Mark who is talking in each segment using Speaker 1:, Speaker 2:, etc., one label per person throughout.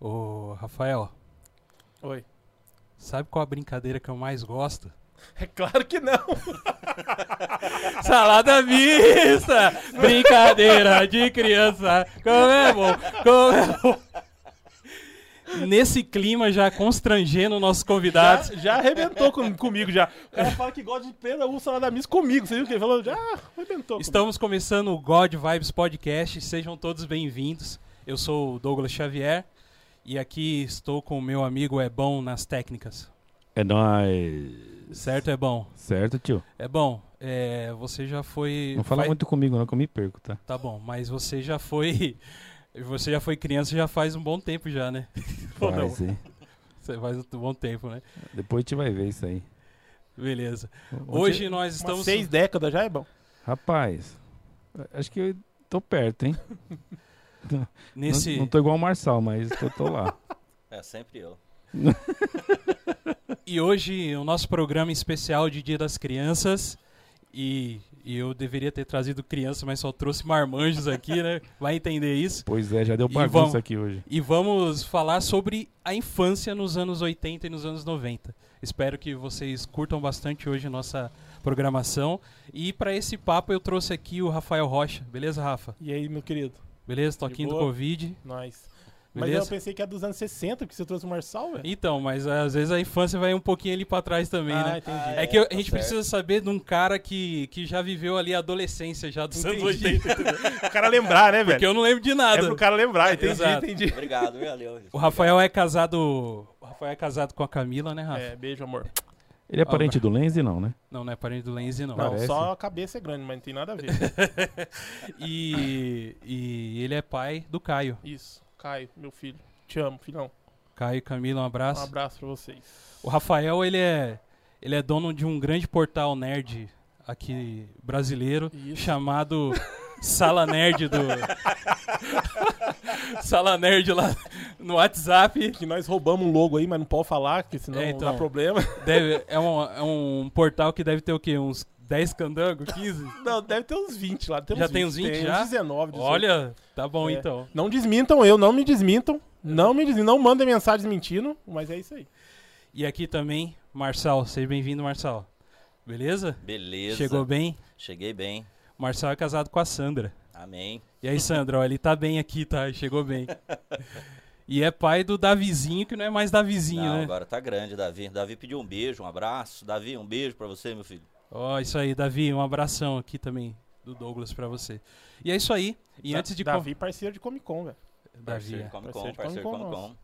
Speaker 1: Ô, Rafael,
Speaker 2: Oi.
Speaker 1: sabe qual a brincadeira que eu mais gosto?
Speaker 2: É claro que não.
Speaker 1: Salada mista! Brincadeira de criança! Como é bom! Como é bom! Nesse clima já constrangendo nossos
Speaker 2: Já,
Speaker 1: convidados.
Speaker 2: já arrebentou com- comigo já. O cara fala que gosta de pera o salada mista comigo. Você viu que ele falou? Já arrebentou.
Speaker 1: Estamos começando o God Vibes Podcast, sejam todos bem-vindos. Eu sou o Douglas Xavier e aqui estou com o meu amigo É Bom nas técnicas.
Speaker 3: É nóis.
Speaker 1: Certo, É Bom?
Speaker 3: Certo, tio?
Speaker 1: É Bom, é, você já foi.
Speaker 3: Não fala
Speaker 1: vai-
Speaker 3: muito comigo, não, que eu me perco, tá?
Speaker 1: Tá bom, mas você já foi. Você já foi criança já faz um bom tempo já, né? Ou não?
Speaker 3: Faz, hein?
Speaker 1: Você faz um bom tempo, né?
Speaker 3: Depois a gente vai ver isso aí.
Speaker 1: Beleza.
Speaker 3: Onde-
Speaker 1: Hoje nós
Speaker 2: Umas
Speaker 1: estamos.
Speaker 2: seis décadas já é bom.
Speaker 3: Rapaz, acho que eu tô perto, hein?
Speaker 1: Nesse...
Speaker 3: Não, não tô igual o Marçal, mas eu tô lá.
Speaker 4: É sempre eu.
Speaker 1: E hoje o nosso programa especial de Dia das Crianças. E, e eu deveria ter trazido criança, mas só trouxe marmanjos aqui, né? Vai entender isso.
Speaker 3: Pois é, já deu
Speaker 1: E vamos-
Speaker 3: bagunça aqui hoje.
Speaker 1: E vamos falar sobre a infância nos anos 80 e nos anos 90. Espero que vocês curtam bastante hoje nossa programação. E para esse papo eu trouxe aqui o Rafael Rocha. Beleza, Rafa?
Speaker 2: E aí, meu querido?
Speaker 1: Beleza?
Speaker 2: De
Speaker 1: Toquinho do
Speaker 2: boa.
Speaker 1: Covid.
Speaker 2: Nós. Mas eu
Speaker 1: Beleza?
Speaker 2: pensei que era dos anos 60, porque você trouxe o Marçal, velho.
Speaker 1: Então, mas às vezes a infância vai um pouquinho ali para trás também, né?
Speaker 2: Ah, entendi.
Speaker 1: É que eu- a
Speaker 4: tá
Speaker 1: gente
Speaker 4: certo.
Speaker 1: precisa saber de um cara que, que já viveu ali a adolescência já dos anos
Speaker 2: Entendi.
Speaker 1: 80.
Speaker 2: o cara lembrar, né,
Speaker 1: Porque eu não lembro de
Speaker 2: É
Speaker 1: nada.
Speaker 2: pro cara lembrar, entendi,
Speaker 1: Exato.
Speaker 2: entendi.
Speaker 4: Obrigado, valeu. gente.
Speaker 1: O Rafael é casado. O Rafael é casado com a Camila, né, Rafa?
Speaker 2: É, beijo, amor.
Speaker 3: Ele é
Speaker 1: Ah,
Speaker 3: parente do Lenzi, não, né?
Speaker 1: Não, não é parente do Lenzi, não.
Speaker 2: Não,
Speaker 3: Parece.
Speaker 2: só a cabeça é grande, mas não tem nada a ver.
Speaker 1: E, e ele é pai do Caio.
Speaker 2: Isso. Caio, meu filho. Te amo, filhão.
Speaker 1: Caio e Camila, um
Speaker 2: Um
Speaker 1: abraço.
Speaker 2: abraço pra vocês.
Speaker 1: O Rafael, ele é. Ele é dono de um grande portal nerd aqui brasileiro
Speaker 2: Isso.
Speaker 1: chamado Sala Nerd do. Sala Nerd lá no WhatsApp.
Speaker 2: Que nós roubamos um logo aí, mas não pode falar, porque senão
Speaker 1: É, então.
Speaker 2: dá problema.
Speaker 1: Deve- é, um, é um portal que deve ter o quê? Uns 10 candango, 15?
Speaker 2: Não, deve ter uns 20 lá.
Speaker 1: Já tem uns 20 já?
Speaker 2: Uns 19, 18.
Speaker 1: Olha, tá bom
Speaker 2: É.
Speaker 1: então.
Speaker 2: Não desmintam eu, não me desmintam. Não me desmintam, não mandem mensagens mentindo, mas é isso aí.
Speaker 1: E aqui também, Marçal. Seja bem-vindo, Marçal. Beleza?
Speaker 4: Beleza.
Speaker 1: Chegou bem?
Speaker 4: Cheguei bem.
Speaker 1: Marçal é casado com a Sandra.
Speaker 4: Amém.
Speaker 1: E aí, Sandra, ó, ele tá bem aqui, tá? Chegou bem. E é pai do Davizinho, que não é mais Davizinho,
Speaker 4: Não,
Speaker 1: né?
Speaker 4: agora tá grande, Davi. Davi pediu um beijo, um abraço. Davi, um beijo pra você, meu filho.
Speaker 1: Ó, isso aí, Davi, um abração aqui também do Douglas pra você. E é isso aí. E antes de
Speaker 2: Davi, parceiro de Comic Con, velho.
Speaker 1: com-
Speaker 4: Parceiro de
Speaker 1: é.
Speaker 4: Comic
Speaker 2: Parceiro
Speaker 4: Con,
Speaker 2: de
Speaker 4: parceiro de
Speaker 2: Comic Con
Speaker 4: Comic Con.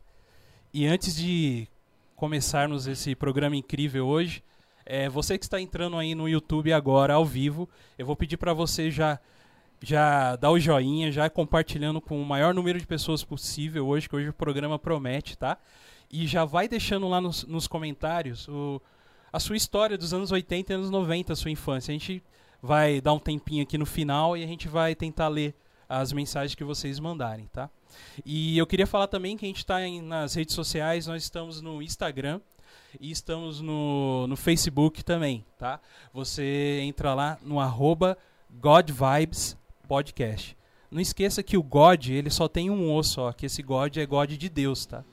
Speaker 1: E antes de começarmos esse programa incrível hoje, é, você que está entrando aí no YouTube agora ao vivo, eu vou pedir para você já já dar o joinha, já compartilhando com o maior número de pessoas possível hoje, que hoje o programa promete, tá? E já vai deixando lá nos, nos comentários o- a sua história dos anos 80 e anos 90, a sua infância. A gente vai dar um tempinho aqui no final e a gente vai tentar ler as mensagens que vocês mandarem, tá? E eu queria falar também que a gente está nas redes sociais, nós estamos no Instagram e estamos no, no Facebook também, tá? Você entra lá no arroba godvibespodcast. Não esqueça que o God, ele só tem um O só, que esse God é God de Deus, tá?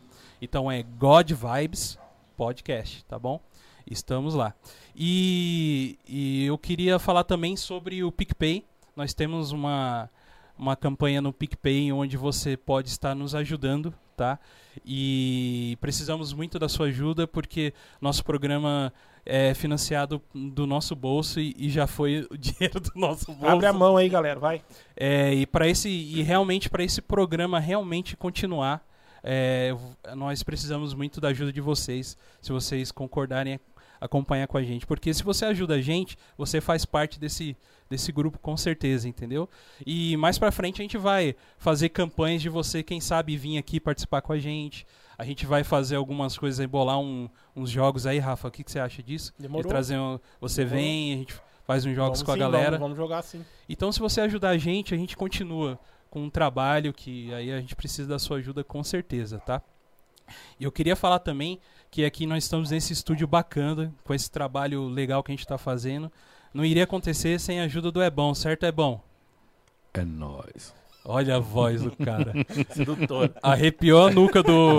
Speaker 1: Então é God Vibes Podcast, tá bom? Estamos lá. E, e eu queria falar também sobre o PicPay. Nós temos uma, uma campanha no PicPay onde você pode estar nos ajudando, tá? E precisamos muito da sua ajuda porque nosso programa é financiado do nosso bolso e, e já foi o dinheiro do nosso bolso.
Speaker 2: Abre a mão aí, galera, vai.
Speaker 1: É, e para esse e realmente para esse programa realmente continuar, é, v- nós precisamos muito da ajuda de vocês, se vocês concordarem a- acompanhar com a gente, porque se você ajuda a gente, você faz parte desse desse grupo com certeza, entendeu? E mais para frente a gente vai fazer campanhas de você, quem sabe vir aqui participar com a gente. A gente vai fazer algumas coisas, aí, bolar um- uns jogos aí, Rafa. O que, que você acha disso? De
Speaker 2: Demorou.
Speaker 1: trazer um- você
Speaker 2: Demorou.
Speaker 1: vem, a gente faz uns jogos
Speaker 2: Vamos
Speaker 1: com a
Speaker 2: sim,
Speaker 1: galera.
Speaker 2: Vamos, vamos jogar sim.
Speaker 1: Então, se você ajudar a gente, a gente continua com um trabalho que aí a gente precisa da sua ajuda com certeza, tá? E eu queria falar também que aqui nós estamos nesse estúdio bacana, com esse trabalho legal que a gente tá está fazendo. Não iria acontecer sem a ajuda do Ebon, certo, Ebon?
Speaker 3: É nóis.
Speaker 1: Olha a voz do cara.
Speaker 2: Sedutora.
Speaker 1: Arrepiou a nuca do,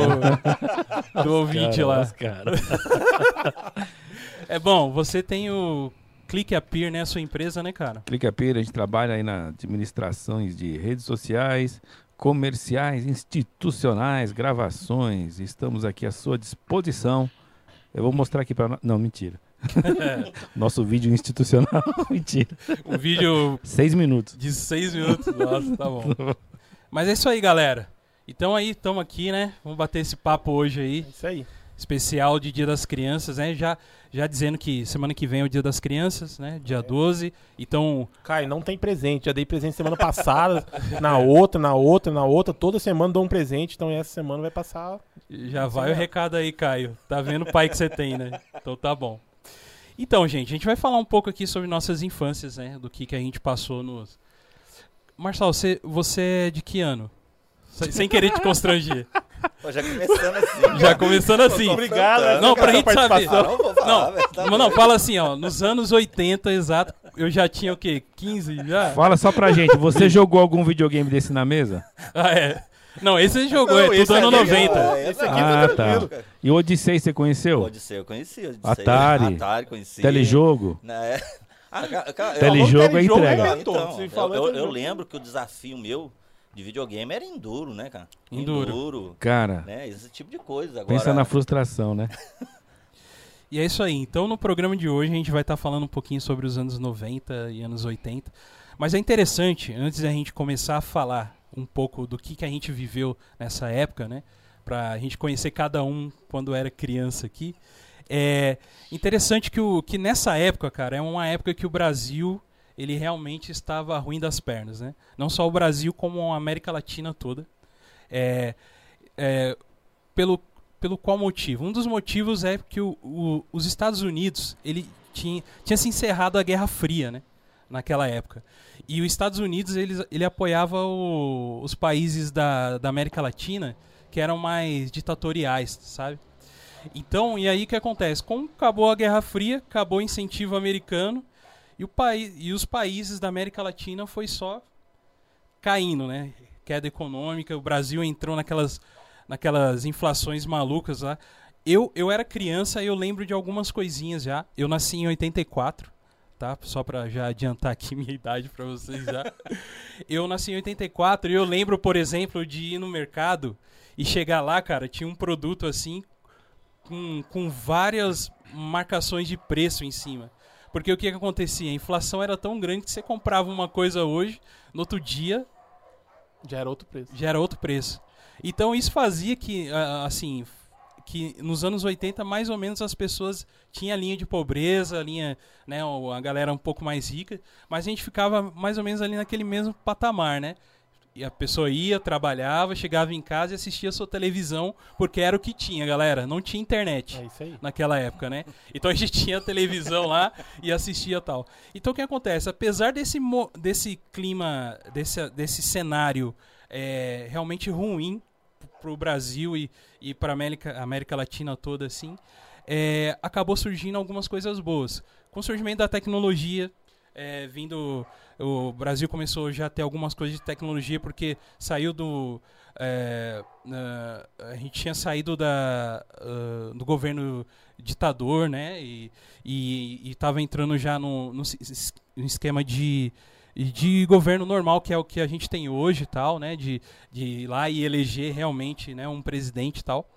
Speaker 1: do ouvinte lá.
Speaker 3: cara.
Speaker 1: É bom, você tem o Click Appear, né? A sua empresa, né, cara?
Speaker 3: Clique a pira, a gente trabalha aí na administrações de redes sociais, comerciais, institucionais, gravações. Estamos aqui à sua disposição. Eu vou mostrar aqui para nós. Não, mentira. Nosso vídeo institucional. mentira.
Speaker 1: Um vídeo
Speaker 3: Seis minutos.
Speaker 1: de seis minutos. Nossa, tá bom. Mas é isso aí, galera. Então aí, estamos aqui, né? Vamos bater esse papo hoje aí.
Speaker 2: É Isso aí.
Speaker 1: especial de Dia das Crianças, né? Já, já dizendo que semana que vem é o Dia das Crianças, né? Dia 12. Então,
Speaker 2: Caio, não tem presente. Já dei presente semana passada, na outra, na outra, na outra. Toda semana dou um presente, então essa semana vai passar.
Speaker 1: já vai o recado aí, Caio. Tá vendo o pai que você tem, né? Então tá bom. Então, gente, a gente vai falar um pouco aqui sobre nossas infâncias, né? Do que, que a gente passou nos. Marcelo, você, você é de que ano? Se- Sem querer te constranger.
Speaker 4: Pô, já começando assim.
Speaker 1: Já começando assim.
Speaker 2: Obrigado,
Speaker 4: Não,
Speaker 1: Não,
Speaker 2: essa
Speaker 1: pra
Speaker 2: é a
Speaker 1: gente saber.
Speaker 2: participação.
Speaker 4: Ah, não vou falar,
Speaker 1: Não,
Speaker 4: velho, tá
Speaker 1: Mas não, fala assim, ó. Nos anos 80, exato, eu já tinha o quê? 15 já?
Speaker 3: Fala só pra gente, você jogou algum videogame desse na mesa?
Speaker 1: Ah, é. Não, esse ele jogou, é
Speaker 4: esse
Speaker 1: tudo ano
Speaker 4: legal,
Speaker 1: 90.
Speaker 4: é,
Speaker 2: Esse aqui
Speaker 4: não.
Speaker 3: Ah, tá.
Speaker 4: cara.
Speaker 3: E o Odissei você conheceu?
Speaker 4: Pode ser, eu conheci. eu disse aí.
Speaker 3: Atari.
Speaker 4: Atari, conheci.
Speaker 3: Telejogo?
Speaker 4: Né? Ah, ca- ca- eu-
Speaker 3: Telejogo é
Speaker 2: telejogo é
Speaker 3: entrega.
Speaker 2: mesmo. Então,
Speaker 4: Então,
Speaker 2: se
Speaker 4: eu-
Speaker 2: falou,
Speaker 4: eu,
Speaker 2: então
Speaker 4: eu
Speaker 2: já-
Speaker 4: lembro que o desafio meu de videogame era enduro, né, cara?
Speaker 1: Enduro.
Speaker 3: Cara,
Speaker 4: né? Esse tipo de coisa. Agora,
Speaker 3: pensa na frustração, né?
Speaker 1: E é isso aí. Então, no programa de hoje, a gente vai estar falando um pouquinho sobre os anos 90 e anos 80. Mas é interessante, antes da gente começar a falar um pouco do que, que a gente viveu nessa época, né? Pra gente conhecer cada um quando era criança aqui. É interessante que, o, que nessa época, cara, é uma época que o Brasil ele realmente estava ruim das pernas, né? Não só o Brasil, como a América Latina toda. É, é, pelo pelo qual motivo? Um dos motivos é que o- o- os Estados Unidos ele tinha, tinha se encerrado a Guerra Fria, né? Naquela época. E os Estados Unidos eles, ele apoiava o- os países da, da América Latina que eram mais ditatoriais, sabe? Então, e aí o que acontece? Como acabou a Guerra Fria, acabou o incentivo americano e, o país, e os países da América Latina foi só caindo, né? Queda econômica, o Brasil entrou naquelas naquelas inflações malucas lá. Eu, eu era criança e eu lembro de algumas coisinhas já. Eu nasci em 84, tá? Só pra já adiantar aqui minha idade pra vocês já. eu nasci em 84 e eu lembro, por exemplo, de ir no mercado e chegar lá, cara, tinha um produto assim com, com várias marcações de preço em cima. Porque o que, que acontecia? A inflação era tão grande que você comprava uma coisa hoje, no outro dia
Speaker 2: Já era outro preço.
Speaker 1: já era outro preço. Então isso fazia que, ah, assim, que nos anos 80, mais ou menos, as pessoas tinham a linha de pobreza, a linha, né, o- a galera um pouco mais rica, mas a gente ficava mais ou menos ali naquele mesmo patamar, né? E a pessoa ia, trabalhava, chegava em casa e assistia a sua televisão, porque era o que tinha, galera. Não tinha internet
Speaker 2: É isso aí.
Speaker 1: naquela época, né? Então a gente tinha a televisão lá e assistia tal. Então o que acontece? Apesar desse, mo- desse clima, desse, desse cenário é, realmente ruim pro Brasil e, e pra América, América Latina toda, assim, é, acabou surgindo algumas coisas boas. Com o surgimento da tecnologia, é, vindo... O Brasil começou já a ter algumas coisas de tecnologia, porque saiu do... é, na- a gente tinha saído da, ah, do governo ditador, né? E, e, e tava entrando já no, no si- si- no esquema de, de governo normal, que é o que a gente tem hoje e tal, né? De, de ir lá e eleger realmente né, um presidente e tal.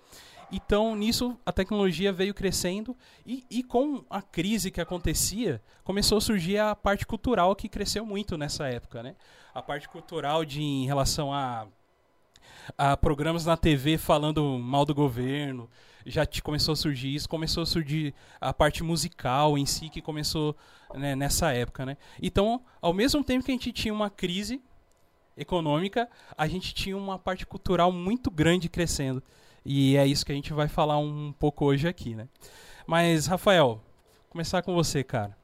Speaker 1: Então, nisso, a tecnologia veio crescendo e, e com a crise que acontecia, começou a surgir a parte cultural que cresceu muito nessa época, né? A parte cultural de em relação a, a programas na TV falando mal do governo, já te- começou a surgir isso, começou a surgir a parte musical em si que começou né, nessa época, né? Então, ao mesmo tempo que a gente tinha uma crise econômica, a gente tinha uma parte cultural muito grande crescendo. E é isso que a gente vai falar um pouco hoje aqui, né? Mas, Rafael, começar com você, cara.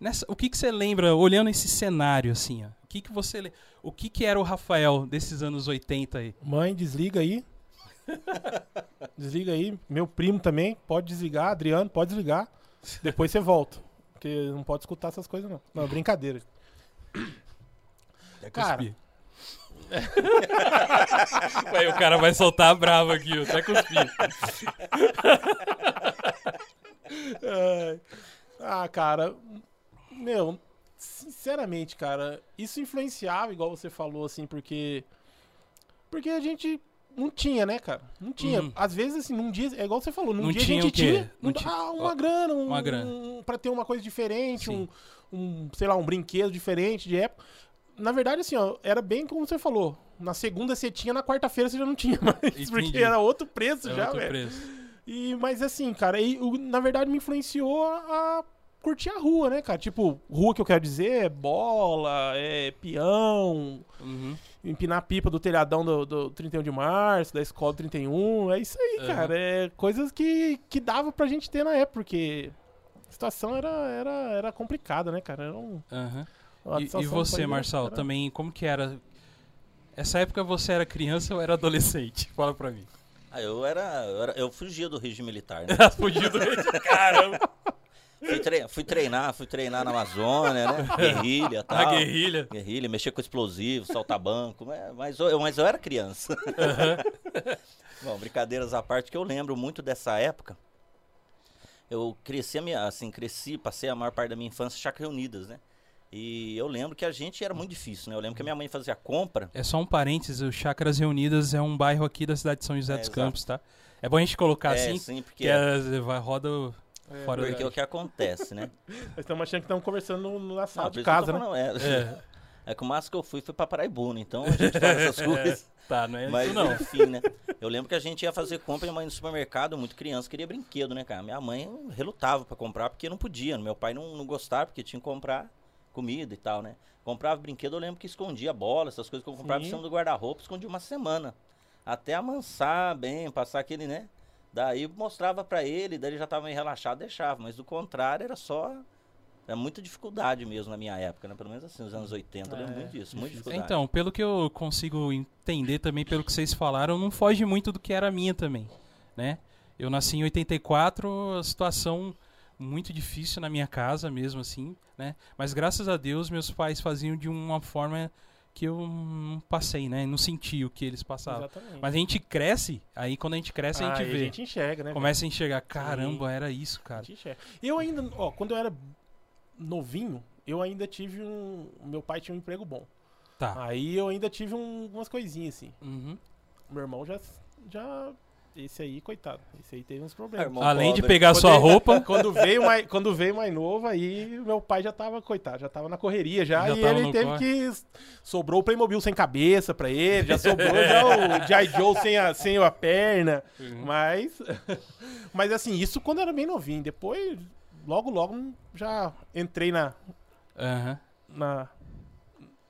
Speaker 1: Nessa, o que, que você lembra, olhando esse cenário, assim, ó? O que, que você. le- O que, que era o Rafael desses anos 80 aí?
Speaker 2: Mãe, desliga aí. Desliga aí. Meu primo também, pode desligar. Adriano, pode desligar. Depois você volta. Porque não pode escutar essas coisas, não. Não, é brincadeira.
Speaker 1: Até
Speaker 2: Cara,
Speaker 1: cuspi. Aí o cara vai soltar a brava aqui, ó, tá cuspindo.
Speaker 2: Ai. Ah, cara, meu, sinceramente, cara, isso influenciava, igual você falou, assim, porque. Porque a gente não tinha, né, cara? Não tinha.
Speaker 1: Uhum.
Speaker 2: Às vezes, assim, num dia, é igual você falou, num
Speaker 1: Não
Speaker 2: dia
Speaker 1: tinha
Speaker 2: a gente
Speaker 1: o quê?
Speaker 2: tinha.
Speaker 1: Não
Speaker 2: Não
Speaker 1: tinha-
Speaker 2: ah, uma grana, um,
Speaker 1: uma grana.
Speaker 2: um- pra ter uma coisa diferente, um,
Speaker 1: Sim.
Speaker 2: um, sei lá, um brinquedo diferente de época. Na verdade, assim, ó, era bem como você falou. Na segunda você tinha, na quarta-feira você já não tinha mais. Porque
Speaker 1: Entendi. É
Speaker 2: era outro preço
Speaker 1: Eu
Speaker 2: já, é.
Speaker 1: tô
Speaker 2: velho.
Speaker 1: preso.
Speaker 2: E, mas assim, cara, e, o- na verdade me influenciou a, a curtir a rua, né, cara? Tipo, rua que eu quero dizer é bola, é peão,
Speaker 1: Uhum.
Speaker 2: empinar pipa do telhadão do, do 31 de março, da escola do 31. É isso aí,
Speaker 1: Aham.
Speaker 2: cara. É coisas que, que dava pra gente ter na época, porque a situação era, era, era complicada, né, cara? Era um,
Speaker 1: aham.
Speaker 2: a
Speaker 1: E- E,
Speaker 2: situação do país
Speaker 1: você,
Speaker 2: era-
Speaker 1: Marçal,
Speaker 2: era-
Speaker 1: também, como que era? Essa época você era criança ou era adolescente? Fala pra mim.
Speaker 4: Ah, eu era, eu era- eu fugia do regime militar, né?
Speaker 1: Fugiu do caramba.
Speaker 4: Fui, tre- fui treinar, fui treinar na Amazônia, né? Guerrilha,
Speaker 1: A
Speaker 4: tal.
Speaker 1: guerrilha.
Speaker 4: Guerrilha, mexer com explosivo, saltar banco, né? mas, eu, mas eu era criança. Bom, brincadeiras à parte, que eu lembro muito dessa época. Eu cresci, a minha, assim, cresci, passei a maior parte da minha infância em Chácara Unidas, né? E eu lembro que a gente era muito difícil, né? Eu lembro que a minha mãe fazia compra.
Speaker 1: É só um parênteses, o Chacras Reunidas é um bairro aqui da cidade de São José
Speaker 4: É,
Speaker 1: dos
Speaker 4: exato.
Speaker 1: Campos, tá? É bom a gente colocar
Speaker 4: é,
Speaker 1: assim,
Speaker 4: sim, porque,
Speaker 1: que é- vai roda o- fora
Speaker 4: porque
Speaker 1: do...
Speaker 4: o que acontece, né?
Speaker 2: Nós estamos achando que estamos conversando no- na
Speaker 4: Não,
Speaker 2: sala
Speaker 4: Ah, por
Speaker 2: de
Speaker 4: isso que eu tô
Speaker 2: casa, né?
Speaker 4: falando, é,
Speaker 1: É,
Speaker 4: é que o máximo que eu fui foi pra Paraibuna, então a gente faz essas coisas.
Speaker 1: tá, não é
Speaker 4: Mas
Speaker 1: isso não.
Speaker 4: enfim, né? Eu lembro que a gente ia fazer compra e mãe no supermercado, muito criança, queria brinquedo, né, cara? Minha mãe relutava pra comprar porque não podia. Meu pai não, não gostava porque tinha que comprar comida e tal, né? Comprava brinquedo, eu lembro que escondia bola, essas coisas que eu comprava em
Speaker 2: Sim.
Speaker 4: cima do guarda-roupa, escondia uma semana. Até amansar bem, passar aquele, né? Daí mostrava pra ele, daí ele já tava meio relaxado, deixava. Mas do contrário, era só. Era muita dificuldade mesmo na minha época, né? Pelo menos assim, nos anos 80, eu lembro
Speaker 2: É,
Speaker 4: muito disso,
Speaker 2: difícil.
Speaker 4: muita dificuldade.
Speaker 1: Então, pelo que eu consigo entender também, pelo que vocês falaram, não foge muito do que era a minha também, né? Eu nasci em 84, a situação muito difícil na minha casa mesmo assim, né? Mas graças a Deus meus pais faziam de uma forma que eu não passei, né? Não senti o que eles passavam.
Speaker 2: Exatamente.
Speaker 1: Mas a gente cresce, aí quando a gente cresce a
Speaker 2: Ah,
Speaker 1: gente
Speaker 2: e
Speaker 1: vê.
Speaker 2: a gente enxerga, né?
Speaker 1: Começa a enxergar, caramba, era isso, cara.
Speaker 2: Gente, é. Eu ainda, ó, quando eu era novinho, eu ainda tive um. Meu pai tinha um emprego bom.
Speaker 1: Tá.
Speaker 2: Aí eu ainda tive um- umas coisinhas assim.
Speaker 1: Uhum.
Speaker 2: Meu irmão já. já esse aí, coitado. Esse aí teve uns
Speaker 4: Ah,
Speaker 2: problemas.
Speaker 4: irmão
Speaker 1: Além de
Speaker 4: pobre.
Speaker 1: pegar
Speaker 2: Quando
Speaker 1: sua
Speaker 2: ele-
Speaker 1: roupa,
Speaker 2: Quando veio, mais, quando veio mais novo, aí meu pai já tava, coitado, já tava na correria já.
Speaker 1: Já
Speaker 2: e
Speaker 1: tava
Speaker 2: ele
Speaker 1: no
Speaker 2: teve
Speaker 1: corre.
Speaker 2: que. Sobrou o Playmobil sem cabeça pra ele, já sobrou já o G.I. Joe sem a, sem a perna. Mas. Mas assim, isso quando eu era bem novinho. Depois, logo, logo, já entrei na.
Speaker 1: Aham.
Speaker 2: na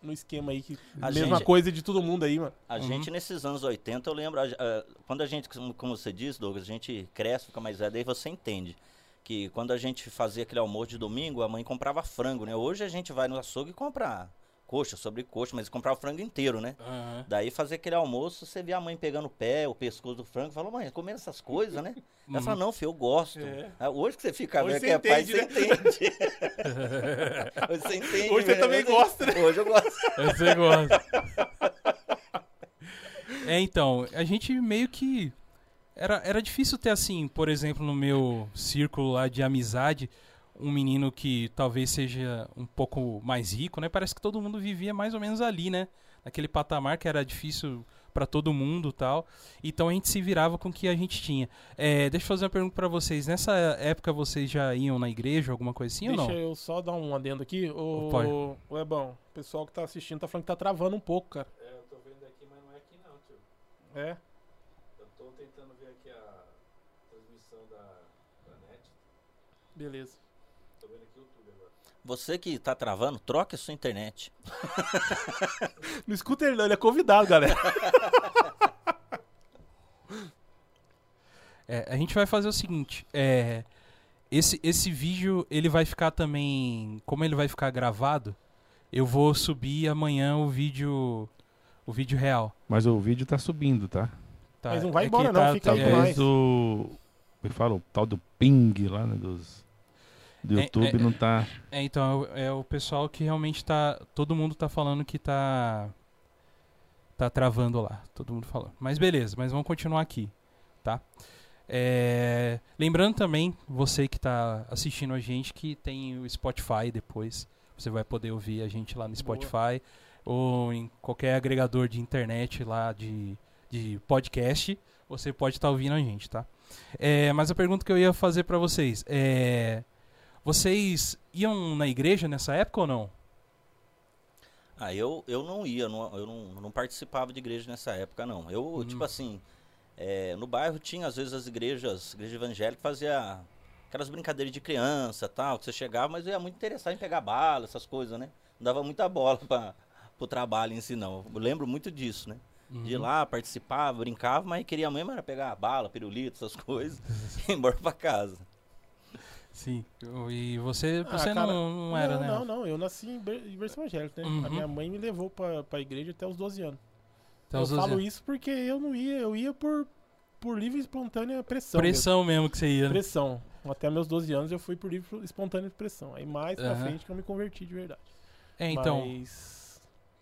Speaker 2: no esquema aí que
Speaker 4: A
Speaker 2: mesma
Speaker 4: gente-
Speaker 2: coisa de todo mundo aí, mano.
Speaker 4: A gente, nesses anos 80, eu lembro, a- a- quando a gente, como como você disse, Douglas, a gente cresce, fica mais velho, daí você entende. Que quando a gente fazia aquele almoço de domingo, a mãe comprava frango, né? Hoje a gente vai no açougue e compra coxa, sobrecoxa, mas comprava o frango inteiro, né?
Speaker 2: É.
Speaker 1: aham.
Speaker 4: Daí fazer aquele almoço, você vê a mãe pegando o pé, o pescoço do frango, fala, mãe, comendo essas coisas, né?
Speaker 1: Uhum.
Speaker 4: Ela fala, não, filho, eu gosto. Ah, Hoje que você fica
Speaker 2: Uhum. É. Hoje você
Speaker 4: velho, que é pai, você
Speaker 2: entende, né?
Speaker 4: entende. Hoje você entende.
Speaker 2: Hoje você
Speaker 4: né?
Speaker 2: também
Speaker 4: Hoje-
Speaker 2: gosta, né?
Speaker 4: Hoje eu gosto.
Speaker 1: Eu sei que gosta. É, então, a gente meio que. Era, era difícil ter, assim, por exemplo, no meu círculo lá de amizade, um menino que talvez seja um pouco mais rico, né? Parece que todo mundo vivia mais ou menos ali, né? Naquele patamar que era difícil pra todo mundo tal. Então a gente se virava com o que a gente tinha. É, deixa eu fazer uma pergunta pra vocês. Nessa época vocês já iam na igreja, alguma coisa assim ou
Speaker 2: Deixa
Speaker 1: não?
Speaker 2: eu só dar um adendo aqui.
Speaker 1: Pode.
Speaker 2: O, o Ebão, o pessoal que tá assistindo tá falando que tá travando um pouco, cara.
Speaker 3: É, eu tô vendo aqui, mas não é aqui não, tio.
Speaker 2: É.
Speaker 3: Eu tô tentando ver aqui a transmissão da, da net.
Speaker 2: Beleza.
Speaker 3: Tô vendo aqui o YouTube agora.
Speaker 4: Você que tá travando, troque a sua internet.
Speaker 2: Não escuta ele, não, ele é convidado, galera.
Speaker 1: É, a gente vai fazer o seguinte, é, esse, esse vídeo ele vai ficar também, como ele vai ficar gravado, eu vou subir amanhã o vídeo, o vídeo real.
Speaker 3: Mas o vídeo tá subindo, tá?
Speaker 1: tá?
Speaker 2: Mas não vai
Speaker 1: É que
Speaker 2: embora não, fica aí
Speaker 1: é,
Speaker 2: por mais.
Speaker 3: Talvez o. Me fala, o tal do ping lá, né? Dos. Do
Speaker 1: É,
Speaker 3: YouTube
Speaker 1: é,
Speaker 3: não tá.
Speaker 1: é, então, é o- é o pessoal que realmente tá, todo mundo tá falando que tá, tá travando lá, todo mundo falando. Mas beleza, mas vamos continuar aqui, tá? É, Lembrando também, você que tá assistindo a gente, que tem o Spotify depois. Você vai poder ouvir a gente lá no Spotify ou em qualquer agregador de internet lá de, de podcast. Você pode estar ouvindo a gente, tá? É, mas a pergunta que eu ia fazer pra vocês é: vocês iam na igreja nessa época ou não?
Speaker 4: Ah, eu, eu não ia, não- eu não, não participava de igreja nessa época, não. Eu, tipo assim, é, no bairro tinha às vezes as igrejas, igreja evangélica que fazia aquelas brincadeiras de criança tal, que você chegava, mas eu ia muito interessado em pegar bala, essas coisas, né? Não dava muita bola para o trabalho em si, não. Eu lembro muito disso, né? De ir lá, participava, brincava, mas queria mesmo era pegar bala, pirulito, essas coisas, e ir embora pra casa.
Speaker 1: Sim. E você,
Speaker 2: Ah,
Speaker 1: você
Speaker 2: cara,
Speaker 1: não, não era,
Speaker 2: não,
Speaker 1: né?
Speaker 2: Não, não, eu nasci em ber- em berço evangélico, né?
Speaker 1: Uhum.
Speaker 2: A minha mãe me levou pra, pra igreja até os 12 anos.
Speaker 1: Então,
Speaker 2: eu
Speaker 1: você-
Speaker 2: falo isso porque eu não ia, eu ia por, por livre e espontânea pressão. mesmo.
Speaker 1: pressão mesmo que você ia. né?
Speaker 2: Pressão. Até meus 12 anos eu fui por livre e espontânea pressão. Aí mais pra
Speaker 1: Aham.
Speaker 2: frente que eu me converti de verdade.
Speaker 1: É, então.
Speaker 2: Mas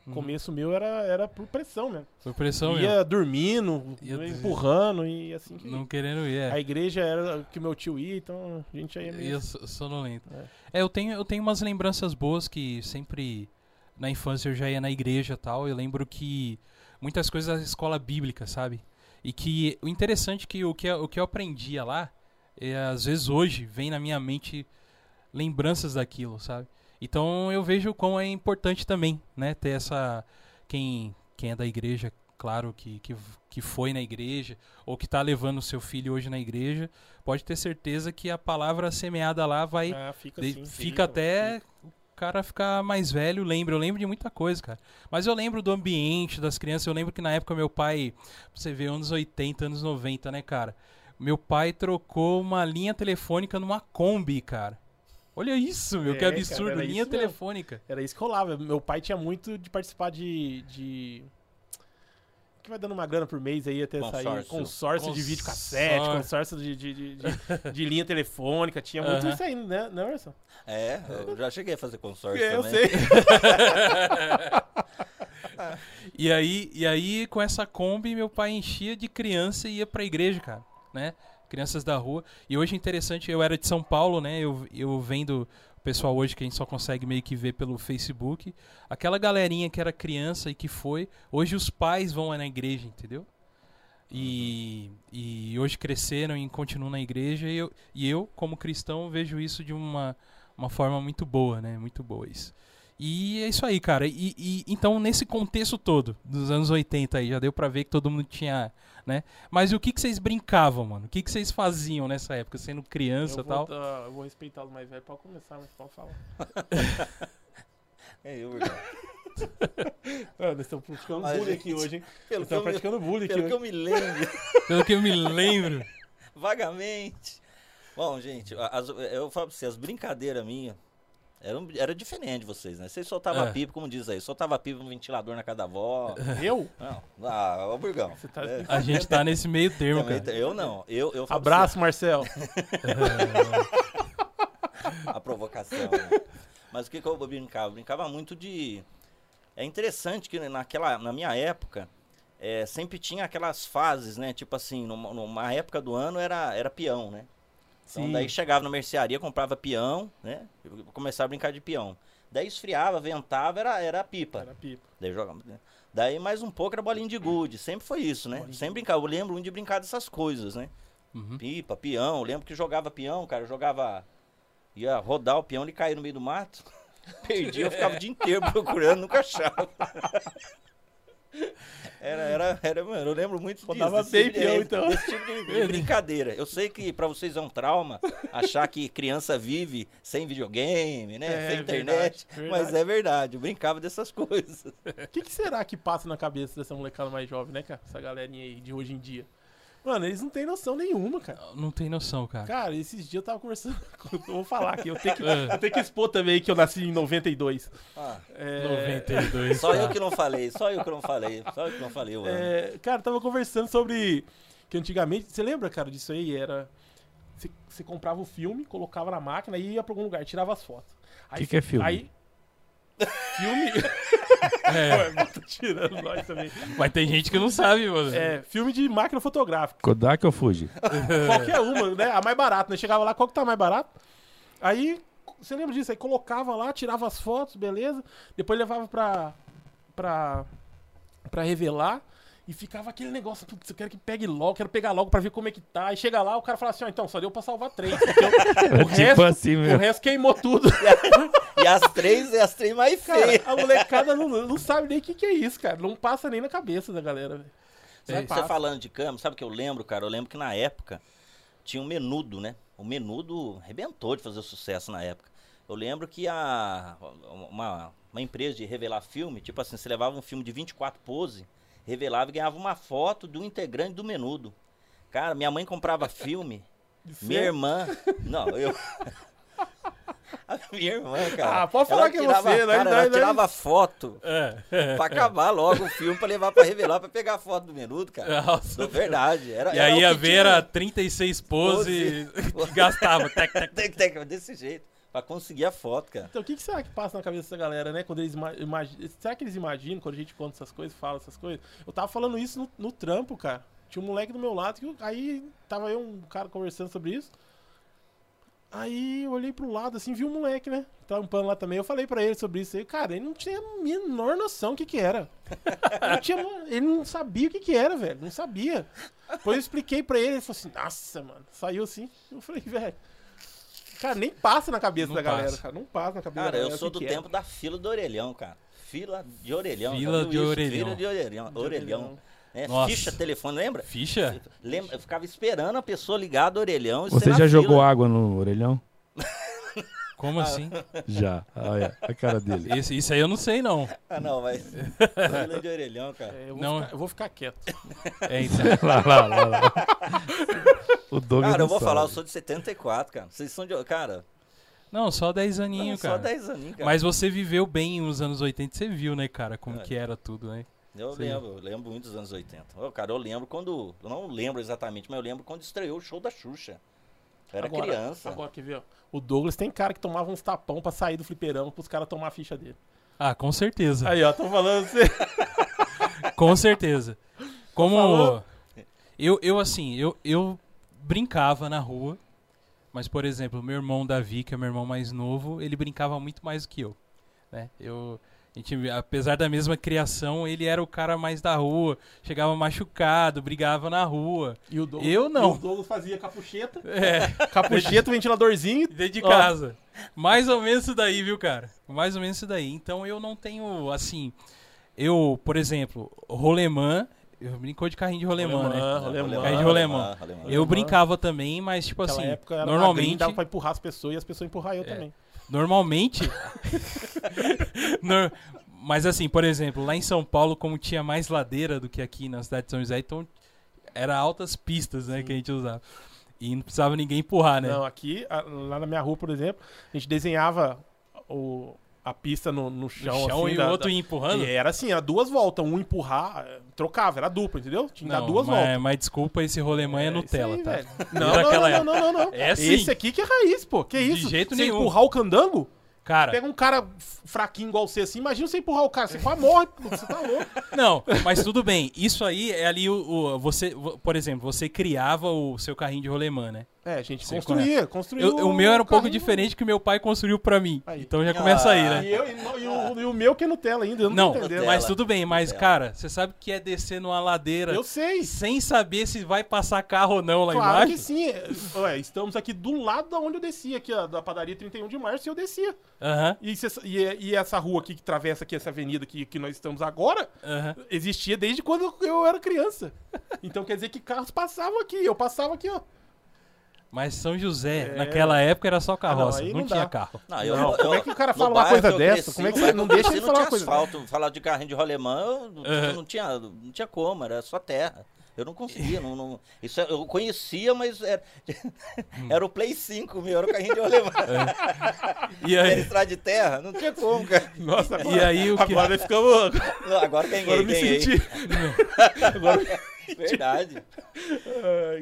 Speaker 1: Uhum.
Speaker 2: começo meu era, era por pressão né? mesmo.
Speaker 1: Foi pressão
Speaker 2: ia
Speaker 1: mesmo.
Speaker 2: dormindo,
Speaker 1: Então, Ia dormir.
Speaker 2: empurrando e assim que.
Speaker 1: Não querendo ir,
Speaker 2: A
Speaker 1: é.
Speaker 2: igreja era o que meu tio ia, então a gente aí meio...
Speaker 1: Ia so- sonolento. É, eu tenho, eu tenho umas lembranças boas que sempre na infância eu já ia na igreja e tal. Eu lembro que muitas coisas da escola bíblica, sabe? E que o interessante é que o que, eu- o que eu aprendia lá, é, às vezes hoje vem na minha mente lembranças daquilo, sabe? Então eu vejo como é importante também, né? Ter essa. Quem, quem é da igreja, claro, que, que, que foi na igreja, ou que tá levando o seu filho hoje na igreja, pode ter certeza que a palavra semeada lá vai.
Speaker 2: Ah, fica
Speaker 1: De-
Speaker 2: assim.
Speaker 1: fica, até o cara ficar mais velho, lembra. Eu lembro de muita coisa, cara. Mas eu lembro do ambiente das crianças. Eu lembro que na época meu pai, pra você vê, anos 80, anos 90, né, cara? Meu pai trocou uma linha telefônica numa Kombi, cara. Olha isso, meu,
Speaker 2: É,
Speaker 1: que
Speaker 2: cara,
Speaker 1: absurdo.
Speaker 2: era
Speaker 1: linha
Speaker 2: isso mesmo.
Speaker 1: telefônica.
Speaker 2: Era isso que rolava. Meu pai tinha muito de participar de. de... Que vai dando uma grana por mês aí até sair
Speaker 4: Consórcio.
Speaker 2: consórcio de videocassete,
Speaker 1: Consórcio.
Speaker 2: consórcio de, de, de, de- de linha telefônica. Tinha muito
Speaker 1: Aham.
Speaker 2: isso aí, né, né Orson?
Speaker 4: É, eu já cheguei a fazer consórcio
Speaker 2: É, eu
Speaker 4: também.
Speaker 2: sei.
Speaker 1: E aí, e aí, com essa Kombi, meu pai enchia de criança e ia pra igreja, cara, né? Crianças da rua. E hoje é interessante, eu era de São Paulo, né? Eu, eu vendo o pessoal hoje que a gente só consegue meio que ver pelo Facebook. Aquela galerinha que era criança e que foi, hoje os pais vão lá na igreja, entendeu? E, e hoje cresceram e continuam na igreja. E eu, e eu, como cristão, vejo isso de uma, uma forma muito boa, né? Muito boa isso. E é isso aí, cara. E, e- então, nesse contexto todo, dos anos 80 aí, já deu pra ver que todo mundo tinha, né? Mas e o que, que vocês brincavam, mano? O que, que vocês faziam nessa época, sendo criança
Speaker 2: eu
Speaker 1: e tal?
Speaker 2: vou, ah, eu vou respeitar os mais velhos pra começar, mas pode falar.
Speaker 4: É, eu, irmão.
Speaker 2: Ah, nós estamos praticando
Speaker 4: Mas,
Speaker 2: bullying aqui
Speaker 4: gente,
Speaker 2: hoje, hein? Nós
Speaker 4: Pelo que eu
Speaker 2: estamos
Speaker 4: me-
Speaker 2: praticando bullying aqui
Speaker 4: Pelo que
Speaker 2: hoje.
Speaker 4: eu me lembro,
Speaker 1: Pelo que eu me lembro.
Speaker 4: vagamente. Bom, gente, a- as- eu falo pra você, as brincadeiras minhas eram, era diferente de vocês, né? Vocês soltavam
Speaker 1: É.
Speaker 4: pipa, como diz aí, soltava pipa no ventilador na casa da avó.
Speaker 2: Eu?
Speaker 4: Não, ah, ô Burgão.
Speaker 2: Você tá-
Speaker 4: É,
Speaker 1: A gente tá nesse meio termo,
Speaker 4: também
Speaker 1: cara.
Speaker 4: tem- eu não, eu, eu falo pra
Speaker 2: Abraço,
Speaker 4: você,
Speaker 2: Marcel.
Speaker 4: a provocação. né? Mas o que, que eu brincava? Eu brincava muito de. É interessante que naquela, na minha época é, sempre tinha aquelas fases, né? Tipo assim, numa, numa época do ano era, era peão, né? Então
Speaker 2: Sim.
Speaker 4: daí chegava na mercearia, comprava peão, né? Eu Começava a brincar de peão. Daí esfriava, ventava, era, era a pipa.
Speaker 2: Era pipa.
Speaker 4: Daí jogava. né? Daí mais um pouco era bolinha de gude. Sempre foi isso, né? Sempre brincava. Eu lembro de brincar dessas coisas, né?
Speaker 1: Uhum.
Speaker 4: Pipa, peão. Eu lembro que jogava peão, cara. Eu jogava. Ia rodar o peão, ele caía no meio do mato. Perdi, eu ficava o dia inteiro procurando, nunca achava. Era, era, era, mano, eu lembro muito disso.
Speaker 2: Rodava
Speaker 4: desse
Speaker 2: bem
Speaker 4: tipo de-
Speaker 2: peão, então.
Speaker 4: Desse tipo de de brincadeira. Eu sei que pra vocês é um trauma achar que criança vive sem videogame, né?
Speaker 2: É,
Speaker 4: sem internet.
Speaker 2: verdade,
Speaker 4: Mas é verdade, eu brincava dessas coisas.
Speaker 2: O que, que será que passa na cabeça dessa molecada mais jovem, né, cara? Essa galerinha aí de hoje em dia. Mano, eles não têm noção nenhuma, cara.
Speaker 1: Não tem noção, cara.
Speaker 2: Cara, esses dias eu tava conversando. com- Eu vou falar aqui, eu tenho que,
Speaker 1: É.
Speaker 2: eu tenho que expor também que eu nasci em 92.
Speaker 4: Ah,
Speaker 2: É,
Speaker 1: 92.
Speaker 4: só
Speaker 1: tá.
Speaker 4: eu que não falei, só eu que não falei, só eu que não falei, mano.
Speaker 2: é, cara, eu tava conversando sobre. Que antigamente. Você lembra, cara, disso aí? Era. Você, você comprava o filme, colocava na máquina e ia pra algum lugar, tirava as fotos.
Speaker 3: Que que é filme?
Speaker 2: Aí. Filme.
Speaker 1: É,
Speaker 2: Ué, tá tirando nós também.
Speaker 1: mas tem gente que não sabe, mano.
Speaker 2: É, filme de máquina fotográfica.
Speaker 3: Kodak ou Fuji?
Speaker 2: Qualquer uma, né? A mais barata, né? Chegava lá, qual que tá mais barato? Aí, você lembra disso? Aí colocava lá, tirava as fotos, beleza. Depois levava pra. pra. pra revelar. E ficava aquele negócio, putz, eu quero que pegue logo, quero pegar logo pra ver como é que tá. E chega lá, o cara fala assim, ó, então, só deu pra salvar três. porque eu- o,
Speaker 3: tipo
Speaker 2: resto,
Speaker 3: assim mesmo.
Speaker 2: o resto queimou tudo.
Speaker 4: E as três é as três mais
Speaker 2: Cara,
Speaker 4: feias.
Speaker 2: a molecada não, não sabe nem o que, que é isso, cara. Não passa nem na cabeça da galera. velho. é Só
Speaker 4: Sabe,
Speaker 2: passa.
Speaker 4: Você falando de câmera, sabe o que eu lembro, cara? Eu lembro que na época tinha um menudo, né? O menudo arrebentou de fazer sucesso na época. Eu lembro que a, uma, uma empresa de revelar filme, tipo assim, você levava um filme de 24 pose, revelava e ganhava uma foto do integrante do menudo. Cara, minha mãe comprava filme, minha irmã. Não, eu. A minha irmã, cara.
Speaker 2: Ah, pode falar
Speaker 4: ela
Speaker 2: que é
Speaker 4: tirava-
Speaker 2: você, nós-
Speaker 4: cara,
Speaker 2: nós-
Speaker 4: ela
Speaker 2: nós-
Speaker 4: tirava foto
Speaker 1: É, é.
Speaker 4: pra acabar logo o filme, pra levar pra revelar, pra pegar a foto do menudo, cara.
Speaker 1: Nossa.
Speaker 4: Não, verdade. Era,
Speaker 1: E
Speaker 4: era o
Speaker 1: aí
Speaker 4: que
Speaker 1: a ver
Speaker 4: tinha. né?
Speaker 1: era 36 pose
Speaker 4: Pose.
Speaker 1: que gastava. Tec, tec.
Speaker 4: Tec, tec, desse jeito. Pra conseguir a foto, cara.
Speaker 2: Então, o que, que será que passa na cabeça dessa galera, né? Quando eles ima- imagi- Será que eles imaginam quando a gente conta essas coisas, fala essas coisas? Eu tava falando isso no, no trampo, cara. Tinha um moleque do meu lado que eu- aí tava eu um cara conversando sobre isso. Aí eu olhei pro lado assim, vi um moleque, né? Trampando lá também. Eu falei pra ele sobre isso aí. Cara, ele não tinha a menor noção do que que era. Não tinha- ele não sabia o que que era, velho. Não sabia. Depois eu expliquei pra ele, ele falou assim, nossa, mano. Saiu assim. Eu falei, velho. Cara, nem passa na cabeça
Speaker 1: Não
Speaker 2: da galera,
Speaker 1: passa.
Speaker 2: cara. Não passa na cabeça da
Speaker 4: Cara,
Speaker 2: galera.
Speaker 4: eu
Speaker 2: o
Speaker 4: sou
Speaker 2: que
Speaker 4: do
Speaker 2: que é.
Speaker 4: tempo da fila do orelhão, cara. Fila de orelhão. já
Speaker 1: Fila
Speaker 4: viu
Speaker 1: de
Speaker 4: isso?
Speaker 1: orelhão.
Speaker 4: Fila de orelhão. Orelhão. É,
Speaker 1: Nossa.
Speaker 4: Ficha, telefone, lembra?
Speaker 1: Ficha?
Speaker 4: Lembra? Eu ficava esperando a pessoa ligar do orelhão. e ser
Speaker 3: Você
Speaker 4: na
Speaker 3: já jogou
Speaker 4: fila.
Speaker 3: água no orelhão?
Speaker 4: Ah.
Speaker 1: Como assim?
Speaker 3: Já. Olha a cara dele.
Speaker 1: Esse- isso aí eu não sei, não.
Speaker 4: Ah, não, mas. fila de orelhão, cara.
Speaker 2: É, eu, vou
Speaker 1: Não.
Speaker 2: ficar, eu vou ficar quieto.
Speaker 1: É, então.
Speaker 3: lá, lá, lá, lá. O Douglas.
Speaker 4: Cara, eu
Speaker 3: não
Speaker 4: vou
Speaker 3: sabe.
Speaker 4: falar, eu sou de 74, cara. Vocês são de. Cara,
Speaker 1: Não, só 10
Speaker 4: não,
Speaker 1: aninhos,
Speaker 4: só
Speaker 1: cara.
Speaker 4: 10 aninhos, cara.
Speaker 1: Mas você viveu bem os anos 80, você viu, né, cara, como
Speaker 4: É.
Speaker 1: que era tudo, né?
Speaker 4: Eu
Speaker 1: Sim.
Speaker 4: lembro, eu lembro muito dos anos 80. Ô, cara, eu lembro quando. Eu não lembro exatamente, mas eu lembro quando estreou o show da Xuxa. Eu era
Speaker 2: Agora,
Speaker 4: criança.
Speaker 2: Agora, quer ver, ó. O Douglas tem cara que tomava uns tapão pra sair do fliperama pros caras tomar a ficha dele.
Speaker 1: Ah, com certeza.
Speaker 2: Aí, ó, tô falando
Speaker 1: assim.
Speaker 2: você.
Speaker 1: Com certeza. Como
Speaker 2: falando.
Speaker 1: eu, eu assim, eu, eu brincava na rua, mas por exemplo, meu irmão Davi, que é meu irmão mais novo, ele brincava muito mais do que eu, né? Eu a gente, apesar da mesma criação, ele era o cara mais da rua, chegava machucado, brigava na rua.
Speaker 2: E o Douglas,
Speaker 1: Eu não.
Speaker 2: e o Douglas fazia capucheta.
Speaker 1: É,
Speaker 2: Capucheta, ventiladorzinho.
Speaker 1: dentro de
Speaker 2: Ó.
Speaker 1: casa. Mais ou menos isso daí, viu, cara? Mais ou menos isso daí. Então eu não tenho, assim. Eu, por exemplo, Rolemã. Eu brincou de carrinho de Rolemã, né?
Speaker 2: Rolemã.
Speaker 1: Carrinho de rolemã. Eu brincava também, mas, tipo
Speaker 2: Naquela
Speaker 1: assim,
Speaker 2: época eu era magrinho,
Speaker 1: normalmente. É,
Speaker 2: dava pra empurrar as pessoas e as pessoas empurravam eu também.
Speaker 1: Normalmente. Nor- mas assim, por exemplo, lá em São Paulo, como tinha mais ladeira do que aqui na cidade de São José, então era altas pistas, né, que a gente usava. E não precisava ninguém empurrar, né?
Speaker 2: Não, aqui, a- lá na minha rua, por exemplo, a gente desenhava o, a pista no, no
Speaker 1: No
Speaker 2: chão.
Speaker 1: chão
Speaker 2: assim,
Speaker 1: e
Speaker 2: da-
Speaker 1: o outro
Speaker 2: da-
Speaker 1: ia empurrando.
Speaker 2: E era assim, era duas voltas. Um empurrar, eh, trocava, era dupla, entendeu? Tinha que dar duas
Speaker 1: mas,
Speaker 2: voltas.
Speaker 1: mas desculpa, esse rolemã é,
Speaker 2: É
Speaker 1: Nutella,
Speaker 2: isso
Speaker 1: tá?
Speaker 2: aí, velho. Não, não,
Speaker 1: daquela
Speaker 2: não, não, não, não, não.
Speaker 1: É assim.
Speaker 2: Esse aqui que é raiz, pô. Que
Speaker 1: De
Speaker 2: isso?
Speaker 1: jeito
Speaker 2: você
Speaker 1: nenhum.
Speaker 2: empurrar o candango,
Speaker 1: Cara,
Speaker 2: pega um cara f- fraquinho igual você assim, imagina você empurrar o cara, você quase morre, pô, você tá louco.
Speaker 1: Não, mas tudo bem. Isso aí é ali o, o- você, vo- por exemplo, você criava o seu carrinho de rolemã, né?
Speaker 2: É, a gente
Speaker 1: Você
Speaker 2: construía, construía.
Speaker 1: Eu- o meu era um pouco
Speaker 2: carrinho.
Speaker 1: diferente que meu pai construiu pra mim.
Speaker 2: Aí.
Speaker 1: Então já começa aí,
Speaker 4: Ah,
Speaker 1: né?
Speaker 2: E, eu, e, no- e o, e o meu que é Nutella ainda, eu não,
Speaker 1: Não,
Speaker 2: tô entendendo.
Speaker 1: mas
Speaker 4: Nutella.
Speaker 1: tudo bem, mas
Speaker 4: Nutella.
Speaker 1: cara, você sabe que é descer numa ladeira
Speaker 2: Eu sei.
Speaker 1: sem saber se vai passar carro ou não lá
Speaker 2: Claro que
Speaker 1: embaixo?
Speaker 2: sim. Ué, estamos aqui do lado da onde eu descia, aqui, ó, da padaria 31 de março, e eu descia.
Speaker 1: Aham,
Speaker 2: E, cê- e- é, e essa rua aqui que atravessa aqui, essa avenida aqui que nós estamos agora,
Speaker 1: aham.
Speaker 2: existia desde quando eu era criança. Então quer dizer que carros passavam aqui, eu passava aqui, ó.
Speaker 1: Mas São José,
Speaker 2: É.
Speaker 1: naquela época era só carroça,
Speaker 2: aí
Speaker 1: não,
Speaker 2: não
Speaker 1: tinha
Speaker 2: dá.
Speaker 1: carro.
Speaker 4: Não, eu,
Speaker 2: Não,
Speaker 4: eu-
Speaker 2: como é que o cara
Speaker 4: no
Speaker 2: fala uma
Speaker 4: bairro
Speaker 2: coisa
Speaker 4: que eu
Speaker 2: dessa?
Speaker 4: cresci,
Speaker 2: Como é que
Speaker 4: no
Speaker 2: você-
Speaker 4: bairro
Speaker 2: não
Speaker 4: eu
Speaker 2: deixa
Speaker 4: cresci,
Speaker 2: ele falar
Speaker 4: não
Speaker 2: uma
Speaker 4: tinha
Speaker 2: coisa-
Speaker 4: asfalto, falar de carrinho de rolemã, eu não-
Speaker 1: Aham.
Speaker 4: não, tinha, não tinha como, era só terra. Eu não conseguia, não, não- isso é, eu conhecia, mas era, era o Play 5 meu, era o carrinho de rolemã.
Speaker 1: E
Speaker 4: Era
Speaker 1: aí,
Speaker 4: estrada de terra, não tinha como, cara.
Speaker 2: Nossa,
Speaker 1: e aí o que
Speaker 2: agora nós ficamos.
Speaker 4: Não, agora ganhei,
Speaker 2: Agora eu me
Speaker 4: ganhei.
Speaker 2: senti.
Speaker 4: Verdade.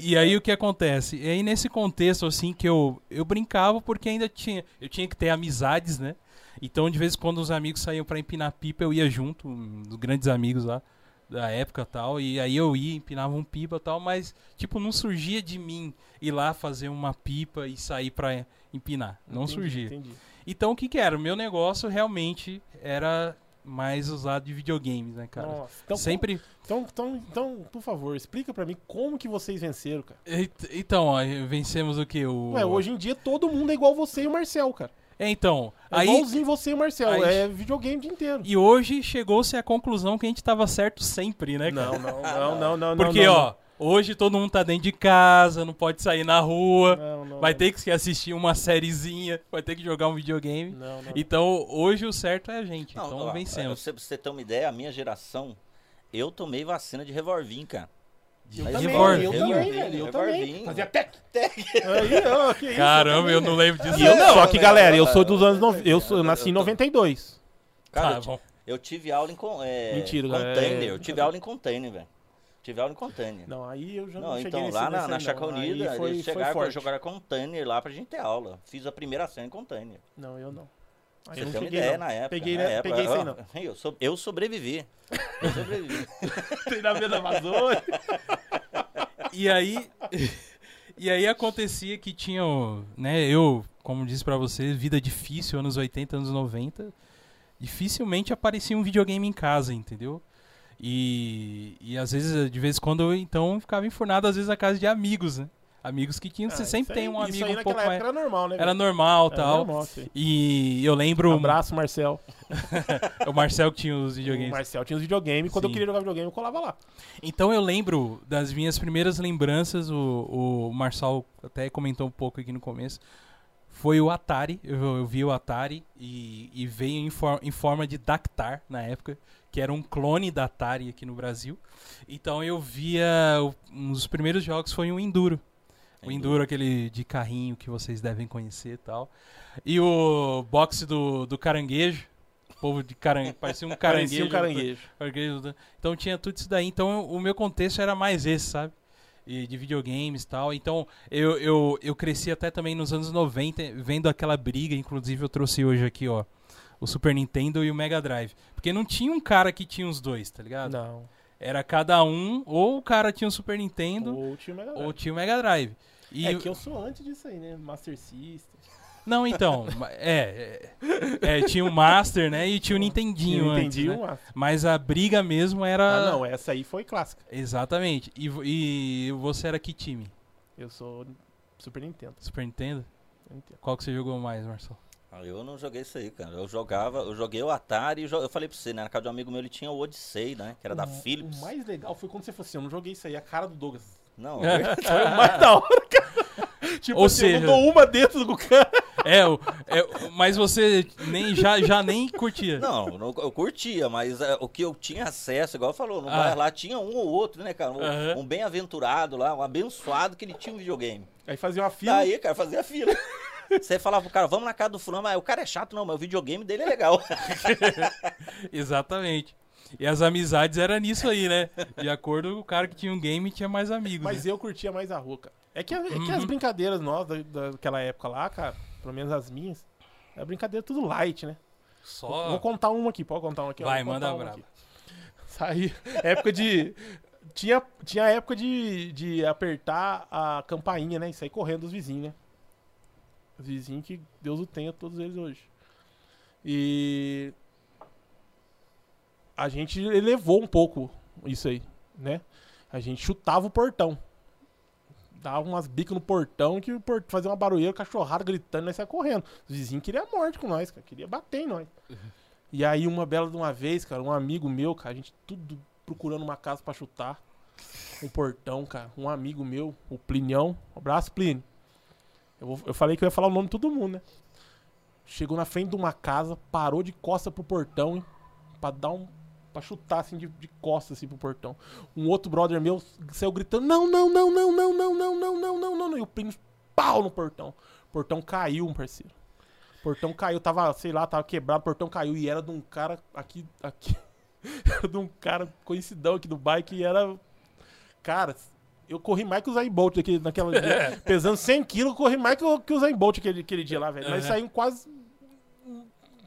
Speaker 1: E aí o que acontece? E aí nesse contexto assim que eu eu brincava porque ainda tinha, eu tinha que ter amizades, né? Então, de vez em quando os amigos saíam para empinar pipa, eu ia junto, um dos grandes amigos lá da época tal. E aí eu ia, empinava um pipa tal, mas, tipo, não surgia de mim ir lá fazer uma pipa e sair pra empinar. Não
Speaker 2: Entendi,
Speaker 1: surgia.
Speaker 2: entendi.
Speaker 1: Então, o que que era? O meu negócio realmente era mais usado de videogames, né, cara?
Speaker 2: Nossa, então,
Speaker 1: Sempre.
Speaker 2: Então, então, então, por favor, explica pra mim como que vocês venceram, cara.
Speaker 1: Eit- Então, ó, vencemos o que? O...
Speaker 2: Ué, hoje em dia todo mundo é igual você e o Marcel, cara.
Speaker 1: É, então.
Speaker 2: É
Speaker 1: aí...
Speaker 2: igualzinho você e o Marcel.
Speaker 1: aí-
Speaker 2: É videogame o dia inteiro.
Speaker 1: E hoje chegou-se à conclusão que a gente tava certo sempre, né, cara?
Speaker 2: Não, não, não, não, não.
Speaker 1: Porque,
Speaker 2: não, não.
Speaker 1: ó, hoje todo mundo tá dentro de casa, não pode sair na rua,
Speaker 2: Não, não,
Speaker 1: vai
Speaker 2: não.
Speaker 1: ter que assistir uma sériezinha, vai ter que jogar um videogame.
Speaker 2: Não, não.
Speaker 1: Então, hoje o certo é a gente,
Speaker 4: Não,
Speaker 1: então
Speaker 4: ó,
Speaker 1: vencemos.
Speaker 4: Pra você, pra você ter uma ideia, a minha geração, eu tomei vacina de revolvinho, cara.
Speaker 2: Eu
Speaker 4: Mas
Speaker 2: também,
Speaker 1: revolvinho.
Speaker 2: eu também, velho. Eu também.
Speaker 4: Revolvinho.
Speaker 2: Fazia tec. Aí, ó, que isso.
Speaker 1: Caramba, eu não lembro disso.
Speaker 4: E eu não,
Speaker 2: Só que,
Speaker 4: né?
Speaker 2: galera, eu
Speaker 4: Eu-
Speaker 2: sou dos anos... nove- Eu, sou, eu nasci em
Speaker 4: eu tô-
Speaker 2: 92.
Speaker 4: Cara,
Speaker 1: Tá
Speaker 4: eu, ti-
Speaker 1: bom.
Speaker 4: eu tive aula em con- é,
Speaker 2: Mentira, galera.
Speaker 4: container. Eu tive aula em container, velho. Tive aula em container.
Speaker 2: Não, aí eu já não,
Speaker 4: Não,
Speaker 2: cheguei
Speaker 4: então
Speaker 2: nesse-
Speaker 4: lá na,
Speaker 2: nessa
Speaker 4: na
Speaker 2: aí, não.
Speaker 4: Chaca Unida,
Speaker 2: Aí foi,
Speaker 4: eles
Speaker 2: foi
Speaker 4: chegaram pra
Speaker 2: forte.
Speaker 4: jogar container lá pra gente ter aula. Fiz a primeira cena em container.
Speaker 2: Não, eu não. Aí
Speaker 4: Você
Speaker 2: eu não
Speaker 4: tem uma
Speaker 2: cheguei,
Speaker 4: ideia
Speaker 2: não.
Speaker 4: na época.
Speaker 2: Peguei,
Speaker 4: na
Speaker 2: né?
Speaker 4: época,
Speaker 2: Peguei isso aí,
Speaker 4: ó,
Speaker 2: não.
Speaker 4: Eu, so- eu sobrevivi. Eu sobrevivi.
Speaker 2: Tem na mesa Amazônia.
Speaker 1: E aí, e aí acontecia que tinha, o- né, eu, como disse pra você, vida difícil, anos 80, anos 90, dificilmente aparecia um videogame em casa, entendeu? E, e às vezes, de vez em quando, eu então ficava enfurnado, às vezes, na casa de amigos, né? Amigos que tinham, você
Speaker 2: Ah,
Speaker 1: sempre
Speaker 2: isso aí-
Speaker 1: tem um
Speaker 2: Isso
Speaker 1: amigo
Speaker 2: aí
Speaker 1: um pouco
Speaker 2: naquela
Speaker 1: mais...
Speaker 2: época era normal, né?
Speaker 1: Era
Speaker 2: velho?
Speaker 1: normal, tá,
Speaker 2: Era
Speaker 1: tal.
Speaker 2: normal, isso aí.
Speaker 1: E eu lembro
Speaker 2: Abraço, Marcel.
Speaker 1: o Marcel que tinha os
Speaker 2: O
Speaker 1: videogames.
Speaker 2: Marcel tinha os videogames. Quando eu
Speaker 1: Sim.
Speaker 2: queria jogar videogame, eu colava lá.
Speaker 1: Então eu lembro das minhas primeiras lembranças, o, o Marçal até comentou um pouco aqui no começo. Foi o Atari, eu, eu vi o Atari e, e veio em, for- em forma de Dactar na época, que era um clone da Atari aqui no Brasil. Então eu via. o- Um dos primeiros jogos foi um Enduro. O Enduro, aquele de carrinho que vocês devem conhecer e tal. E o boxe do, do caranguejo. O povo de caranguejo. Parecia um caranguejo.
Speaker 2: Parecia um caranguejo.
Speaker 1: Orgasmo Dan- Então tinha tudo isso daí. Então o meu contexto era mais esse, sabe? E de videogames e tal. Então eu, eu, eu cresci até também nos anos 90 vendo aquela briga. Inclusive eu trouxe hoje aqui, ó. O Super Nintendo e o Mega Drive. Porque não tinha um cara que tinha os dois, tá ligado?
Speaker 2: Ah, Não.
Speaker 1: Era cada um, ou o cara tinha o Super Nintendo,
Speaker 2: O time era
Speaker 1: ou tinha o Mega Drive. E
Speaker 2: É que eu sou antes disso aí, né? Master System.
Speaker 1: Não, então. ma- é, é, é, Tinha o Master, né? E tinha o Nintendinho antes,
Speaker 2: Entendi
Speaker 1: né?
Speaker 2: uma.
Speaker 1: Mas a briga mesmo era.
Speaker 2: Ah, não, essa aí foi clássica.
Speaker 1: Exatamente. E, vo- e você era que time?
Speaker 2: Eu sou Super Nintendo.
Speaker 1: Super Nintendo?
Speaker 2: Super Nintendo.
Speaker 1: Qual que você jogou mais, Marcelo?
Speaker 4: Ah, Eu não joguei isso aí, cara. Eu jogava, eu joguei o Atari e jo- eu falei pra você, né? Na casa de um amigo meu ele tinha o Odyssey, né? Que era da
Speaker 2: O-
Speaker 4: Philips.
Speaker 2: Uhum. O mais legal foi quando você falou assim: eu não joguei isso aí, a cara do Douglas.
Speaker 4: Não,
Speaker 2: Foi o mais da hora, cara. Tipo,
Speaker 1: Ou
Speaker 2: Ou assim, eu
Speaker 1: seja-
Speaker 2: não dou uma dentro do cara.
Speaker 1: É, o- é, o- mas você nem, já, já nem curtia.
Speaker 4: Não, eu não- eu curtia, mas é, o que eu tinha acesso, igual falou, no
Speaker 1: Ah.
Speaker 4: bairro lá tinha um ou outro, né, cara? Um,
Speaker 1: Aham.
Speaker 4: um bem-aventurado lá, um abençoado que ele tinha um videogame.
Speaker 2: Aí fazia uma fila.
Speaker 4: Daí, cara, fazia fila. Você falava pro cara, vamos na casa do fulano, mas o cara é chato, não, mas o videogame dele é legal.
Speaker 1: Exatamente. E as amizades era nisso aí, né? De acordo com o cara que tinha um game tinha mais amigos.
Speaker 2: Mas
Speaker 1: né?
Speaker 2: eu curtia mais a rua, cara. É que, é que
Speaker 1: Uhum.
Speaker 2: as brincadeiras nossas da- daquela época lá, cara, pelo menos as minhas, é brincadeira tudo light, né?
Speaker 1: Só.
Speaker 2: Vou contar uma aqui, pode contar uma aqui. ó,
Speaker 1: Vai,
Speaker 2: vou contar
Speaker 1: manda
Speaker 2: uma
Speaker 1: braba.
Speaker 2: aqui. Saí. Época de. Tinha, tinha época de, de apertar a campainha, né? E sair correndo dos vizinhos, né? Os vizinhos que Deus o tenha, todos eles hoje. E. A gente elevou um pouco isso aí, né? A gente chutava o portão. Dava umas bicas no portão que o por- fazia uma barulheira, o cachorrado gritando, nós saia correndo. Os vizinhos queriam a morte com nós, cara. Queria bater em nós. E aí, uma bela de uma vez, cara, um amigo meu, cara, a gente tudo procurando uma casa pra chutar. Um portão, cara. Um amigo meu, o Plinião. Um abraço, Plínio. Eu, vou- eu falei que eu ia falar o nome de todo mundo, né? Chegou na frente de uma casa, parou de costa pro portão, hein? Pra dar um. Pra chutar assim de, de costas assim pro portão. Um outro brother meu saiu gritando: Não, não, não, não, não, não, não, não, não, não, não, não. E o Plínio, pau no portão. O portão caiu, um parceiro. O portão caiu, tava, sei lá, tava quebrado, o portão caiu e era de um cara aqui. aqui era de um cara conhecidão aqui do bike e era. Cara, eu corri mais que o Zayn Bolt aqui, naquela dia. Pesando 100 quilos, eu corri mais que o, que o Zayn Bolt aquele, aquele dia lá, velho. Nós
Speaker 1: Uhum.
Speaker 2: saímos quase.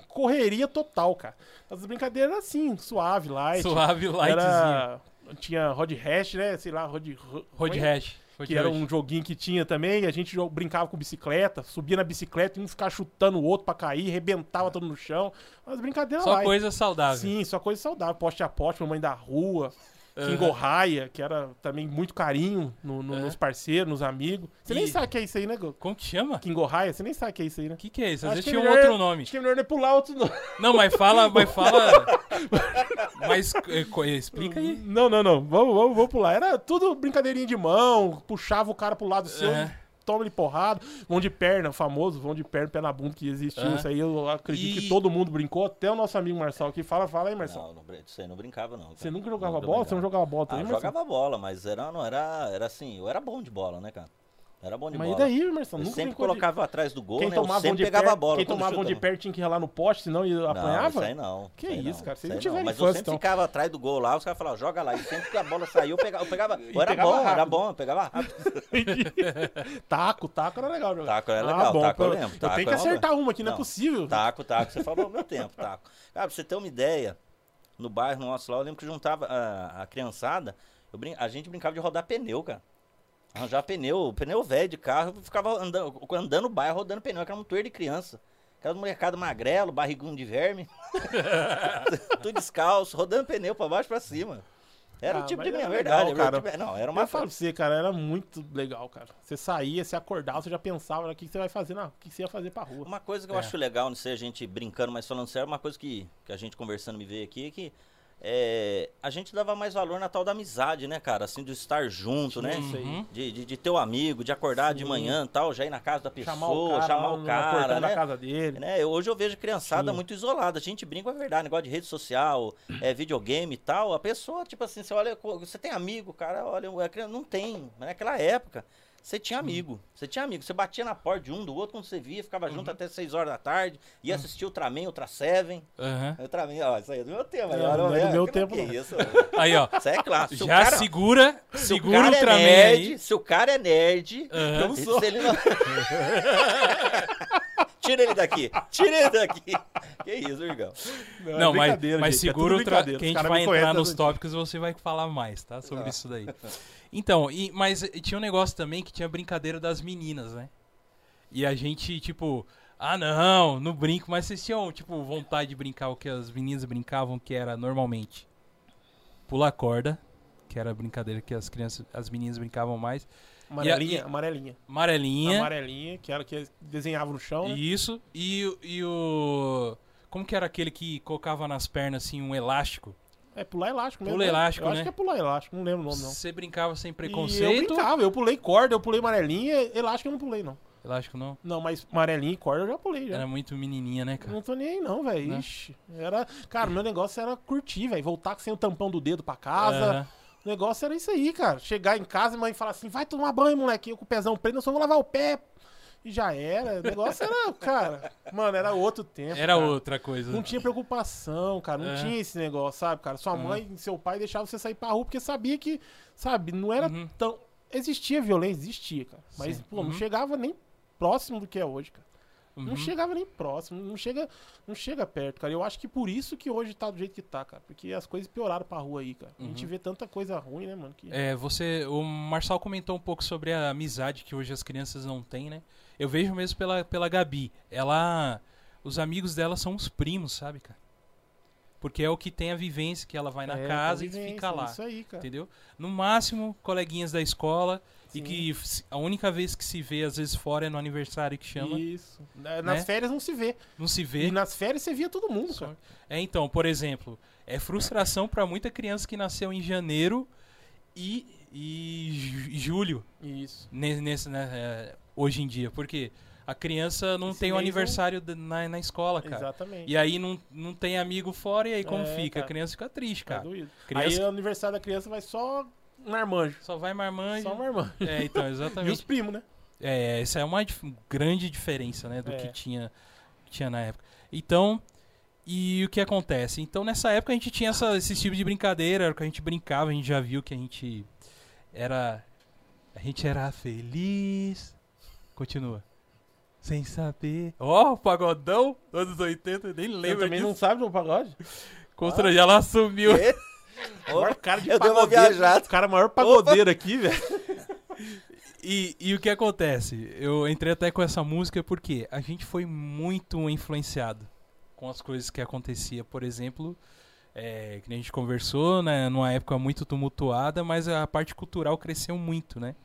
Speaker 2: correria total, cara. As brincadeiras eram assim, suave, light.
Speaker 1: Suave, lightzinho.
Speaker 2: Era... Tinha Rod Hash, né? Sei lá, Rod...
Speaker 1: Road Rash. Road
Speaker 2: Que era
Speaker 1: Rash.
Speaker 2: um joguinho que tinha também, e a gente jo- brincava com bicicleta, subia na bicicleta e um ficava chutando o outro pra cair, rebentava todo no chão. Mas brincadeiras
Speaker 1: Só
Speaker 2: light.
Speaker 1: coisa saudável.
Speaker 2: Sim, só coisa saudável. Poste a poste, mamãe da rua,
Speaker 1: Aham.
Speaker 2: Kingo Raia, que era também muito carinho no- no-
Speaker 1: Aham.
Speaker 2: nos parceiros, nos amigos. Você nem
Speaker 1: E-
Speaker 2: sabe o que é isso aí, né, Gu?
Speaker 1: Como que chama?
Speaker 2: Kingo Raia, você nem sabe o que é isso aí, né?
Speaker 1: O que, que é isso? Às
Speaker 2: Acho
Speaker 1: vezes
Speaker 2: que
Speaker 1: tinha um
Speaker 2: melhor-
Speaker 1: outro nome.
Speaker 2: Acho que é melhor nem pular outro nome.
Speaker 1: Não, mas fala, mas fala. mas eh, co- eh, explica aí.
Speaker 2: Não, não, não. Vamos, vamos, vamos pular. Era tudo brincadeirinha de mão, puxava o cara pro lado seu,
Speaker 1: Aham.
Speaker 4: É.
Speaker 2: toma ele porrada. Vão de perna, famoso, vão de perna, pé na bunda que existiu.
Speaker 4: É.
Speaker 1: Aham.
Speaker 2: Isso aí eu acredito
Speaker 1: E-
Speaker 2: que todo mundo brincou, até o nosso amigo Marçal aqui. Fala, fala aí, Marçal.
Speaker 4: Não, não, brin- isso aí não brincava, não.
Speaker 2: Você nunca jogava bola? Você não jogava bola
Speaker 4: bola? Ah,
Speaker 2: também,
Speaker 4: eu
Speaker 2: Marçal?
Speaker 4: jogava bola, mas era, não, era, era assim, eu era bom de bola, né, cara? Era bom de
Speaker 2: Mas e
Speaker 4: bola.
Speaker 2: daí, Marçal?
Speaker 4: eu
Speaker 2: Nunca
Speaker 4: sempre
Speaker 2: brincou de-
Speaker 4: colocava atrás do gol,
Speaker 2: Quem
Speaker 4: né? Eu
Speaker 2: tomava um
Speaker 4: sempre
Speaker 2: de
Speaker 4: pegava
Speaker 2: perto,
Speaker 4: a bola.
Speaker 2: quem
Speaker 4: quando
Speaker 2: tomava um de
Speaker 4: chutava.
Speaker 2: perto tinha que ralar no poste, senão ia-
Speaker 4: Não, isso
Speaker 2: apanhava?
Speaker 4: aí não.
Speaker 2: Que
Speaker 4: aí
Speaker 2: isso, cara, vocês
Speaker 4: isso aí
Speaker 2: não tiveram
Speaker 4: Mas eu
Speaker 2: infância,
Speaker 4: sempre
Speaker 2: então.
Speaker 4: ficava atrás do gol lá, os caras falavam, joga lá. E sempre que a bola saiu, eu pegava. Eu, pegava, eu era
Speaker 2: pegava
Speaker 4: bom, era
Speaker 2: rápido.
Speaker 4: bom, eu pegava rápido.
Speaker 2: taco, taco era legal jogar.
Speaker 4: Taco era legal, taco eu
Speaker 2: Ah, pelo-
Speaker 4: lembro,
Speaker 2: Eu
Speaker 4: taco
Speaker 2: tenho
Speaker 4: é
Speaker 2: que
Speaker 4: uma-
Speaker 2: acertar uma aqui, não, é
Speaker 4: Não,
Speaker 2: possível.
Speaker 4: Taco, taco. Você falou o meu tempo, taco. Cara, pra você ter uma ideia, no bairro nosso lá, eu lembro que juntava a, a criançada, eu brin- a gente brincava de rodar pneu, cara. Arranjar pneu, pneu velho de carro, eu ficava andando, andando o bairro, rodando pneu, que era um tour de criança. Aquelas molecada magrelo, barriguinho de verme. tudo descalço, rodando pneu pra baixo e pra cima. Era
Speaker 2: Ah,
Speaker 4: o tipo
Speaker 2: mas
Speaker 4: de minha
Speaker 2: era
Speaker 4: verdade.
Speaker 2: legal,
Speaker 4: era o
Speaker 2: cara.
Speaker 4: tipo-
Speaker 1: É
Speaker 4: não, era uma
Speaker 2: Mas eu falo pra você, cara, era muito legal, cara. Você saía, você acordava, você já pensava o que que você vai fazer na... O que que você ia fazer pra rua. É.
Speaker 4: Uma coisa que eu acho legal, não sei, a gente brincando, mas falando sério, é uma coisa que, que a gente conversando me veio aqui é que é, a gente dava mais valor na tal da amizade, né, cara? Assim, de estar junto, né?
Speaker 2: Isso aí.
Speaker 4: De, de, de ter um amigo, de acordar de manhã e tal, já ir na casa da pessoa,
Speaker 2: chamar o cara,
Speaker 4: chamar
Speaker 2: lá
Speaker 4: o
Speaker 2: no
Speaker 4: cara,
Speaker 2: portão
Speaker 4: né?
Speaker 2: da casa dele.
Speaker 4: Né, eu- hoje eu vejo criançada
Speaker 2: Sim.
Speaker 4: muito isolada. A gente brinca, é verdade. Negócio de rede social, é, videogame e tal. A pessoa, tipo assim, você olha, co- você tem amigo, cara, olha, a criança não tem. Mas naquela época, você tinha amigo. Você tinha amigo. Você batia na porta de um do outro quando você via, ficava
Speaker 2: Uhum.
Speaker 4: junto até 6 horas da tarde, ia assistir Ultraman, Ultra Seven.
Speaker 2: Uhum.
Speaker 1: Aham.
Speaker 4: Ultraman, ó, isso aí é do meu tempo.
Speaker 2: É,
Speaker 4: agora,
Speaker 2: não é do
Speaker 4: né,
Speaker 2: meu
Speaker 4: que-
Speaker 2: tempo,
Speaker 4: que
Speaker 2: não.
Speaker 4: isso?
Speaker 1: Aí, ó.
Speaker 4: Isso aí é clássico. Se o
Speaker 1: Já
Speaker 4: cara-
Speaker 1: segura,
Speaker 4: se o
Speaker 1: segura o
Speaker 4: cara é
Speaker 1: Ultraman
Speaker 4: nerd,
Speaker 1: aí.
Speaker 4: Se o cara é nerd,
Speaker 1: Aham.
Speaker 4: eu não sou. Se ele não- tira ele daqui, tira ele daqui. Que isso, Virgão.
Speaker 2: é
Speaker 1: Não, mas,
Speaker 2: brincadeira,
Speaker 1: mas
Speaker 2: gente, é tudo
Speaker 1: segura o tra... que
Speaker 2: brincadeira.
Speaker 1: a
Speaker 2: Os
Speaker 1: gente
Speaker 2: cara
Speaker 1: vai
Speaker 2: me conhece
Speaker 1: entrar
Speaker 2: todo
Speaker 1: nos
Speaker 2: dia.
Speaker 1: tópicos e você vai falar mais, tá? Sobre
Speaker 2: Ah.
Speaker 1: isso daí. Então, e- mas e tinha um negócio também que tinha brincadeira das meninas, né? E a gente, tipo, ah não, não brinco, mas vocês tinham, tipo, vontade de brincar o que as meninas brincavam, que era normalmente pular corda, que era a brincadeira que as crianças, as meninas brincavam mais,
Speaker 2: Amarelinha,
Speaker 1: E a- e-
Speaker 2: amarelinha.
Speaker 1: amarelinha,
Speaker 2: Amarelinha, que era que desenhava no chão, né?
Speaker 1: isso, e, o- e o... Como que era aquele que colocava nas pernas, assim, um elástico?
Speaker 2: É pular elástico mesmo.
Speaker 1: Pula
Speaker 2: né?
Speaker 1: elástico,
Speaker 2: eu
Speaker 1: né?
Speaker 2: Acho que é pular elástico, não lembro o nome, não.
Speaker 1: Você brincava sem
Speaker 2: E eu
Speaker 1: preconceito?
Speaker 2: brincava, eu pulei corda, eu pulei amarelinha, elástico eu não pulei, não.
Speaker 1: Elástico não.
Speaker 2: Não, mas amarelinha e corda eu já pulei, já.
Speaker 1: Era muito menininha, né, cara?
Speaker 2: Não tô nem aí não, velho.
Speaker 1: Né?
Speaker 2: Ixi. Era... Cara, meu negócio era curtir, velho. Voltar sem o tampão do dedo pra casa.
Speaker 1: Aham.
Speaker 2: O negócio era isso aí, cara. Chegar em casa e mãe falar assim, vai tomar banho, moleque. Eu com o pezão preto, eu só vou lavar o pé. E já era. O negócio era, cara... Mano, era outro tempo.
Speaker 1: Era
Speaker 2: cara.
Speaker 1: outra coisa.
Speaker 2: É Não tinha preocupação, cara. Não
Speaker 1: É.
Speaker 2: tinha esse negócio, sabe, cara? Sua mãe e seu pai deixavam você sair pra rua porque sabia que, sabe, não era
Speaker 1: Uhum.
Speaker 2: tão. Existia violência, existia, cara. Mas,
Speaker 1: Sim.
Speaker 2: pô,
Speaker 1: Uhum.
Speaker 2: não chegava nem próximo do que é hoje, cara.
Speaker 1: Uhum.
Speaker 2: Não chegava nem próximo, não chega, não chega perto, cara. Eu acho que por isso que hoje tá do jeito que tá, cara. Porque as coisas pioraram pra rua aí, cara. A gente
Speaker 1: Uhum.
Speaker 2: vê tanta coisa ruim, né, mano? Que...
Speaker 1: É, você, o Marçal comentou um pouco sobre a amizade que hoje as crianças não têm, né? Eu vejo mesmo pela, pela Gabi. Ela, os amigos dela são os primos, sabe, cara? Porque é o que tem a vivência, que ela vai na
Speaker 2: É,
Speaker 1: casa e
Speaker 2: convivência,
Speaker 1: fica lá,
Speaker 2: Isso aí, cara.
Speaker 1: entendeu? No máximo, coleguinhas da escola e
Speaker 2: Sim.
Speaker 1: que se- a única vez que se vê, às vezes fora, é no aniversário que chama.
Speaker 2: Isso. Na- Nas
Speaker 1: né?
Speaker 2: férias não se vê.
Speaker 1: Não se vê.
Speaker 2: E nas férias você via todo mundo, cara.
Speaker 1: É, então, por exemplo, é frustração pra muita criança que nasceu em janeiro e, e ju- e julho,
Speaker 2: Isso.
Speaker 1: ne- nesse, né, é, hoje em dia. Porque a criança não
Speaker 2: Esse
Speaker 1: tem o
Speaker 2: mês
Speaker 1: aniversário da- na, na escola, cara.
Speaker 2: Exatamente.
Speaker 1: E aí não, não tem amigo fora, e aí como
Speaker 2: É,
Speaker 1: fica? A
Speaker 2: cara.
Speaker 1: criança fica triste,
Speaker 2: Tá
Speaker 1: cara.
Speaker 2: doído.
Speaker 1: Criança
Speaker 2: Aí
Speaker 1: que-
Speaker 2: o aniversário da criança vai só um marmanjo.
Speaker 1: Só vai marmanjo.
Speaker 2: Só um marmanjo.
Speaker 1: É, então,
Speaker 2: E os
Speaker 1: exatamente.
Speaker 2: primos, né?
Speaker 1: É, essa é uma dif- grande diferença, né, do
Speaker 2: É.
Speaker 1: que tinha, que tinha na época. Então, e o que acontece? Então, nessa época a gente tinha essa- esse tipo de brincadeira, era o que a gente brincava, a gente já viu que a gente era a gente era feliz. Continua. Sem saber. Ó, o pagodão, anos 80, nem
Speaker 2: Ele
Speaker 1: lembro
Speaker 2: também
Speaker 1: disso.
Speaker 2: não sabe do pagode?
Speaker 1: Contra ela sumiu.
Speaker 2: Maior cara de
Speaker 4: eu dei uma
Speaker 2: pagodeiro.
Speaker 4: viajada.
Speaker 2: O cara maior pagodeiro aqui, velho.
Speaker 1: E, e o que acontece? Eu entrei até com essa música porque a gente foi muito influenciado com as coisas que acontecia, por exemplo, é, que nem a gente conversou, né, numa época muito tumultuada, mas a parte cultural cresceu muito, né?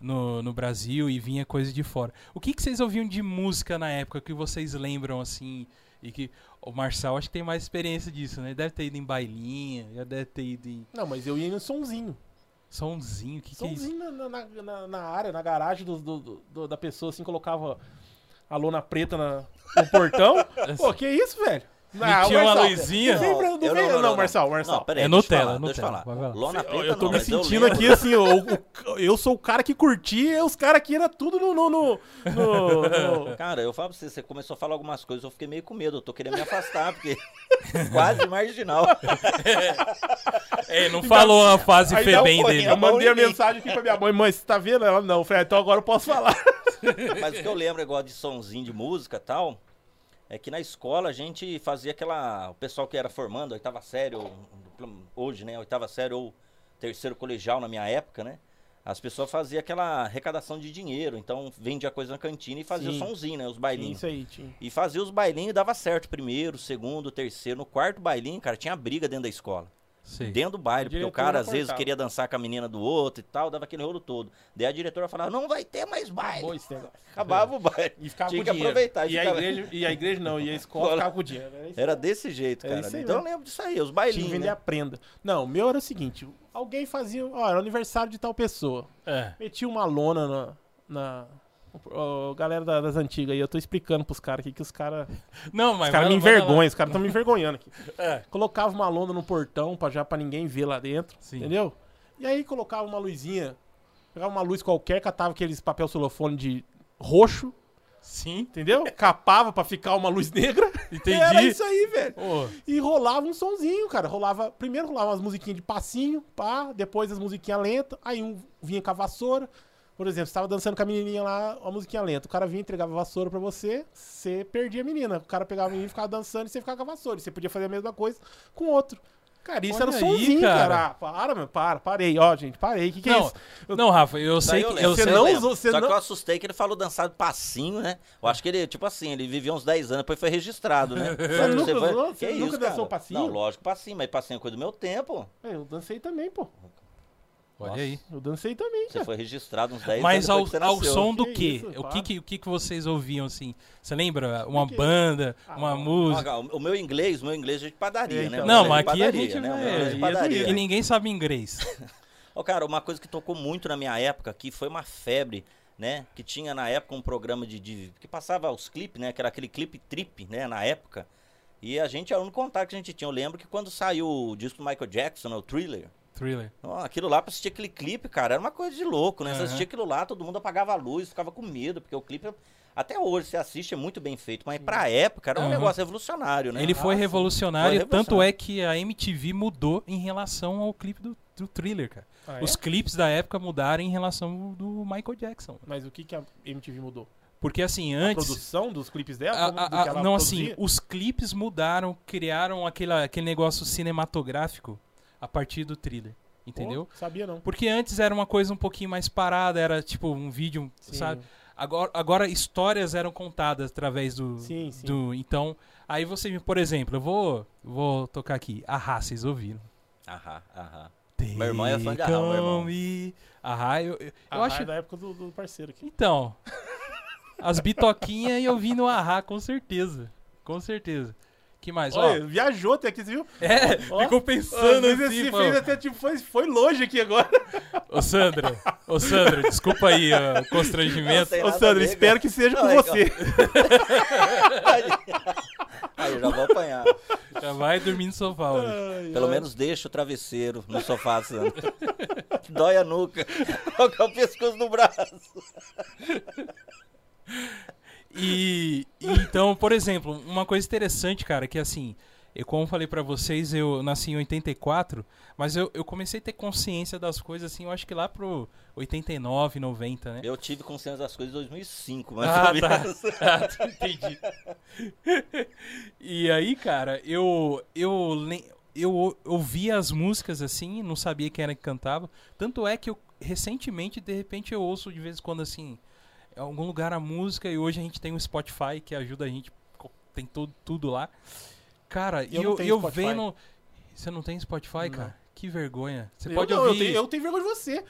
Speaker 1: No, no Brasil e vinha coisa de fora. O que, que vocês ouviam de música na época que vocês lembram assim? E que o Marçal acho que tem mais experiência disso, né? Deve ter ido em bailinha, já deve ter ido em
Speaker 2: Não, mas eu ia no sonzinho.
Speaker 1: sonzinho. O que, que é isso?
Speaker 2: Somzinho na, na- na- na área, na garagem do- do- do- do- da pessoa, assim, colocava a lona preta na- no portão. Pô, que isso, velho?
Speaker 1: Metia uma
Speaker 2: Marçal,
Speaker 1: luzinha.
Speaker 2: Não, vem pra- não,
Speaker 4: eu
Speaker 2: vem- não, Marçal, Marçal.
Speaker 4: Não, peraí,
Speaker 1: É
Speaker 4: deixa eu
Speaker 1: Nutella,
Speaker 4: falar, deixa eu
Speaker 1: Nutella,
Speaker 4: falar.
Speaker 1: vai lá.
Speaker 4: Lona preta
Speaker 2: eu tô
Speaker 4: não,
Speaker 2: me
Speaker 4: mas eu
Speaker 2: sentindo
Speaker 4: lembro.
Speaker 2: aqui, assim, o- o- eu sou o cara que curtia, e os caras aqui era tudo no... no, no- no- no-
Speaker 4: Cara, eu falo pra você, você começou a falar algumas coisas, eu fiquei meio com medo, eu tô querendo me afastar, porque quase marginal.
Speaker 1: É, não falou a fase
Speaker 2: Aí dá um
Speaker 1: Febem
Speaker 4: pouquinho,
Speaker 1: dele.
Speaker 2: Eu mandei a
Speaker 4: Maurinho.
Speaker 2: mensagem aqui pra minha mãe, mãe, você tá vendo? Ela, não. Eu falei, ah, então agora eu posso falar.
Speaker 4: Mas o que eu lembro, igual de sonzinho de música e tal, é que na escola a gente fazia aquela. O pessoal que era formando, oitava série, ou, hoje, né? Oitava série ou terceiro colegial na minha época, né? As pessoas faziam aquela arrecadação de dinheiro, então vendia coisa na cantina e fazia
Speaker 2: Sim.
Speaker 4: o sonzinho, né? Os bailinhos.
Speaker 2: Isso aí, Tim.
Speaker 4: E fazia os bailinhos e dava certo. Primeiro, segundo, terceiro. No quarto bailinho, cara, tinha briga dentro da escola.
Speaker 1: Sei.
Speaker 4: dentro do baile, porque o
Speaker 2: diretora
Speaker 4: cara às
Speaker 2: cortava.
Speaker 4: vezes queria dançar com a menina do outro e tal, dava aquele rolo todo. Daí a diretora falava, não vai ter mais baile.
Speaker 2: Acabou esse negócio.
Speaker 4: Acabava o baile.
Speaker 2: E ficava
Speaker 4: Tinha
Speaker 2: com
Speaker 4: que
Speaker 2: dinheiro.
Speaker 4: aproveitar.
Speaker 2: E a,
Speaker 4: ficava-
Speaker 2: igreja, e a igreja não, e a escola ficava com dinheiro. Era isso
Speaker 4: Era desse jeito,
Speaker 2: É
Speaker 4: cara.
Speaker 2: isso aí
Speaker 4: então eu
Speaker 2: mesmo.
Speaker 4: lembro disso aí, os
Speaker 2: Tinha que
Speaker 4: bailinhos,
Speaker 2: vender
Speaker 4: né?
Speaker 2: a prenda. Não, o meu era o seguinte: alguém fazia. Ó, era aniversário de tal pessoa.
Speaker 1: É.
Speaker 2: Metia uma lona na. na ó, galera da- das antigas aí, eu tô explicando pros caras aqui que os caras.
Speaker 1: Não, mas.
Speaker 2: Os caras me
Speaker 1: manda- manda
Speaker 2: envergonham,
Speaker 1: lá.
Speaker 2: os caras tão me envergonhando aqui.
Speaker 1: É.
Speaker 2: Colocava uma lona no portão pra já pra ninguém ver lá dentro.
Speaker 1: Sim.
Speaker 2: Entendeu? E aí colocava uma luzinha. Pegava uma luz qualquer, catava aqueles papel celofone de roxo,
Speaker 1: Sim,
Speaker 2: entendeu? Capava pra ficar uma luz negra.
Speaker 1: Entendi.
Speaker 2: Era isso aí, velho.
Speaker 1: Ô,
Speaker 2: E rolava um sonzinho, cara. Rolava, primeiro rolava umas musiquinhas de passinho, pá, depois as musiquinhas lentas, aí um vinha com a vassoura. Por exemplo, você tava dançando com a menininha lá, uma musiquinha lenta. O cara vinha, entregava a vassoura pra você, você perdia a menina. O cara pegava a menina e ficava dançando e você ficava com a vassoura. E você podia fazer a mesma coisa com outro. Cara, isso era
Speaker 1: Olha aí,
Speaker 2: sonzinho, cara.
Speaker 1: cara.
Speaker 2: Ah, para, meu, para, parei. Ó, gente, parei. O que, que é
Speaker 1: não,
Speaker 2: isso?
Speaker 1: não, Rafa, eu sei
Speaker 4: Daí
Speaker 1: que.
Speaker 4: lembro,
Speaker 1: Eu
Speaker 2: você
Speaker 1: sei,
Speaker 4: daí
Speaker 2: não
Speaker 4: lembro.
Speaker 2: usou- você
Speaker 4: Só
Speaker 2: não-
Speaker 4: que eu assustei que ele falou dançado passinho, né? Eu acho que ele, tipo assim, ele vivia uns 10 anos, depois foi registrado, né? Mas
Speaker 2: nunca
Speaker 4: vai-
Speaker 2: usou?
Speaker 4: que
Speaker 2: Você nunca dançou passinho?
Speaker 4: Não, lógico, passinho, mas passinho é coisa do meu tempo.
Speaker 2: Eu dancei também, pô.
Speaker 1: Olha aí.
Speaker 2: Eu dancei também,
Speaker 4: Você
Speaker 2: cara.
Speaker 4: foi registrado uns 10
Speaker 1: Mas ao,
Speaker 4: anos. depois que você
Speaker 1: ao
Speaker 4: nasceu.
Speaker 1: som do
Speaker 2: Que
Speaker 1: quê?
Speaker 2: isso,
Speaker 1: o, que
Speaker 2: para.
Speaker 1: que, o que que vocês ouviam assim? Você lembra? Uma
Speaker 2: que-
Speaker 1: banda,
Speaker 2: Ah,
Speaker 1: uma
Speaker 2: ó,
Speaker 4: Ó,
Speaker 1: música.
Speaker 4: cara, O meu inglês, o meu inglês é de padaria,
Speaker 2: Então,
Speaker 4: né?
Speaker 1: Não,
Speaker 4: O meu
Speaker 1: mas
Speaker 4: é de
Speaker 1: aqui a
Speaker 4: padaria,
Speaker 1: gente
Speaker 4: né? O
Speaker 1: vai-
Speaker 4: meu é de
Speaker 2: aí é
Speaker 4: padaria.
Speaker 1: E ninguém sabe inglês.
Speaker 4: Ô, cara, uma coisa que tocou muito na minha época aqui foi uma febre, né? Que tinha na época um programa de. de- que passava os clipes, né? Que era aquele clipe trip, né? Na época. E a gente era o único contato que a gente tinha. Eu lembro que quando saiu o disco do Michael Jackson, o thriller.
Speaker 1: Thriller.
Speaker 4: ó, Aquilo lá pra assistir aquele clipe, cara, era uma coisa de louco, né? Você
Speaker 1: Aham.
Speaker 4: assistia aquilo lá, todo mundo apagava a luz, ficava com medo, porque o clipe, até hoje, você assiste, é muito bem feito, mas pra época era um
Speaker 1: Aham.
Speaker 4: negócio revolucionário, né?
Speaker 1: Ele foi
Speaker 4: Ah,
Speaker 1: revolucionário,
Speaker 4: Foi
Speaker 1: tanto é que a MTV mudou em relação ao clipe do, do thriller, cara.
Speaker 2: Ah, é?
Speaker 1: Os clipes da época mudaram em relação ao do Michael Jackson.
Speaker 2: Mas o que, que a MTV mudou?
Speaker 1: Porque assim,
Speaker 2: A
Speaker 1: antes.
Speaker 2: produção dos clipes dela?
Speaker 1: A-
Speaker 2: Como- É do
Speaker 1: a-
Speaker 2: que ela
Speaker 1: Ah, não,
Speaker 2: produzia?
Speaker 1: assim, os clipes mudaram, criaram aquele, aquele negócio cinematográfico a partir do thriller, entendeu?
Speaker 2: Pô, sabia não.
Speaker 1: Porque antes era uma coisa um pouquinho mais parada, era tipo um vídeo,
Speaker 2: Sim.
Speaker 1: sabe? Agora, agora histórias eram contadas através do,
Speaker 2: Sim, sim.
Speaker 1: do. Então, aí você, por exemplo, eu vou, vou tocar aqui. Ahá, vocês ouviram.
Speaker 4: Aham, aham. Meu irmão é fã de
Speaker 1: Take
Speaker 4: Ahá, meu irmão.
Speaker 1: on me. Ahá, eu, eu, eu
Speaker 2: Eu
Speaker 1: acho.
Speaker 2: acho da é época do, do parceiro aqui.
Speaker 1: Então, as bitoquinhas e eu vim no Ahá, com certeza. Com certeza. Que mais? Ó,
Speaker 2: Olha, viajou até aqui, você viu?
Speaker 1: É,
Speaker 2: Ó,
Speaker 1: ficou pensando
Speaker 2: Às vezes
Speaker 1: assim,
Speaker 2: esse é-
Speaker 1: pô.
Speaker 2: fez até tipo, foi, foi longe aqui agora.
Speaker 1: Ô Sandro, ô Sandro, desculpa aí ó, o
Speaker 4: Não,
Speaker 1: constrangimento.
Speaker 4: tem
Speaker 2: Ô
Speaker 4: nada a
Speaker 2: Sandro,
Speaker 4: ver,
Speaker 2: espero que seja
Speaker 4: Não,
Speaker 2: com
Speaker 4: é que, ó,
Speaker 2: você.
Speaker 4: Aí eu já vou apanhar.
Speaker 1: Já vai dormir no sofá hoje.
Speaker 2: Ai,
Speaker 4: Pelo
Speaker 2: ai.
Speaker 4: menos deixa o travesseiro no sofá, Sandro. Dói a nuca. Coloca o pescoço no braço.
Speaker 1: E, e então, por exemplo, uma coisa interessante, cara, que assim, E como eu falei pra vocês, eu nasci em 84, mas eu, eu comecei a ter consciência das coisas, assim, eu acho que lá pro 89, 90, né?
Speaker 4: Eu tive consciência das coisas em 2005, mas
Speaker 1: Ah, tá. Ah, tá, entendi. e aí, cara, eu eu lem- eu ou- ouvia as músicas assim, não sabia quem era que cantava. Tanto é que eu recentemente, de repente, eu ouço de vez em quando assim, em algum lugar a música e hoje a gente tem um Spotify que ajuda a gente, co- tem tudo tudo lá. Cara, e
Speaker 2: Eu não
Speaker 1: eu,
Speaker 2: tenho
Speaker 1: eu
Speaker 2: Spotify.
Speaker 1: vendo você não tem Spotify, cara? Que vergonha. Você
Speaker 2: Eu
Speaker 1: pode
Speaker 2: não,
Speaker 1: ouvir.
Speaker 2: Eu tenho, eu tenho vergonha de você.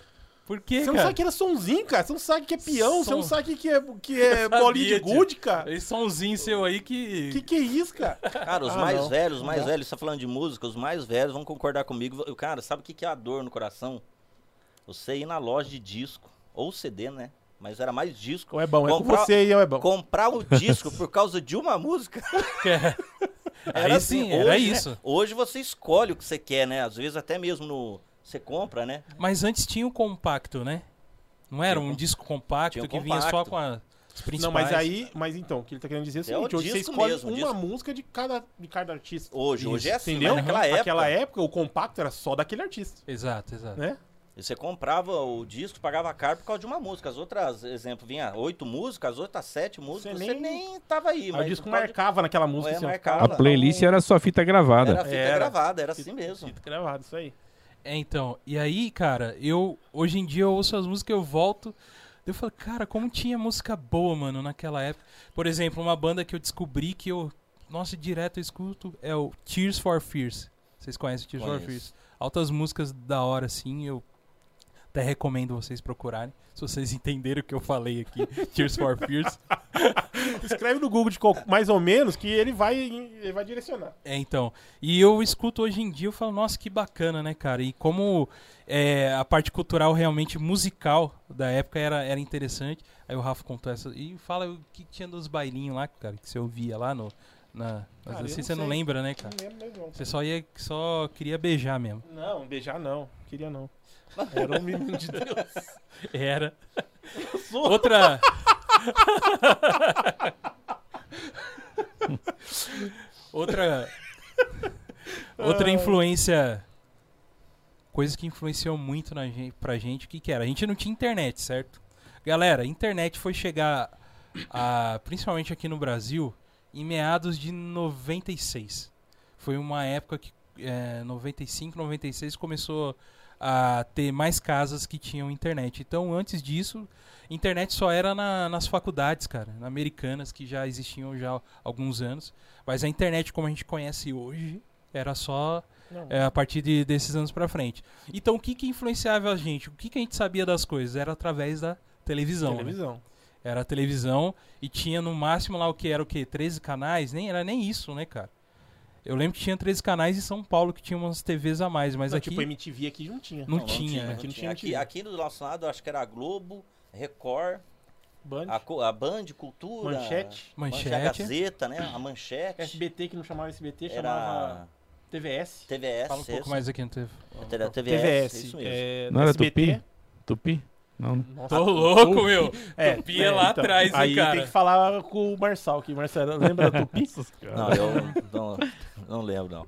Speaker 1: Por quê,
Speaker 2: Você
Speaker 1: cara?
Speaker 2: não sabe que era sonzinho, cara. Você não sabe que é peão. Você não
Speaker 1: Som.
Speaker 2: sabe que é, que é
Speaker 1: Sabia,
Speaker 2: bolinha de
Speaker 1: tio.
Speaker 2: gude, cara.
Speaker 1: Esse somzinho seu aí que
Speaker 2: Que que é isso, cara?
Speaker 4: Cara, os
Speaker 2: Ah,
Speaker 4: mais
Speaker 2: não.
Speaker 4: velhos, os mais
Speaker 2: Não.
Speaker 4: velhos, você tá falando de música, os mais velhos vão concordar comigo. Eu, Cara, sabe o que que é a dor no coração? Você ir na loja de disco, ou CD, né? Mas era mais disco.
Speaker 2: O é bom, é com
Speaker 4: Comprar-
Speaker 2: você aí, o é bom.
Speaker 4: Comprar um disco por causa de uma música.
Speaker 1: Aí sim, era
Speaker 4: hoje, né?
Speaker 1: isso.
Speaker 4: Hoje você escolhe o que você quer, né? Às vezes até mesmo no. Você compra, né?
Speaker 1: Mas antes tinha o compacto, né? Não era
Speaker 4: Tinha
Speaker 1: um
Speaker 4: o-
Speaker 1: disco compacto
Speaker 4: tinha o
Speaker 1: que vinha só
Speaker 4: compacto.
Speaker 1: com a- os principais.
Speaker 2: Não, mas aí, mas então, o que ele tá querendo dizer é o
Speaker 4: É o
Speaker 2: seguinte: hoje você
Speaker 4: disco
Speaker 2: escolhe
Speaker 4: mesmo,
Speaker 2: uma
Speaker 4: disco.
Speaker 2: música de cada, de cada artista.
Speaker 4: Hoje, hoje é assim,
Speaker 2: entendeu?
Speaker 4: mas naquela época.
Speaker 2: Naquela época, o compacto era só daquele artista,
Speaker 1: Exato, exato.
Speaker 2: né?
Speaker 4: Você comprava o disco, pagava caro por causa de uma música. As outras, exemplo, vinha oito músicas, as outras sete músicas,
Speaker 2: Você
Speaker 4: você,
Speaker 2: nem-
Speaker 4: nem... tava aí.
Speaker 2: Aí o
Speaker 4: mas
Speaker 2: disco
Speaker 4: por causa de-
Speaker 2: marcava naquela música.
Speaker 4: É,
Speaker 2: assim, ó.
Speaker 4: marcava.
Speaker 3: A playlist era só fita gravada.
Speaker 4: Era fita
Speaker 2: Era.
Speaker 4: gravada, era assim mesmo.
Speaker 2: Fita gravada, isso aí.
Speaker 1: É, então, e aí, cara, eu hoje em dia eu ouço as músicas, eu volto. Eu falo, cara, como tinha música boa, mano, naquela época. Por exemplo, uma banda que eu descobri que eu. Nossa, direto eu escuto é o Tears for Fears. Vocês conhecem o Tears for
Speaker 4: Conheço.
Speaker 1: Fears? Altas músicas da hora, assim, eu até recomendo vocês procurarem. Se vocês entenderam o que eu falei aqui, Tears for Fears.
Speaker 2: Escreve no Google de qual- mais ou menos que ele vai, ele vai direcionar.
Speaker 1: É, então. E eu escuto hoje em dia, eu falo, nossa, que bacana, né, cara? E como é, a parte cultural realmente musical da época era, era interessante. Aí o Rafa contou essa. E fala o que tinha dos bailinhos lá, cara, que você ouvia lá no. Na, mas
Speaker 2: Cara, eu
Speaker 1: assim,
Speaker 2: não
Speaker 1: você não
Speaker 2: sei.
Speaker 1: lembra, né,
Speaker 4: Tá.
Speaker 1: cara?
Speaker 2: Não lembro mesmo, não.
Speaker 1: Você só ia. Só queria beijar mesmo.
Speaker 2: Não, beijar não. Queria não. Era um menino de Deus.
Speaker 1: Era. Outra. Outra. Outra influência. Coisa que influenciou muito na gente, pra gente, o que, que era? A gente não tinha internet, certo? Galera, a internet foi chegar, a, Ah, principalmente aqui no Brasil, em meados de 96. Foi uma época que, é, 95, 96, começou a ter mais casas que tinham internet. Então, antes disso, internet só era na- nas faculdades, cara, na americanas, que já existiam já há alguns anos. Mas a internet, como a gente conhece hoje, era só
Speaker 2: Não.
Speaker 1: é, a partir de- desses anos pra frente. Então, o que, que influenciava a gente? O que, que a gente sabia das coisas? Era através da televisão. né?
Speaker 2: Televisão.
Speaker 1: Era a televisão e tinha no máximo lá o que era o que 13 canais, nem era nem isso, né, cara? Eu lembro que tinha 13 canais em São Paulo que tinha umas TVs a mais, mas
Speaker 2: Não,
Speaker 1: aqui
Speaker 2: Tipo, MTV aqui não tinha.
Speaker 1: não, tinha. né?
Speaker 2: Aqui não tinha, não
Speaker 4: Aqui,
Speaker 2: tinha.
Speaker 4: aqui do nosso lado, acho que era a Globo, Record,
Speaker 2: Band,
Speaker 4: a, co- a Band, Cultura.
Speaker 2: Manchete.
Speaker 1: Manchete.
Speaker 4: a Gazeta, né? A Manchete.
Speaker 2: SBT que não chamava SBT, chamava
Speaker 4: Era
Speaker 2: TVS.
Speaker 4: TVS.
Speaker 1: Fala um pouco
Speaker 4: isso.
Speaker 1: mais aqui no TV.
Speaker 4: Era TVS, isso mesmo.
Speaker 2: é,
Speaker 3: Não era
Speaker 2: SBT.
Speaker 3: Tupi? Tupi? Não, né?
Speaker 2: Nossa,
Speaker 1: Tô louco,
Speaker 2: Tupi.
Speaker 1: meu.
Speaker 2: É,
Speaker 1: Tupi é lá atrás, né,
Speaker 2: aí
Speaker 1: cara?
Speaker 2: tem que falar com o Marçal aqui. Marcelo, lembra da Tupi?
Speaker 4: Não, eu não, não lembro, não.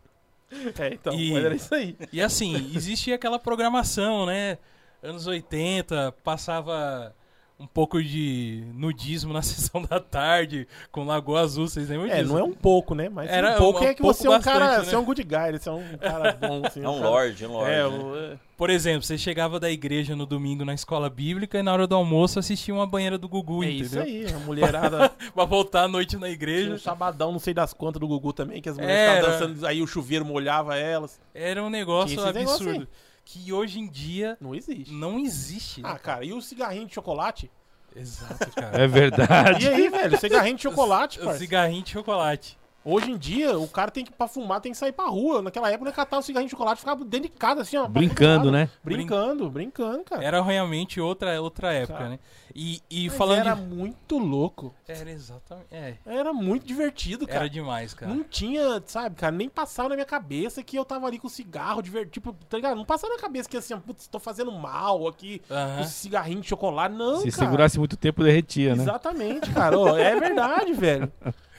Speaker 2: É, então,
Speaker 1: E-
Speaker 2: mas era isso aí.
Speaker 1: E assim, existia aquela programação, né? Anos 80, passava um pouco de nudismo na sessão da tarde, com Lagoa Azul, vocês lembram
Speaker 2: É,
Speaker 1: disso?
Speaker 2: não é um pouco, né? Mas
Speaker 1: Era
Speaker 2: um pouco
Speaker 1: um-
Speaker 2: é que
Speaker 1: um pouco
Speaker 2: você é um cara,
Speaker 1: bastante, né?
Speaker 2: você é um good guy, você é um cara bom, assim.
Speaker 4: É um
Speaker 2: cara-
Speaker 4: Lorde, um Lorde.
Speaker 2: É,
Speaker 4: né?
Speaker 2: o-
Speaker 1: Por exemplo, você chegava da igreja no domingo na escola bíblica e na hora do almoço assistia uma banheira do Gugu,
Speaker 2: é
Speaker 1: entendeu?
Speaker 2: isso aí, a mulherada
Speaker 1: pra voltar à noite na
Speaker 2: tinha um
Speaker 1: igreja.
Speaker 2: sabadão, não sei das quantas do Gugu também, que as mulheres
Speaker 1: Era.
Speaker 2: estavam dançando, aí o chuveiro molhava elas.
Speaker 1: Era um negócio
Speaker 2: Tinha esses negócio
Speaker 1: absurdo. que hoje em dia
Speaker 2: Não existe.
Speaker 1: não existe. né?
Speaker 2: Ah, cara, e o cigarrinho de chocolate?
Speaker 1: Exato, cara.
Speaker 3: É verdade.
Speaker 2: E aí, velho, cigarrinho de chocolate,
Speaker 1: O
Speaker 2: parceiro.
Speaker 1: cigarrinho de chocolate.
Speaker 2: Hoje em dia, o cara tem que, pra fumar, tem que sair pra rua. Naquela época, né, catar o cigarrinho de chocolate e ficava dentro de casa, assim, ó.
Speaker 3: Brincando,
Speaker 2: pra-
Speaker 3: né?
Speaker 2: Brincando, brincando, cara.
Speaker 1: Era realmente outra, outra época,
Speaker 2: Cara.
Speaker 1: né? E, e
Speaker 2: Ah. Mas
Speaker 1: falando.
Speaker 2: era
Speaker 1: de-
Speaker 2: muito louco.
Speaker 1: Era exatamente. É,
Speaker 2: Era muito divertido, cara.
Speaker 1: era demais, cara.
Speaker 2: Não tinha, sabe, cara, nem passava na minha cabeça que eu tava ali com cigarro, divertido, tipo, tá ligado? Não passava na cabeça que assim, ó, putz, tô fazendo mal aqui, com
Speaker 1: Aham.
Speaker 2: Tipo, cigarrinho de chocolate, não,
Speaker 3: Se
Speaker 2: cara.
Speaker 3: segurasse muito tempo, derretia, né?
Speaker 2: Exatamente, cara, ó, é verdade, velho.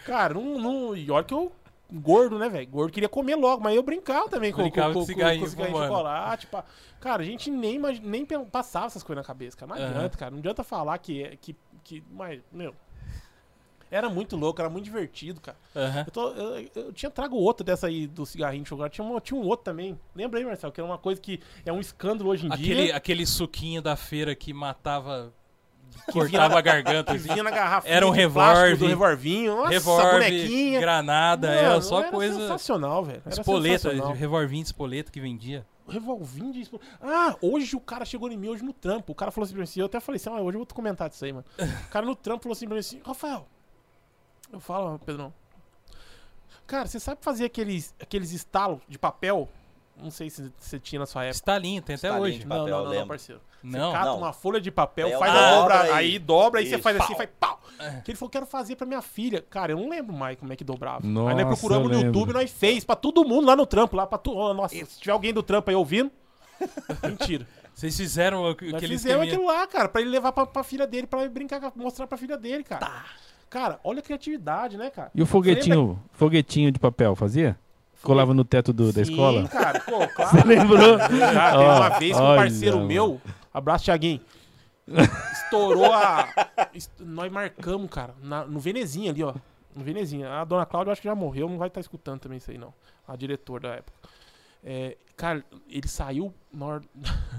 Speaker 2: Cara, não, não, e olha que eu gordo, né, velho? Gordo queria comer logo, mas eu brincava também com,
Speaker 1: Brincava
Speaker 2: com,
Speaker 1: de
Speaker 2: com,
Speaker 1: cigarrinho
Speaker 2: com cigarrinho de
Speaker 1: fumando.
Speaker 2: chocolate. pá. Cara, a gente nem, imagi- nem pe- passava essas coisas na cabeça, cara. Não
Speaker 1: Aham.
Speaker 2: adianta, cara. Não adianta falar que, é- que, que. Mas, meu. Era muito louco, era muito divertido, cara.
Speaker 1: Aham.
Speaker 2: Eu, tô- eu- eu tinha trago outra dessa aí do cigarrinho de chocolate. Tinha, uma- tinha um outro também. Lembra aí, Marcelo, que era uma coisa que é um escândalo hoje em
Speaker 1: Aquele,
Speaker 2: dia.
Speaker 1: aquele suquinho da feira que matava,
Speaker 2: Que vinha
Speaker 1: cortava
Speaker 2: na-
Speaker 1: a garganta.
Speaker 2: que
Speaker 1: assim.
Speaker 2: vinha na garrafa.
Speaker 1: Era um
Speaker 2: de plástico
Speaker 1: revólver.
Speaker 2: Do revolvinho. Nossa,
Speaker 1: Revolve,
Speaker 2: bonequinha.
Speaker 1: granada,
Speaker 2: Mano,
Speaker 1: era só
Speaker 2: era
Speaker 1: coisa...
Speaker 2: Sensacional, velho. Era
Speaker 1: Espoleta,
Speaker 2: sensacional.
Speaker 1: revolvinho de espoleta que vendia.
Speaker 2: Revolvinho de espoleta. Ah, hoje o cara chegou em mim, hoje no trampo. O cara falou assim pra mim assim, eu até falei assim, ah, hoje eu vou comentar disso aí, mano. O cara no trampo falou assim pra mim assim, Rafael, eu falo, Pedrão, cara, você sabe fazer aqueles, aqueles estalos de papel? Não sei se você tinha na sua época.
Speaker 1: Stalinho, tem até
Speaker 4: Stalinho
Speaker 1: hoje.
Speaker 4: de
Speaker 2: Não,
Speaker 4: papel,
Speaker 2: não, não, não,
Speaker 4: lembro.
Speaker 2: parceiro.
Speaker 1: Não,
Speaker 2: É, você cata
Speaker 4: não.
Speaker 2: uma folha de papel,
Speaker 4: Aí
Speaker 2: faz
Speaker 1: dobra
Speaker 2: a dobra,
Speaker 4: e-
Speaker 2: aí dobra, aí você
Speaker 4: Isso,
Speaker 2: faz assim,
Speaker 4: pau.
Speaker 2: faz pau. Que ele falou, quero fazer pra minha filha. Cara, eu não lembro mais como é que dobrava. aí
Speaker 3: Nossa,
Speaker 2: nós procuramos
Speaker 3: eu
Speaker 2: no YouTube,
Speaker 3: lembro.
Speaker 2: nós fez pra todo mundo lá no trampo, lá pra tu... oh, Nossa, se tiver alguém do trampo aí ouvindo... Mentira.
Speaker 1: Vocês fizeram aqu-
Speaker 2: Nós
Speaker 1: aquele
Speaker 2: fizemos
Speaker 1: esqueminha.
Speaker 2: aquilo lá, cara, pra ele levar pra, pra filha dele, pra ele brincar, com- mostrar pra filha dele, cara. Cara, olha a criatividade, né, cara?
Speaker 3: E o foguetinho, foguetinho de papel, fazia? Colava no teto do- da
Speaker 2: Sim,
Speaker 3: escola?
Speaker 2: cara, pô, claro.
Speaker 3: Você lembrou?
Speaker 2: Cara, teve
Speaker 3: Ó,
Speaker 2: uma vez que um
Speaker 3: Ah, olha,
Speaker 2: parceiro
Speaker 3: mano.
Speaker 2: meu, abraço, Thiaguinho, estourou a. est- Nós marcamos, cara, na- no Venezinha ali, ó. No Venezinha. A dona Cláudia eu acho que já morreu, não vai estar escutando também isso aí, não. A diretora da época. É, cara, ele saiu na hora.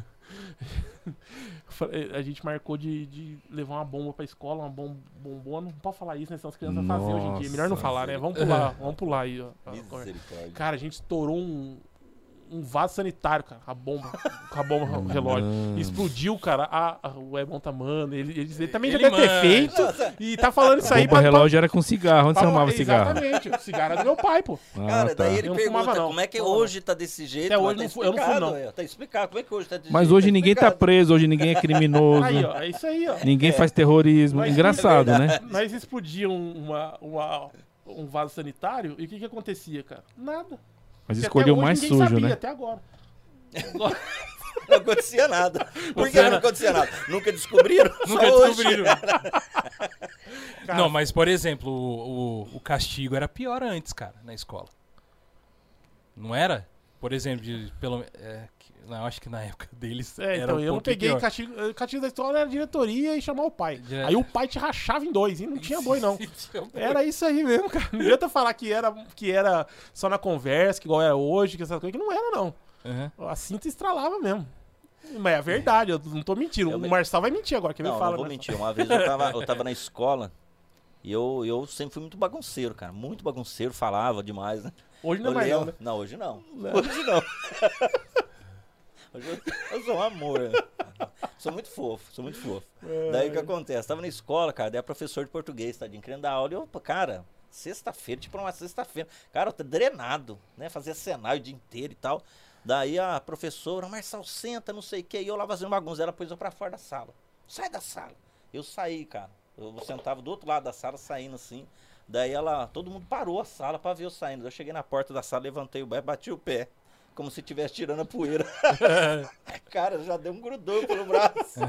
Speaker 2: Falei, A gente marcou de, de levar uma bomba pra escola, uma bom, bombona. Não pode falar isso, né? Senão as crianças vão fazer hoje em dia. Melhor não
Speaker 3: Nossa.
Speaker 2: falar, né? Vamos pular, vamos pular aí, ó. a conversa.
Speaker 4: Misericórdia.
Speaker 2: Cara, a gente estourou um, um vaso sanitário, cara. A bomba. Com a bomba o relógio.
Speaker 3: Mano.
Speaker 2: Explodiu, cara. A, a- o Ebon tá, mano. Ele, ele- ele também
Speaker 1: Ele
Speaker 2: já deve ter
Speaker 1: manja.
Speaker 2: feito. E tá falando isso aí
Speaker 3: Bomba relógio era com cigarro. Onde você arrumava cigarro?
Speaker 2: Exatamente. O cigarro era do meu pai, pô.
Speaker 3: Ah,
Speaker 4: Cara,
Speaker 3: tá.
Speaker 4: daí ele
Speaker 2: Eu não
Speaker 4: pergunta
Speaker 2: fumava, não.
Speaker 4: como é que
Speaker 2: Não,
Speaker 4: hoje tá desse jeito.
Speaker 2: Até
Speaker 4: mas
Speaker 2: hoje
Speaker 4: tá
Speaker 2: não fu- eu não fumo,
Speaker 4: explicado,
Speaker 2: não.
Speaker 4: é, Tá explicado, como é que hoje tá desse
Speaker 3: Mas
Speaker 4: jeito?
Speaker 3: hoje ninguém tá
Speaker 4: explicado.
Speaker 3: preso, hoje ninguém é criminoso,
Speaker 2: Aí, ó. É isso aí, ó.
Speaker 3: ninguém faz terrorismo.
Speaker 2: Mas- é
Speaker 3: Engraçado, né?
Speaker 2: Nós explodíamos uma, uma- um vaso sanitário e o que que acontecia, cara? Nada.
Speaker 3: Mas
Speaker 2: Porque até
Speaker 3: escolheu o
Speaker 2: hoje
Speaker 3: mais
Speaker 2: ninguém
Speaker 3: sujo,
Speaker 2: sabia,
Speaker 3: né?
Speaker 2: Até agora.
Speaker 4: Não acontecia nada. Por que
Speaker 1: Você
Speaker 4: não
Speaker 1: não-
Speaker 4: acontecia nada? Nunca descobriram?
Speaker 1: Nunca
Speaker 4: Só hoje.
Speaker 1: descobriram.
Speaker 2: Cara,
Speaker 1: Não, mas por exemplo, o, o- o castigo era pior antes, cara, na escola. Não era? Por exemplo, de- pelo é, que- não, acho que na época deles
Speaker 2: É,
Speaker 1: era
Speaker 2: então
Speaker 1: um
Speaker 2: eu não
Speaker 1: pouquinho
Speaker 2: peguei
Speaker 1: pior.
Speaker 2: castigo, eh, castigo da escola era a diretoria e chamar o pai.
Speaker 1: Dire-
Speaker 2: Aí o pai te rachava em dois e não tinha boi, não.
Speaker 1: Tinha boi.
Speaker 2: Era isso aí mesmo, cara. Não adianta falar que era, que era só na conversa, que igual é hoje, que essas coisas, que não era, não.
Speaker 1: Aham.
Speaker 2: A cinta estralava mesmo. Mas é verdade, eu não tô mentindo.
Speaker 4: Eu
Speaker 2: o
Speaker 4: me-
Speaker 2: Marçal vai mentir agora, quer ver?
Speaker 4: Não,
Speaker 2: Fala, né?
Speaker 4: não vou
Speaker 2: Marçal.
Speaker 4: mentir. Uma vez eu tava, eu tava na escola e eu, eu sempre fui muito bagunceiro, cara. Muito bagunceiro, falava demais, né?
Speaker 2: Hoje não é
Speaker 4: Eu
Speaker 2: mais não,
Speaker 4: lembro-
Speaker 2: né?
Speaker 4: não, hoje não. Hoje não. Hoje eu, eu sou um amor. né? Sou muito fofo, sou muito fofo.
Speaker 2: É.
Speaker 4: Daí o que acontece? Tava na escola, cara, daí a professora de português, tá querendo dar aula. E eu, pô, cara, sexta-feira, tipo uma sexta-feira. Cara, eu tô drenado, né? Fazia cenário o dia inteiro e tal. Daí a professora, Marçal, senta, não sei o que. E eu lá fazendo bagunça. Ela pôs eu pra fora da sala. Sai da sala. Eu saí, cara. Eu sentava do outro lado da sala, saindo assim. Daí ela, todo mundo parou a sala pra ver eu saindo. Eu cheguei na porta da sala, levantei o pé, bati o pé. Como se estivesse tirando a poeira. cara, já deu um grudão pelo braço.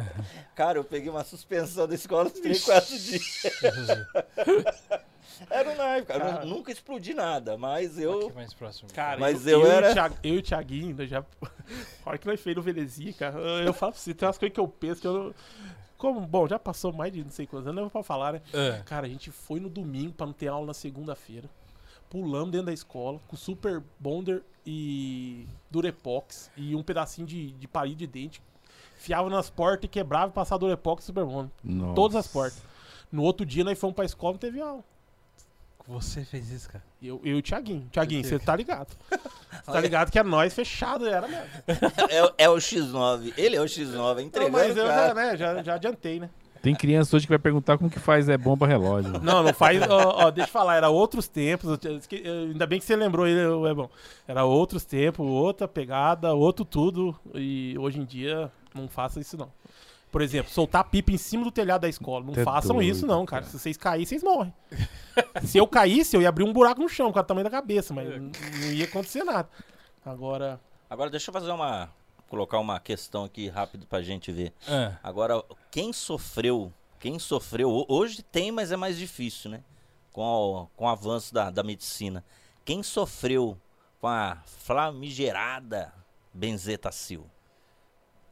Speaker 4: cara, eu peguei uma suspensão da escola de 3, 4 dias. era um naipe, cara. Eu
Speaker 2: Cara.
Speaker 4: nunca explodi nada, mas eu.
Speaker 1: Aqui mais próximo.
Speaker 2: Cara,
Speaker 4: Mas eu
Speaker 2: e o
Speaker 4: era-
Speaker 2: Thiago- eu e o Thiaguinho, ainda já. A hora que nós fez no Venezinha, cara, eu eu falo pra você, tem umas coisas que eu penso que eu não. Como, bom, já passou mais de não sei quantos anos, não é pra falar, né?
Speaker 1: Ah,
Speaker 2: Cara, a gente foi no domingo pra não ter aula na segunda-feira. Pulamos dentro da escola com Super Bonder e Durepox e um pedacinho de, de palito de dente. Fiava nas portas e quebrava e passava Durepox e Super Bonder.
Speaker 3: Nossa.
Speaker 2: Todas as portas. No outro dia nós fomos pra escola e não teve aula.
Speaker 1: você fez isso, cara.
Speaker 2: Eu, eu e o Thiaguinho. Thiaguinho,
Speaker 1: Que
Speaker 2: você tá ligado. Você tá ligado que é nós fechado, era mesmo.
Speaker 4: É, é o X9. Ele é o X9,
Speaker 2: Não,
Speaker 4: entregando.
Speaker 2: mas eu
Speaker 4: cara.
Speaker 2: já, né, já, já adiantei, né?
Speaker 3: Tem criança hoje que vai perguntar como que faz é bomba relógio.
Speaker 2: Não, não faz. ó, ó, deixa eu falar, era outros tempos. eu tinha- esque- eu- Ainda bem que você lembrou ele, ô, Ebon. Era outros tempos, outra pegada, outro tudo. E hoje em dia, não faça isso não. Por exemplo, soltar pipa em cima do telhado da escola.
Speaker 4: é
Speaker 2: Não
Speaker 3: Tá
Speaker 2: façam
Speaker 3: doido,
Speaker 2: isso, não, cara. Se vocês caírem, vocês morrem. Se eu caísse, eu ia abrir um buraco no chão, com o tamanho da cabeça, mas n- não ia acontecer nada. Agora,
Speaker 4: Agora deixa eu fazer uma. Colocar uma questão aqui rápido pra gente ver.
Speaker 1: Ah,
Speaker 4: Agora, quem sofreu, quem sofreu, ho- hoje tem, mas é mais difícil, né? Com, o- com o avanço da, da medicina. Quem sofreu com a flamigerada benzetacil?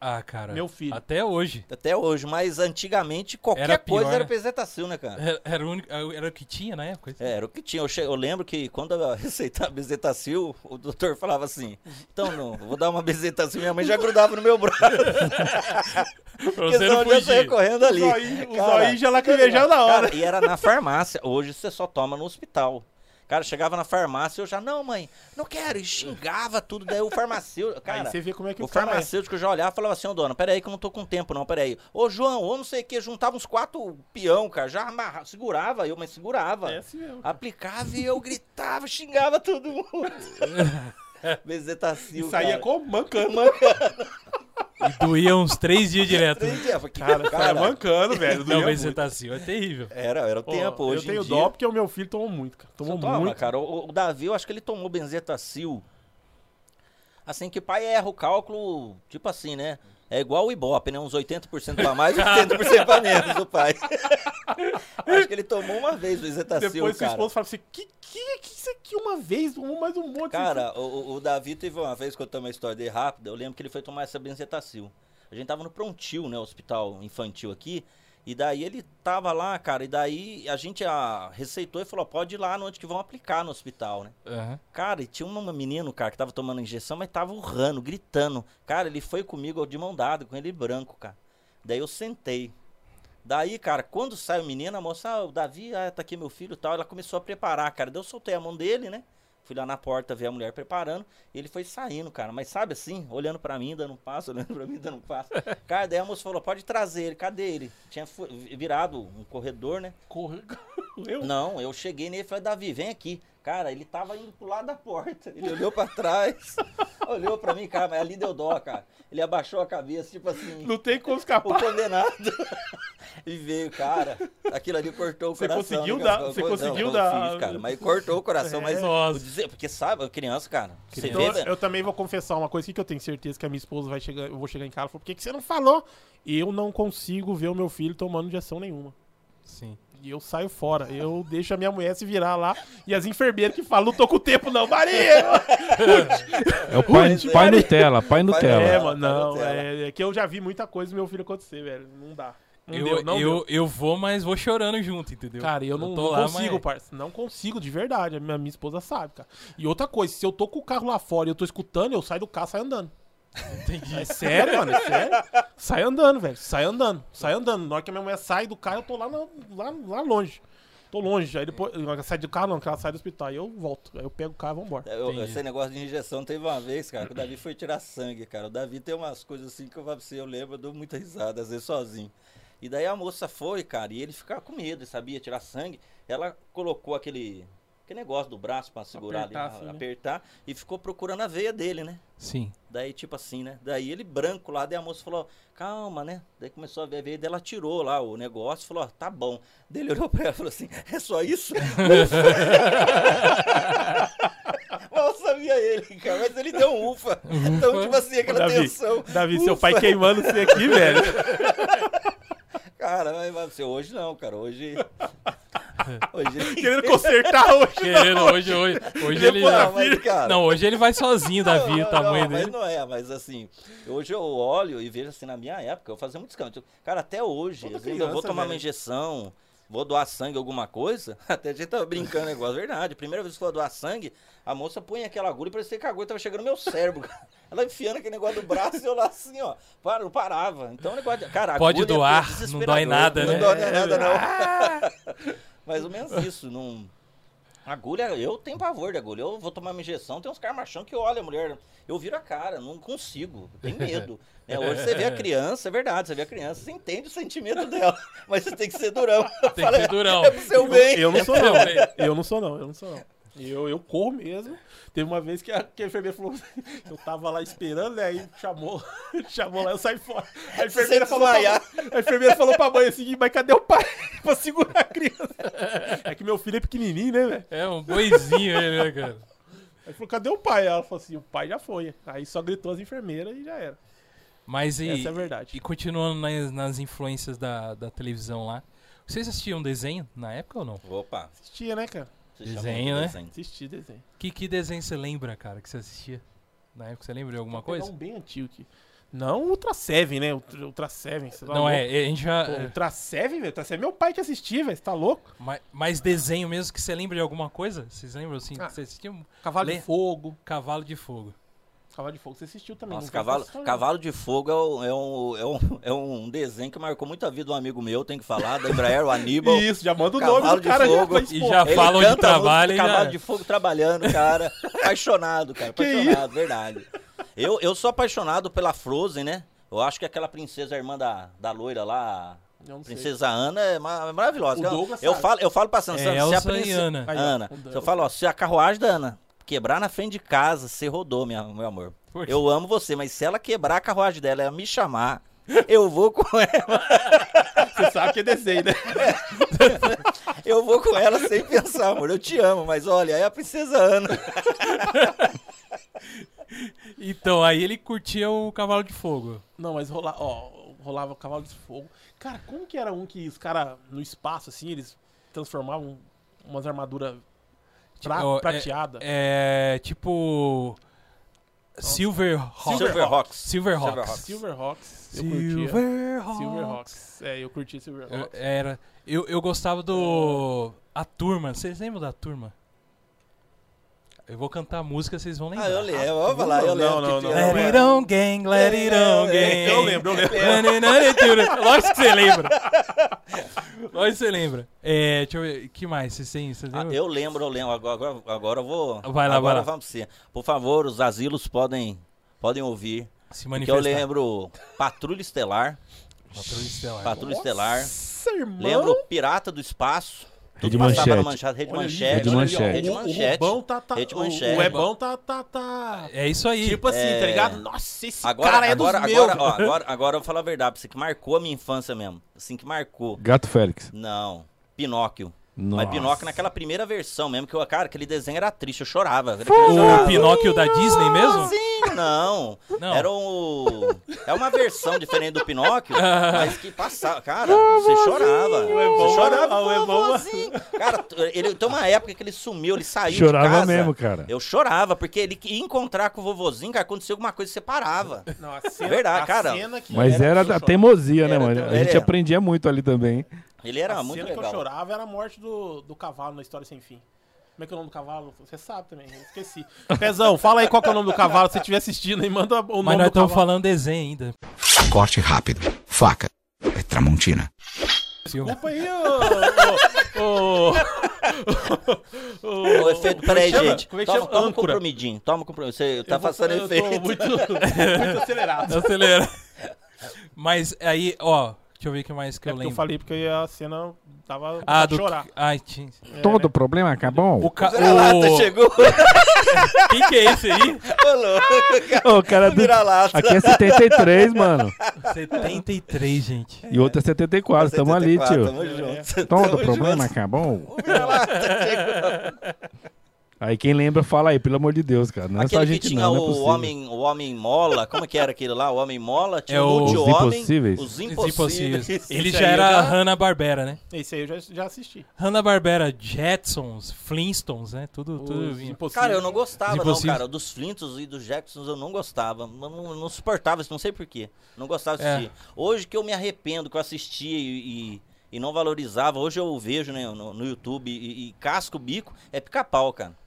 Speaker 1: Ah,
Speaker 4: É.
Speaker 1: cara.
Speaker 2: Meu
Speaker 4: Tá
Speaker 2: filho.
Speaker 1: Até hoje.
Speaker 4: Até hoje, mas antigamente qualquer
Speaker 1: Era pior,
Speaker 4: coisa era
Speaker 1: né?
Speaker 4: benzetacil, né, cara?
Speaker 1: Era, era o único- era o que tinha na época.
Speaker 4: É, Era o que tinha. Eu, che- eu lembro que quando eu receitava bezetacil, o doutor falava assim: então não, vou dar uma bezetacil. Minha mãe já grudava no meu braço,
Speaker 1: Pra
Speaker 4: porque
Speaker 1: você não
Speaker 4: senão eu já saía
Speaker 1: fugir.
Speaker 4: correndo ali.
Speaker 2: O
Speaker 4: Cara,
Speaker 2: zóio já lacrimejava na hora.
Speaker 4: Cara, e era na farmácia. Hoje você só toma no hospital. Cara, chegava na farmácia eu já, não, mãe, não quero. E xingava tudo. Daí o farmacêutico. Cara,
Speaker 2: Aí você vê como é que o,
Speaker 4: o
Speaker 2: cara é.
Speaker 4: farmacêutico já olhava e falava assim, ô dona, peraí que eu não tô com tempo não, peraí. Ô João, ou não sei o que, juntava uns quatro peão, cara, já amarrava, segurava eu, mas segurava.
Speaker 2: É assim mesmo.
Speaker 4: Aplicava e eu gritava, xingava todo mundo.
Speaker 2: E
Speaker 4: Bezetacil,
Speaker 2: saía
Speaker 4: cara.
Speaker 2: é com mancando.
Speaker 1: E doía uns três dias direto.
Speaker 4: Três dias. Eu falei,
Speaker 2: Cara, é saía mancando, velho.
Speaker 1: Não,
Speaker 2: doía
Speaker 1: mas você
Speaker 2: muito.
Speaker 1: tá assim, é terrível.
Speaker 4: Era, era o
Speaker 2: Pô,
Speaker 4: tempo. Hoje
Speaker 2: Eu tenho
Speaker 4: em dia...
Speaker 2: dó porque o meu filho tomou muito, cara. Tomou
Speaker 4: Você toma,
Speaker 2: muito.
Speaker 4: cara. O, o Davi, eu acho que ele tomou benzetacil. Assim que pai erra o cálculo, tipo assim, né? É igual o Ibope, né? Uns 80% pra mais, 80% pra menos o pai. acho que ele tomou uma vez o benzetacil,
Speaker 2: Depois sua
Speaker 4: é cara.
Speaker 2: esposa fala assim: que que, que isso aqui uma vez, um mais um monte.
Speaker 4: Cara, o- o, o Davi teve uma vez que eu também uma história dele rápida. Eu lembro que ele foi tomar essa benzetacil. A gente tava no Prontil, né? Hospital infantil aqui. E daí ele tava lá, cara. E daí a gente ah, receitou e falou: "Ó, pode ir lá onde que vão aplicar no hospital, né?
Speaker 1: Aham.
Speaker 4: Cara, e tinha um menino, cara, que tava tomando injeção, mas tava urrando, gritando. Cara, ele foi comigo de mão dada, com ele branco, cara. Daí eu sentei. Daí, cara, quando sai o menino, a moça, ah, o Davi, ah, tá aqui meu filho e tal. Ela começou a preparar, cara. Daí eu soltei a mão dele, né? Fui lá na porta ver a mulher preparando. E ele foi saindo, cara. Mas sabe assim, olhando pra mim, dando um passo, olhando pra mim, dando um passo. Cara, daí a moça falou, pode trazer ele. Cadê ele? Tinha fu- virado um corredor, né?
Speaker 2: Corre- Eu?
Speaker 4: Não, eu cheguei nele e falei, Davi, vem aqui. Cara, ele tava indo pro lado da porta. Ele olhou pra trás, olhou pra mim, cara, mas ali deu dó, cara. Ele abaixou a cabeça, tipo assim,
Speaker 2: Não tem como
Speaker 4: o
Speaker 2: escapar.
Speaker 4: condenado. e veio, cara. Aquilo ali cortou o
Speaker 2: Você
Speaker 4: coração.
Speaker 2: conseguiu
Speaker 4: né,
Speaker 2: dar-
Speaker 4: cara?
Speaker 2: você
Speaker 4: Não,
Speaker 2: conseguiu
Speaker 4: não,
Speaker 2: dar- É.
Speaker 4: fiz, cara, mas cortou o coração, mas.
Speaker 1: Nossa.
Speaker 4: o dizer- Porque sabe, criança, cara. Você
Speaker 2: Então,
Speaker 4: vê, né?
Speaker 2: eu também vou confessar uma coisa aqui que eu tenho certeza que a minha esposa vai chegar, eu vou chegar em casa e falar, por que, que você não falou? Eu não consigo ver o meu filho tomando injeção nenhuma.
Speaker 1: Sim.
Speaker 2: E eu saio fora. Eu deixo a minha mulher se virar lá e as enfermeiras que falam, não tô com tempo não, Maria!
Speaker 3: É o pai,
Speaker 4: Putz,
Speaker 3: pai
Speaker 4: velho.
Speaker 3: Nutella, pai Nutella.
Speaker 2: É,
Speaker 4: Ela,
Speaker 2: mano,
Speaker 4: ela,
Speaker 2: não.
Speaker 4: ela.
Speaker 2: É, é que eu já vi muita coisa do meu filho acontecer, velho. Não dá. Não
Speaker 1: Eu,
Speaker 2: deu,
Speaker 1: eu,
Speaker 2: não deu.
Speaker 1: eu vou, mas vou chorando junto, entendeu?
Speaker 2: Cara, eu não,
Speaker 1: tô
Speaker 2: não
Speaker 1: lá,
Speaker 2: consigo,
Speaker 1: mas-
Speaker 2: parça. Não consigo, de verdade. A minha, minha esposa sabe, cara. E outra coisa, se eu tô com o carro lá fora e eu tô escutando, eu saio do carro e saio andando.
Speaker 1: Entendi.
Speaker 2: É sério, mano, é sério. Sai andando, velho. Sai andando, sai andando. Na hora que a minha mulher sai do carro, eu tô lá, na- lá, lá longe. Tô longe. Aí depois. Ela sai do carro, não, que ela sai do hospital. Aí eu volto. Aí eu pego o carro e vambora.
Speaker 4: Eu-
Speaker 1: Entendi.
Speaker 4: esse negócio de injeção teve uma vez, cara, que o Davi foi tirar sangue, cara. O Davi tem umas coisas assim que eu falo pra você, eu lembro, eu dou muita risada, às vezes sozinho. E daí a moça foi, cara, e ele ficava com medo, sabia tirar sangue. Ela colocou aquele, aquele negócio do braço pra segurar
Speaker 2: Apertar,
Speaker 4: ali,
Speaker 2: assim, né?
Speaker 4: apertar, e ficou procurando a veia dele, né?
Speaker 1: Sim.
Speaker 4: Daí, tipo assim, né? Daí ele branco lá, daí a moça falou, calma, né? Daí começou a ver, ver daí ela tirou lá o negócio, falou, ó, tá bom. Daí ele olhou pra ela e falou assim, é só isso? Mal sabia ele, cara, mas ele deu um ufa. Então, tipo assim, aquela
Speaker 2: Davi,
Speaker 4: tensão.
Speaker 2: Davi, seu
Speaker 4: Ufa.
Speaker 2: pai queimando você aqui, velho.
Speaker 4: Cara, mas, mas assim, hoje não, cara, hoje... hoje...
Speaker 2: Querendo consertar hoje.
Speaker 1: Querendo, hoje, hoje, hoje ele.
Speaker 2: Depois-
Speaker 4: Não, mas, cara,
Speaker 1: Não, hoje ele vai sozinho, Davi,
Speaker 4: Não,
Speaker 1: o tamanho
Speaker 4: não, mas
Speaker 1: dele.
Speaker 4: não é, mas assim, hoje eu olho e vejo assim, na minha época, eu fazia muito escândalo. Cara, até hoje,
Speaker 2: Toda
Speaker 4: às vezes eu vou
Speaker 2: criança,
Speaker 4: tomar
Speaker 2: velho.
Speaker 4: uma injeção, vou doar sangue, alguma coisa, até a gente tava brincando, é igual, é verdade. Primeira vez que eu vou doar sangue, a moça punha aquela agulha e parecia que a agulha tava chegando no meu cérebro. cara. Ela enfiando aquele negócio do braço e eu lá assim, ó, para, eu parava. Então o negócio, de- cara, a
Speaker 1: Pode
Speaker 4: agulha é
Speaker 1: doar,
Speaker 4: desesperador,
Speaker 1: não dói nada, né?
Speaker 4: Não dói nada, não. Mais ou menos isso, não... Agulha, eu tenho pavor de agulha. Eu vou tomar minha injeção, tem uns caras machão que olha a mulher. Eu viro a cara, não consigo, tenho medo. né? Hoje você vê a criança, é verdade, você vê a criança, você entende o sentimento dela, mas você tem que ser durão.
Speaker 1: Tem que ser durão.
Speaker 4: É pro seu bem.
Speaker 2: Eu não sou, não.
Speaker 1: Também.
Speaker 2: Eu não sou, não. Eu não sou, não. Eu, eu corro mesmo. Teve uma vez que a, que a enfermeira falou. Eu tava lá esperando, né? Aí chamou, chamou lá, eu saí fora. A enfermeira,
Speaker 4: Sem
Speaker 2: falou pra,
Speaker 4: desmaiar.
Speaker 2: a enfermeira falou pra mãe assim: mas cadê o pai pra segurar a criança? É que meu filho é pequenininho, né, velho?
Speaker 1: É um boizinho ele, né, cara?
Speaker 2: Aí falou: cadê o pai? Ela falou assim: o pai já foi. Aí só gritou as enfermeiras e já era.
Speaker 1: Mas e.
Speaker 2: Essa é a verdade.
Speaker 1: E continuando nas, nas influências da, da televisão lá. Vocês assistiam desenho na época ou não?
Speaker 4: Opa,
Speaker 2: Assistia, né, cara?
Speaker 4: Você chama
Speaker 1: Desenho, né?
Speaker 4: desenho.
Speaker 2: Assisti desenho.
Speaker 1: Que, que desenho você lembra, cara, que você assistia? Na época você lembra de alguma
Speaker 2: Vou pegar
Speaker 1: coisa?
Speaker 2: um bem antigo aqui. Não Ultra Seven, né? Ultra, Ultra Seven, você tá
Speaker 1: Não,
Speaker 2: louco?
Speaker 1: é, é, a gente já.
Speaker 2: Pô,
Speaker 1: é,
Speaker 2: Ultra Seven, velho? Ultra Seven é meu pai que assistia, velho. Você tá louco?
Speaker 1: ma- Mas desenho mesmo que você lembra de alguma coisa? Vocês lembram assim?
Speaker 2: Ah.
Speaker 1: que Você assistia um
Speaker 2: Cavalo
Speaker 1: Le-
Speaker 2: de Fogo.
Speaker 1: Cavalo de Fogo.
Speaker 2: Cavalo de Fogo você tá assistiu também.
Speaker 4: Nossa,
Speaker 2: não foi
Speaker 4: cavalo,
Speaker 2: fácil, não.
Speaker 4: cavalo de Fogo é um, é, um, é, um, é um desenho que marcou muito a vida de um amigo meu, tem que falar, da Embraer, o Aníbal.
Speaker 2: Isso, já manda o
Speaker 4: Cavalo
Speaker 2: nome do
Speaker 4: de
Speaker 2: cara já
Speaker 4: Fogo.
Speaker 2: pra
Speaker 1: E
Speaker 2: expor.
Speaker 1: já
Speaker 4: Ele
Speaker 1: fala
Speaker 4: canta
Speaker 1: onde
Speaker 4: a música
Speaker 1: trabalha e já-
Speaker 4: Cavalo de Fogo trabalhando, cara. apaixonado, cara.
Speaker 2: Que
Speaker 4: Apaixonado, verdade. Eu, eu sou apaixonado pela Frozen, né? Eu acho que aquela princesa, a irmã da, da loira lá,
Speaker 2: Eu não sei.
Speaker 4: Princesa Ana é ma- é maravilhosa.
Speaker 2: O
Speaker 4: Eu,
Speaker 2: Douglas
Speaker 4: eu
Speaker 2: sabe.
Speaker 4: falo, eu falo pra Sansão,
Speaker 1: É
Speaker 4: se a
Speaker 1: Elsa e
Speaker 4: princesa...
Speaker 1: Ana.
Speaker 2: Aí, ó,
Speaker 4: Ana,
Speaker 2: o Douglas.
Speaker 4: se eu falo, ó, se a carruagem da Ana quebrar na frente de casa, você rodou, minha, meu amor.
Speaker 1: Por quê?
Speaker 4: Eu amo você, mas se ela quebrar a carruagem dela, ela me chamar, eu vou com ela.
Speaker 2: Você sabe que é desenho, né?
Speaker 4: Eu vou com ela sem pensar, amor. Eu te amo, mas olha, é a princesa Ana.
Speaker 1: Então, aí ele curtia o Cavalo de Fogo.
Speaker 2: Não, mas rola, ó, rolava Cavalo de Fogo. Cara, como que era um que os caras no espaço, assim, eles transformavam umas armaduras pra,
Speaker 1: Tipo, ó, é-
Speaker 2: prateada?
Speaker 1: É. Tipo. Silver Hawks.
Speaker 4: Silver Hawks.
Speaker 1: Silver
Speaker 4: Silver
Speaker 1: Hawks.
Speaker 2: Silverhawks, eu curtia.
Speaker 1: Silver
Speaker 2: Silverhawks. É, eu curti Silverhawks.
Speaker 1: Eu- Era. Eu, eu gostava do. A turma. Vocês lembram da turma? Eu vou cantar a música, vocês vão
Speaker 2: Tá
Speaker 1: lembrar.
Speaker 4: Ah, eu lembro, eu vou lá, eu
Speaker 2: Não,
Speaker 4: lembro.
Speaker 2: não,
Speaker 4: que
Speaker 2: não,
Speaker 4: tinha-
Speaker 1: Let it on, gang, let it on, gang.
Speaker 2: Eu lembro, eu lembro.
Speaker 1: lembro. Lógico que você lembra. Lógico que você lembra. É, deixa eu ver. que mais? Vocês têm? Vocês
Speaker 4: Ah,
Speaker 1: lembram?
Speaker 4: eu lembro, eu lembro. Agora, agora, agora eu vou.
Speaker 1: Vai lá, vai
Speaker 4: agora
Speaker 1: lá.
Speaker 4: vamos sim. Por favor, os asilos podem, podem ouvir.
Speaker 1: Se
Speaker 4: Que eu
Speaker 1: manifestar.
Speaker 4: lembro Patrulha Estelar.
Speaker 1: Patrulha Estelar.
Speaker 4: Patrulha Estelar.
Speaker 2: Nossa, irmão!
Speaker 4: Lembro Pirata do Espaço.
Speaker 3: Rede
Speaker 4: passava na
Speaker 3: Manchete.
Speaker 4: manchete, Rede
Speaker 2: Olha aí,
Speaker 4: Manchete.
Speaker 3: Rede
Speaker 2: olha
Speaker 3: Manchete.
Speaker 2: aí, ó,
Speaker 4: Rede
Speaker 2: o- O
Speaker 4: Manchete.
Speaker 2: Rubão tá... tá
Speaker 4: Rede
Speaker 2: o-
Speaker 4: Manchete.
Speaker 2: O Ebão tá... tá, tá...
Speaker 1: É isso aí.
Speaker 2: Tipo assim, tá
Speaker 4: É.
Speaker 2: ligado? Nossa, esse
Speaker 4: Agora,
Speaker 2: cara é
Speaker 4: agora,
Speaker 2: dos meus.
Speaker 4: agora, ó, agora, agora eu vou falar a verdade pra você, que marcou a minha infância mesmo. Assim que marcou.
Speaker 3: Gato Félix.
Speaker 4: Não, Pinóquio.
Speaker 3: Nossa.
Speaker 4: Mas Pinóquio naquela primeira versão mesmo, que eu, cara, aquele desenho era triste, eu chorava. Era
Speaker 1: O Pinóquio da Disney mesmo?
Speaker 4: assim, Ah, Sim, não.
Speaker 1: Não.
Speaker 4: Era um. É uma versão diferente do Pinóquio, mas que passava. Cara, você
Speaker 2: É
Speaker 4: chorava. Você chorava.
Speaker 2: o Ebão...
Speaker 4: Cara, ele tem uma época que ele sumiu, ele saiu. de
Speaker 3: Chorava
Speaker 4: casa.
Speaker 3: mesmo, cara.
Speaker 4: Eu chorava, porque ele ia encontrar com o vovozinho, cara, aconteceu alguma coisa e separava.
Speaker 2: Não, a cena,
Speaker 4: Verdade,
Speaker 2: a
Speaker 4: cara.
Speaker 2: cena que
Speaker 3: Mas era
Speaker 2: que eu
Speaker 3: da
Speaker 2: chorava-
Speaker 3: teimosia, né,
Speaker 4: Era
Speaker 3: mano?
Speaker 4: da-
Speaker 3: A gente
Speaker 4: era.
Speaker 3: aprendia muito ali também.
Speaker 4: Ele era
Speaker 2: a
Speaker 4: muito
Speaker 2: cena que eu
Speaker 4: legal.
Speaker 2: chorava era a morte do, do cavalo na história sem fim. Como é que é o nome do cavalo? Você sabe também, eu esqueci. Pezão, fala aí qual que é o nome do cavalo, se você estiver assistindo aí, manda o
Speaker 1: Mas nós
Speaker 2: nome do cavalo.
Speaker 1: estamos falando desenho ainda.
Speaker 5: Corte rápido. Faca. É Tramontina.
Speaker 1: Silvio.
Speaker 2: Desculpa aí, ô... ô, ô,
Speaker 4: O efeito, peraí,
Speaker 2: chama?
Speaker 4: gente.
Speaker 2: Como é que
Speaker 4: toma,
Speaker 2: chama?
Speaker 4: toma um
Speaker 2: Âncora.
Speaker 4: compromidinho, toma um compromidinho. Você tá
Speaker 2: Eu vou-
Speaker 4: passando
Speaker 2: eu tô
Speaker 4: efeito.
Speaker 2: muito, muito acelerado. É
Speaker 1: Acelera. Mas aí, ó, deixa eu ver o que mais que
Speaker 2: É
Speaker 1: eu
Speaker 2: porque eu
Speaker 1: lembro.
Speaker 2: falei porque a cena dava
Speaker 1: Ah,
Speaker 2: pra
Speaker 1: do.
Speaker 2: chorar.
Speaker 1: Ai, tinha.
Speaker 3: Todo problema acabou.
Speaker 1: O, ca...
Speaker 4: Vira-lata
Speaker 1: o...
Speaker 4: chegou.
Speaker 1: Quem que é esse aí?
Speaker 3: Ô, cara do...
Speaker 4: Vira-lata.
Speaker 3: Aqui é 73, mano.
Speaker 1: 73, gente.
Speaker 3: E outra é 74. Tamo ali,
Speaker 4: 74,
Speaker 3: tio.
Speaker 4: Tamo junto.
Speaker 3: Todo
Speaker 4: Tamo
Speaker 3: problema
Speaker 4: junto.
Speaker 3: acabou.
Speaker 4: Vira-lata chegou.
Speaker 3: Aí quem lembra, fala aí, pelo amor de Deus, cara. Não é só a
Speaker 4: Aquele que
Speaker 3: gente
Speaker 4: tinha
Speaker 3: não, não é
Speaker 4: o,
Speaker 3: possível.
Speaker 4: homem, né, o homem mola, como que era aquele lá? O homem mola, tinha
Speaker 1: É
Speaker 4: o
Speaker 1: o-
Speaker 4: Lute
Speaker 3: Os
Speaker 4: homem,
Speaker 3: Impossíveis.
Speaker 4: os
Speaker 1: Os
Speaker 4: impossíveis.
Speaker 1: Impossíveis. Ele já
Speaker 2: Esse aí eu
Speaker 1: era
Speaker 2: já-
Speaker 1: Hanna-Barbera, né?
Speaker 2: Esse aí eu já, já assisti.
Speaker 1: Hanna-Barbera, Jetsons, Flintstones, né? Tudo, tudo
Speaker 2: Os
Speaker 1: vinha.
Speaker 2: Impossíveis.
Speaker 4: Cara, eu não gostava, não,
Speaker 1: Impossíveis.
Speaker 4: cara. Dos Flintos e dos Jacksons eu não gostava. Não, não, não suportava isso, não sei porquê. Não gostava de
Speaker 1: É.
Speaker 4: assistir. Hoje que eu me arrependo que eu assistia e, e, e não valorizava, hoje eu vejo né, no, no YouTube e, e casco o bico, é pica-pau, cara.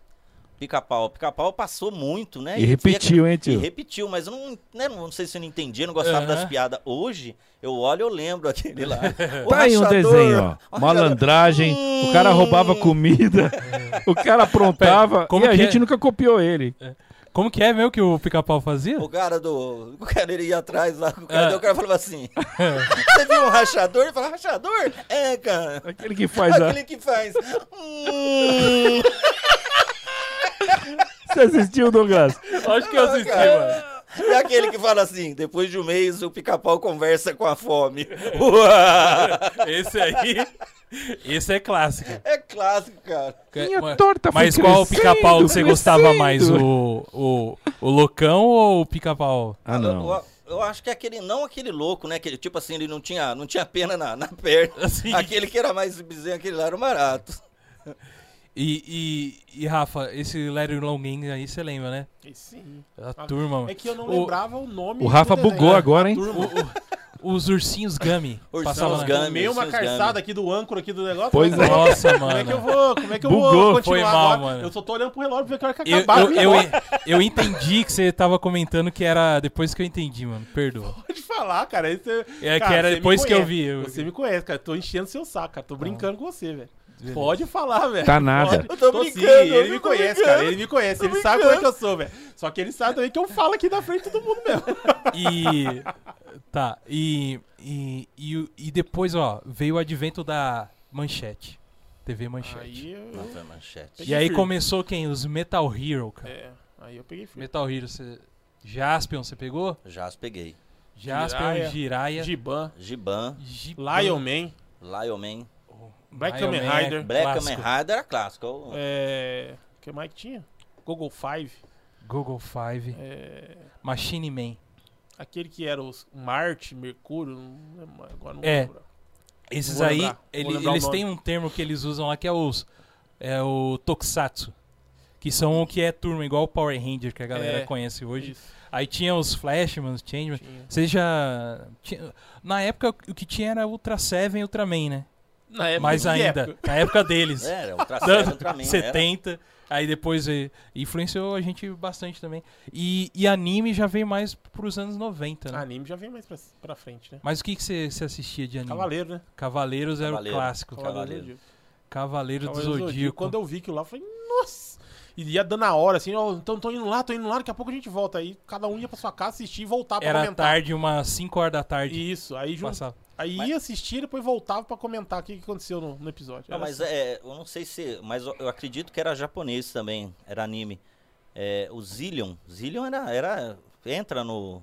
Speaker 4: Pica-pau. Pica-pau passou muito, né?
Speaker 3: E repetiu, hein,
Speaker 4: E
Speaker 3: tio?
Speaker 4: repetiu, mas eu não, né, não sei se eu não entendia, não gostava
Speaker 1: Aham.
Speaker 4: das piadas. Hoje, eu olho e eu lembro aquele lá. O
Speaker 3: Tá aí um
Speaker 4: rachador,
Speaker 3: desenho, ó.
Speaker 4: o
Speaker 3: Malandragem, o cara
Speaker 4: Hum.
Speaker 3: roubava comida, o cara aprontava
Speaker 1: Pera, como
Speaker 3: e a
Speaker 1: que é?
Speaker 3: gente nunca copiou ele.
Speaker 1: Como que é mesmo que o pica-pau fazia?
Speaker 4: O cara do. O cara ele ia atrás lá, o
Speaker 1: Ah.
Speaker 4: cara, daí o cara falava assim: Você viu um rachador? Ele falava, rachador? É, cara.
Speaker 3: Aquele que faz né? a...
Speaker 4: Aquele que faz. Hum,
Speaker 3: Você assistiu, Douglas?
Speaker 1: Acho
Speaker 3: Ah,
Speaker 1: que eu assisti, mano.
Speaker 4: cara. É aquele que fala assim, depois de um mês o pica-pau conversa com a fome. Uá!
Speaker 1: Esse aí. Esse é clássico.
Speaker 4: É clássico, cara.
Speaker 3: Minha
Speaker 1: Mas-
Speaker 3: é torta foi
Speaker 1: Mas qual o
Speaker 3: crescendo,
Speaker 1: pica-pau que você
Speaker 3: crescendo.
Speaker 1: gostava mais? O, o, o loucão ou o pica-pau?
Speaker 3: Ah,
Speaker 4: Eu,
Speaker 3: não.
Speaker 4: eu- eu acho que é aquele, não aquele louco, né? Aquele, tipo assim, ele não tinha, não tinha pena na, na perna.
Speaker 1: Assim.
Speaker 4: Aquele que era mais bizonho, aquele lá era o barato.
Speaker 1: E, e, e, Rafa, esse Larry Longin aí você lembra, né?
Speaker 2: E Sim.
Speaker 1: A turma. mano.
Speaker 2: É que eu não
Speaker 1: O-
Speaker 2: lembrava o nome
Speaker 3: O Rafa
Speaker 2: do desenho.
Speaker 3: bugou agora, hein?
Speaker 2: Turma.
Speaker 1: Os ursinhos Gummy.
Speaker 4: Ursinhos
Speaker 1: passavam na-
Speaker 4: Gummy.
Speaker 2: Tomei uma
Speaker 4: Seus
Speaker 2: carçada
Speaker 4: Gummy.
Speaker 2: aqui do âncora aqui do negócio.
Speaker 3: Pois
Speaker 2: Como
Speaker 3: é.
Speaker 1: Nossa,
Speaker 2: Como é que eu
Speaker 1: mano.
Speaker 2: vou, como é que eu
Speaker 1: Bugou,
Speaker 2: vou continuar
Speaker 1: foi mal,
Speaker 2: agora?
Speaker 1: mano.
Speaker 2: Eu só tô olhando pro relógio pra ver que hora que
Speaker 1: Eu,
Speaker 2: acabar.
Speaker 1: eu, eu, eu entendi que você tava comentando que era depois que eu entendi, mano. Perdoa.
Speaker 2: de falar, cara. Isso
Speaker 1: É
Speaker 2: cara,
Speaker 1: que era
Speaker 2: você me
Speaker 1: depois que eu
Speaker 2: conhece.
Speaker 1: vi. Tá. eu-
Speaker 2: Você me conhece, cara. Tô enchendo seu saco, cara. Tô brincando com você, velho. Pode falar, velho.
Speaker 3: Tá nada.
Speaker 2: Pode.
Speaker 4: Eu tô
Speaker 2: sim,
Speaker 4: brincando,
Speaker 2: ele
Speaker 4: eu
Speaker 2: me
Speaker 4: tô
Speaker 2: conhece,
Speaker 4: brincando.
Speaker 2: cara. Ele me conhece. ele sabe como é que eu sou, velho. Só que ele sabe também que eu falo aqui na frente de todo mundo mesmo.
Speaker 1: E. Tá. E, e, e, o- e depois, ó, veio o advento da Manchete. TV Manchete.
Speaker 2: Aí eu...
Speaker 4: Não, foi é manchete.
Speaker 1: e aí
Speaker 2: firme.
Speaker 1: começou quem? Os Metal Hero, cara.
Speaker 2: É, aí eu peguei firme.
Speaker 1: Metal Hero, você. Jaspion, você pegou?
Speaker 4: Já as peguei.
Speaker 1: Jaspion, Jiraya.
Speaker 2: Giban,
Speaker 4: Giban,
Speaker 1: Giban,
Speaker 2: Lion Man,
Speaker 4: Lion Man,
Speaker 2: Black
Speaker 1: Lion
Speaker 2: Kamen
Speaker 1: Man,
Speaker 2: Rider.
Speaker 4: Black
Speaker 1: É clássico.
Speaker 4: Kamen Rider era clássico. Eu-
Speaker 2: é... O que mais que tinha? Google Five.
Speaker 1: Google Five.
Speaker 2: É...
Speaker 1: Machine Man.
Speaker 2: Aquele que era os Marte, Mercúrio, não lembro, agora não
Speaker 1: É.
Speaker 2: lembro.
Speaker 1: Esses
Speaker 2: Vou
Speaker 1: aí,
Speaker 2: lembrar, vou
Speaker 1: ele-
Speaker 2: lembrar o
Speaker 1: eles
Speaker 2: nome.
Speaker 1: têm um termo que eles usam lá que é os. É o Tokusatsu. Que são o que é turma, igual o Power Ranger que a galera
Speaker 2: É,
Speaker 1: conhece hoje.
Speaker 2: Isso,
Speaker 1: Aí tinha os Flashman, os Changeman.
Speaker 2: tinha.
Speaker 1: Seja. tinha- na época o que tinha era Ultra Seven e Ultraman, né?
Speaker 2: Na época,
Speaker 1: Mas
Speaker 2: que
Speaker 1: ainda.
Speaker 2: é época? né? É,
Speaker 1: Na época deles.
Speaker 4: Era, Ultra
Speaker 1: Dando
Speaker 4: Seven, Ultraman. era.
Speaker 1: 70. Aí depois eh, influenciou a gente bastante também. E, e anime já veio mais pros anos 90, né?
Speaker 2: Anime já vem mais pra, pra frente, né?
Speaker 1: Mas o que que você você assistia de anime?
Speaker 2: Cavaleiro, né?
Speaker 1: Cavaleiros era
Speaker 4: Cavaleiro.
Speaker 1: o clássico.
Speaker 4: Cavaleiro.
Speaker 2: do Zodíaco.
Speaker 1: Cavaleiro,
Speaker 2: Cavaleiro
Speaker 1: do Zodíaco.
Speaker 2: Quando eu vi aquilo lá, eu falei, nossa! E ia dando a hora, assim, ó, então tô indo lá, tô indo lá, daqui a pouco a gente volta. Aí cada um ia pra sua casa assistir e voltar pra
Speaker 1: Era
Speaker 2: comentar.
Speaker 1: tarde, umas 5 horas da tarde.
Speaker 2: Isso, aí, jun...
Speaker 1: Passava.
Speaker 2: aí ia assistir e depois voltava pra comentar o que, que aconteceu no, no episódio.
Speaker 4: Não,
Speaker 2: Era
Speaker 4: mas
Speaker 2: assim.
Speaker 4: é, eu não sei se. Mas eu eu acredito que era japonês também, era anime. É, o Zillion. Zillion era, era. Entra no.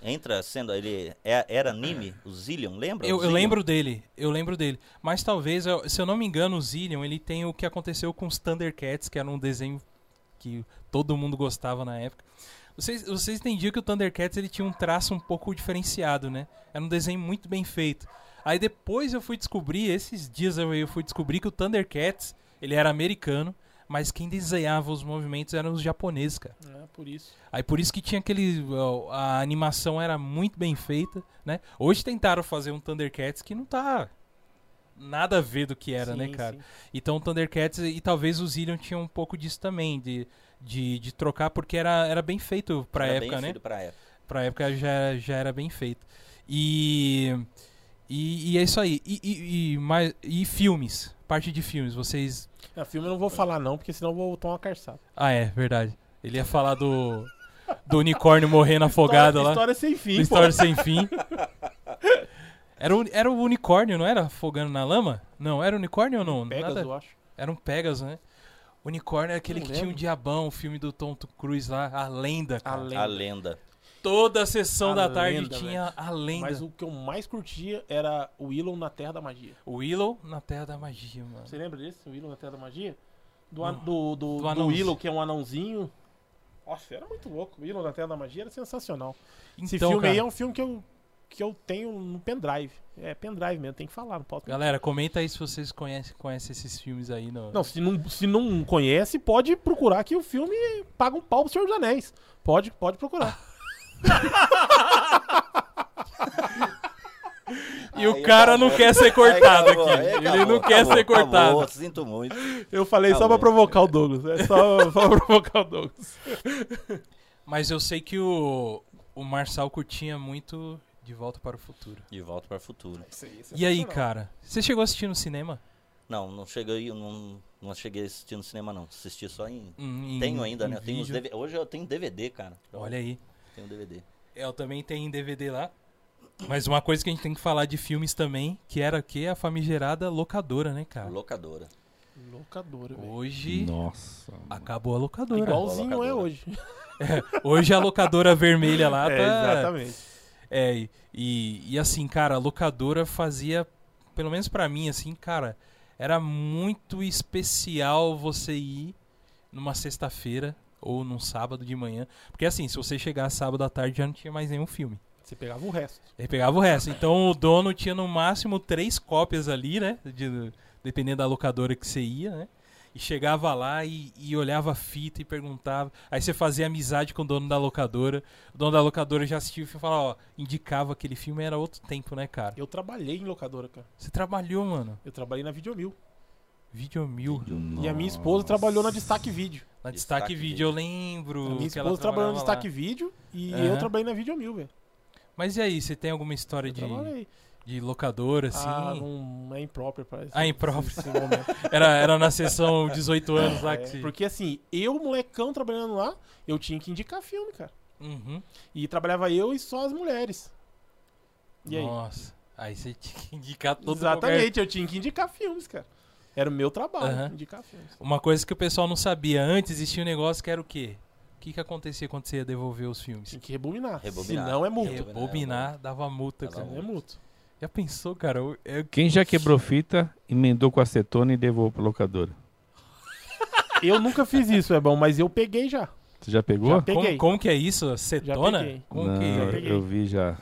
Speaker 4: Entra sendo. Ele é- era anime, o Zillion, lembra? O
Speaker 1: Eu, eu
Speaker 4: Zillion?
Speaker 1: lembro dele, eu lembro dele. Mas talvez, eu- se eu não me engano, o Zillion, ele tem o que aconteceu com os Thundercats, que era um desenho que todo mundo gostava na época. Vocês, vocês entendiam que o Thundercats ele tinha um traço um pouco diferenciado, né? Era um desenho muito bem feito. Aí depois eu fui descobrir, esses dias eu, eu fui descobrir que o Thundercats, ele era americano, mas quem desenhava os movimentos eram os japoneses, cara.
Speaker 2: É, por isso.
Speaker 1: Aí por isso que tinha aquele. ó, A animação era muito bem feita, né? Hoje tentaram fazer um Thundercats que não tá nada a ver do que era,
Speaker 2: Sim,
Speaker 1: né, cara?
Speaker 2: sim.
Speaker 1: Então o Thundercats e talvez o Zillion tinha um pouco disso também, de, de, de trocar, porque era, era bem feito pra
Speaker 4: Era
Speaker 1: época,
Speaker 4: bem
Speaker 1: né?
Speaker 4: feito Pra época.
Speaker 1: Pra época já, já era bem feito. E. E, e é isso aí. E, e, e, mais, e filmes. Parte de filmes. Vocês.
Speaker 2: É, filme eu não vou falar não, porque senão eu vou tomar uma carçada.
Speaker 1: Ah, é, verdade. Ele ia falar do. Do unicórnio morrendo afogado
Speaker 2: história,
Speaker 1: lá.
Speaker 2: História sem fim,
Speaker 1: Do
Speaker 2: pô.
Speaker 1: História Sem Fim. Era o, era o unicórnio, não era? Afogando na lama? Não, era unicórnio ou não?
Speaker 2: Pegasus,
Speaker 1: Nada-
Speaker 2: eu acho.
Speaker 1: Era um Pegasus, né? Unicórnio era aquele
Speaker 2: Não
Speaker 1: que tinha um
Speaker 2: lembro.
Speaker 1: diabão, o filme do Tom Cruise lá, a lenda.
Speaker 2: A
Speaker 1: cara.
Speaker 2: lenda.
Speaker 4: A lenda.
Speaker 1: Toda a sessão
Speaker 2: A
Speaker 1: da tarde
Speaker 2: lenda,
Speaker 1: tinha a lenda.
Speaker 2: Mas o que eu mais curtia era o Willow na Terra da Magia.
Speaker 1: O Willow na Terra da Magia, mano.
Speaker 2: Você lembra desse? O Willow na Terra da Magia? Do,
Speaker 1: Não.
Speaker 2: an- do, do, do
Speaker 1: anãozinho.
Speaker 2: Willow, que é um anãozinho. Nossa, era muito louco. O Willow na Terra da Magia era sensacional. Esse
Speaker 1: Então,
Speaker 2: filme aí
Speaker 1: cara,
Speaker 2: é um filme que eu, que eu tenho no pendrive. É, pendrive mesmo, tem que falar, não posso.
Speaker 1: galera, comenta aí se vocês conhecem, conhecem esses filmes aí. No...
Speaker 2: Não, se não, se não conhece, pode procurar que o filme paga um pau pro Senhor dos Anéis. Pode, pode procurar.
Speaker 1: E o cara não quer ser cortado
Speaker 4: Acabou,
Speaker 1: aqui.
Speaker 4: aí
Speaker 1: Ele
Speaker 4: acabou,
Speaker 1: não quer
Speaker 4: acabou,
Speaker 1: ser cortado.
Speaker 4: acabou, sinto muito.
Speaker 2: Eu falei
Speaker 4: Tá
Speaker 2: só pra
Speaker 4: bom.
Speaker 2: provocar o Douglas. É só, só pra provocar o Douglas.
Speaker 1: Mas eu sei que o, o Marçal curtia muito De Volta para o Futuro.
Speaker 4: De volta para o futuro.
Speaker 2: é
Speaker 1: E aí, cara? Você chegou a assistir no cinema?
Speaker 4: Não, não cheguei, não, não cheguei a assistir no cinema, não. Assisti só em.
Speaker 1: Hum, Em- em-
Speaker 4: Tenho ainda,
Speaker 1: em
Speaker 4: né? Eu Tenho os
Speaker 1: vídeo?
Speaker 4: DVD. Hoje eu tenho DVD, cara. Então,
Speaker 1: Olha aí.
Speaker 4: Tenho DVD.
Speaker 1: Eu também tenho em DVD lá. Mas uma coisa que a gente tem que falar de filmes também, que era o quê? A famigerada locadora, né, cara?
Speaker 4: Locadora.
Speaker 2: Locadora, velho.
Speaker 1: Hoje
Speaker 3: Nossa.
Speaker 1: acabou a locadora.
Speaker 2: Igualzinho é
Speaker 4: Locadora.
Speaker 2: hoje.
Speaker 1: Hoje a locadora vermelha lá tá.
Speaker 2: É, exatamente.
Speaker 1: É, e- e, e assim, cara, a locadora fazia, pelo menos pra mim, assim, cara, era muito especial você ir numa sexta-feira ou num sábado de manhã. Porque assim, se você chegar sábado à tarde já não tinha mais nenhum filme.
Speaker 2: Você pegava o resto.
Speaker 1: Ele pegava o resto. Então o dono tinha no máximo três cópias ali, né? de- dependendo da locadora que você ia, né? E chegava lá e, e olhava a fita e perguntava. Aí você fazia amizade com o dono da locadora. O dono da locadora já assistiu e falava, ó, indicava aquele filme, era outro tempo, né, cara?
Speaker 2: Eu trabalhei em locadora, cara.
Speaker 1: Você trabalhou, mano.
Speaker 2: Eu trabalhei na Videomil.
Speaker 1: Videomil.
Speaker 2: E a minha esposa trabalhou na Destaque Vídeo.
Speaker 1: Na Destaque
Speaker 4: Destaque
Speaker 1: Vídeo, eu
Speaker 2: A
Speaker 1: lembro.
Speaker 2: minha
Speaker 1: Hum, que ela
Speaker 2: esposa trabalhou na
Speaker 1: trabalhava lá.
Speaker 2: Destaque Vídeo e
Speaker 1: Aham.
Speaker 2: eu trabalhei na Videomil, velho.
Speaker 1: Mas e aí, você tem alguma história
Speaker 2: Eu
Speaker 1: de,
Speaker 2: trabalhei.
Speaker 1: de locadora, assim?
Speaker 2: Ah, não é impróprio, parece.
Speaker 1: Ah, impróprio.
Speaker 2: Esse- esse momento.
Speaker 1: Era, era na sessão 18 anos lá
Speaker 2: É,
Speaker 1: que se...
Speaker 2: Porque assim, eu, molecão, trabalhando lá, eu tinha que indicar filme, cara.
Speaker 1: Uhum.
Speaker 2: E trabalhava eu e só as mulheres. E aí?
Speaker 1: Nossa. Aí você tinha que indicar todo
Speaker 2: Exatamente, eu tinha que indicar filmes, cara. Era o meu trabalho,
Speaker 1: Aham.
Speaker 2: indicar filmes.
Speaker 1: Uma coisa que o pessoal não sabia. Antes existia um negócio que era o quê? O que, que acontecia quando você ia devolver os filmes?
Speaker 2: Tinha que rebobinar.
Speaker 4: Rebobinar.
Speaker 2: Senão é multa.
Speaker 4: Rebo-
Speaker 1: Rebobinar, dava multa,
Speaker 4: Dava
Speaker 1: cara.
Speaker 2: Senão é multa.
Speaker 1: Já pensou, cara? é, Eu- eu-
Speaker 3: Quem já quebrou fita, emendou com acetona e devolveu pra locadora?
Speaker 2: Eu nunca fiz isso, Ebão, mas eu peguei já.
Speaker 3: Você já pegou?
Speaker 2: Já peguei.
Speaker 1: Como, como que é isso? Cetona?
Speaker 2: peguei.
Speaker 1: Como
Speaker 3: não,
Speaker 1: que... é?
Speaker 3: eu, eu vi já.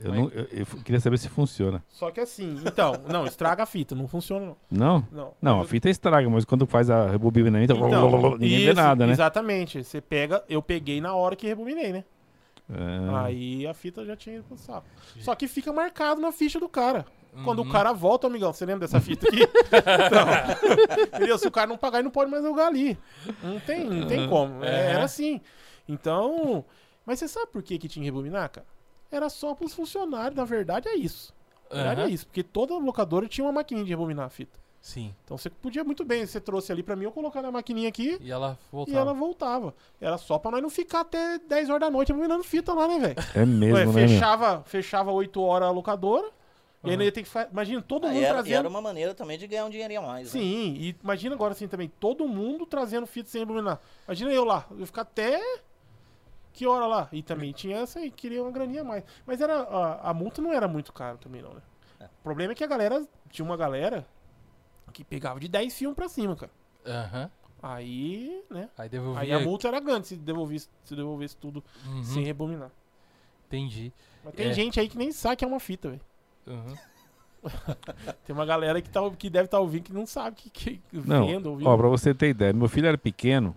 Speaker 3: Eu,
Speaker 2: Mas-
Speaker 3: não- eu- eu f- queria saber se funciona.
Speaker 2: Só que assim, então, não, estraga a fita, não funciona não.
Speaker 3: Não?
Speaker 2: Não,
Speaker 3: Não, a fita estraga, mas quando faz a rebobinamento,
Speaker 2: Então,
Speaker 3: ninguém vê
Speaker 2: isso,
Speaker 3: nada, né?
Speaker 2: Exatamente. Você pega, eu peguei na hora que rebobinei, né?
Speaker 3: Ah,
Speaker 2: Aí a fita já tinha ido pro saco. Só que fica marcado na ficha do cara. Quando
Speaker 1: Uhum.
Speaker 2: o cara volta, amigão, você lembra dessa fita aqui? Então, entendeu? Se o cara não pagar, ele não pode mais jogar ali. Não tem, não tem como. É,
Speaker 1: É.
Speaker 2: Era assim. Então. Mas você sabe por que, que tinha que rebobinar, cara? Era só pros funcionários, na verdade é isso. Na verdade
Speaker 1: Aham.
Speaker 2: é isso, porque toda locadora tinha uma maquininha de rebobinar a fita.
Speaker 1: Sim.
Speaker 2: Então você podia muito bem, você trouxe ali pra mim, eu colocar na maquininha aqui
Speaker 1: E ela
Speaker 2: e
Speaker 1: voltava.
Speaker 2: ela voltava. Era só pra nós não ficar até 10 horas da noite abominando fita lá, né, velho?
Speaker 3: é
Speaker 2: Ué,
Speaker 3: mesmo, né, meu?
Speaker 2: fechava, fechava 8 horas a locadora. E aí
Speaker 1: Uhum.
Speaker 2: não ia ter que fa- Imagina todo
Speaker 4: Aí
Speaker 2: mundo
Speaker 4: era, e
Speaker 2: trazendo.
Speaker 4: era uma maneira também de ganhar um dinheirinho a mais. né?
Speaker 2: Sim, e imagina agora assim também, todo mundo trazendo fita sem abominar. Imagina eu lá, eu ia ficar até. Que hora lá? E também tinha essa e queria uma graninha a mais. Mas era, a, a multa não era muito cara também, não, né? O problema é que a galera. Tinha uma galera que pegava de 10 filmes pra cima, cara.
Speaker 1: Aham.
Speaker 2: Aí, né?
Speaker 1: Aí devolvia.
Speaker 2: Aí a multa era grande se devolvesse, se devolvesse tudo
Speaker 1: Uhum,
Speaker 2: sem rebominar.
Speaker 1: Entendi.
Speaker 2: Mas tem
Speaker 1: É.
Speaker 2: gente aí que nem sabe que é uma fita, velho.
Speaker 1: Uhum.
Speaker 2: Tem uma galera que, tá, que deve estar ouvindo que não sabe que, que que
Speaker 3: Não,
Speaker 2: vendo, ouvindo.
Speaker 3: ó, pra você ter ideia, meu filho era pequeno.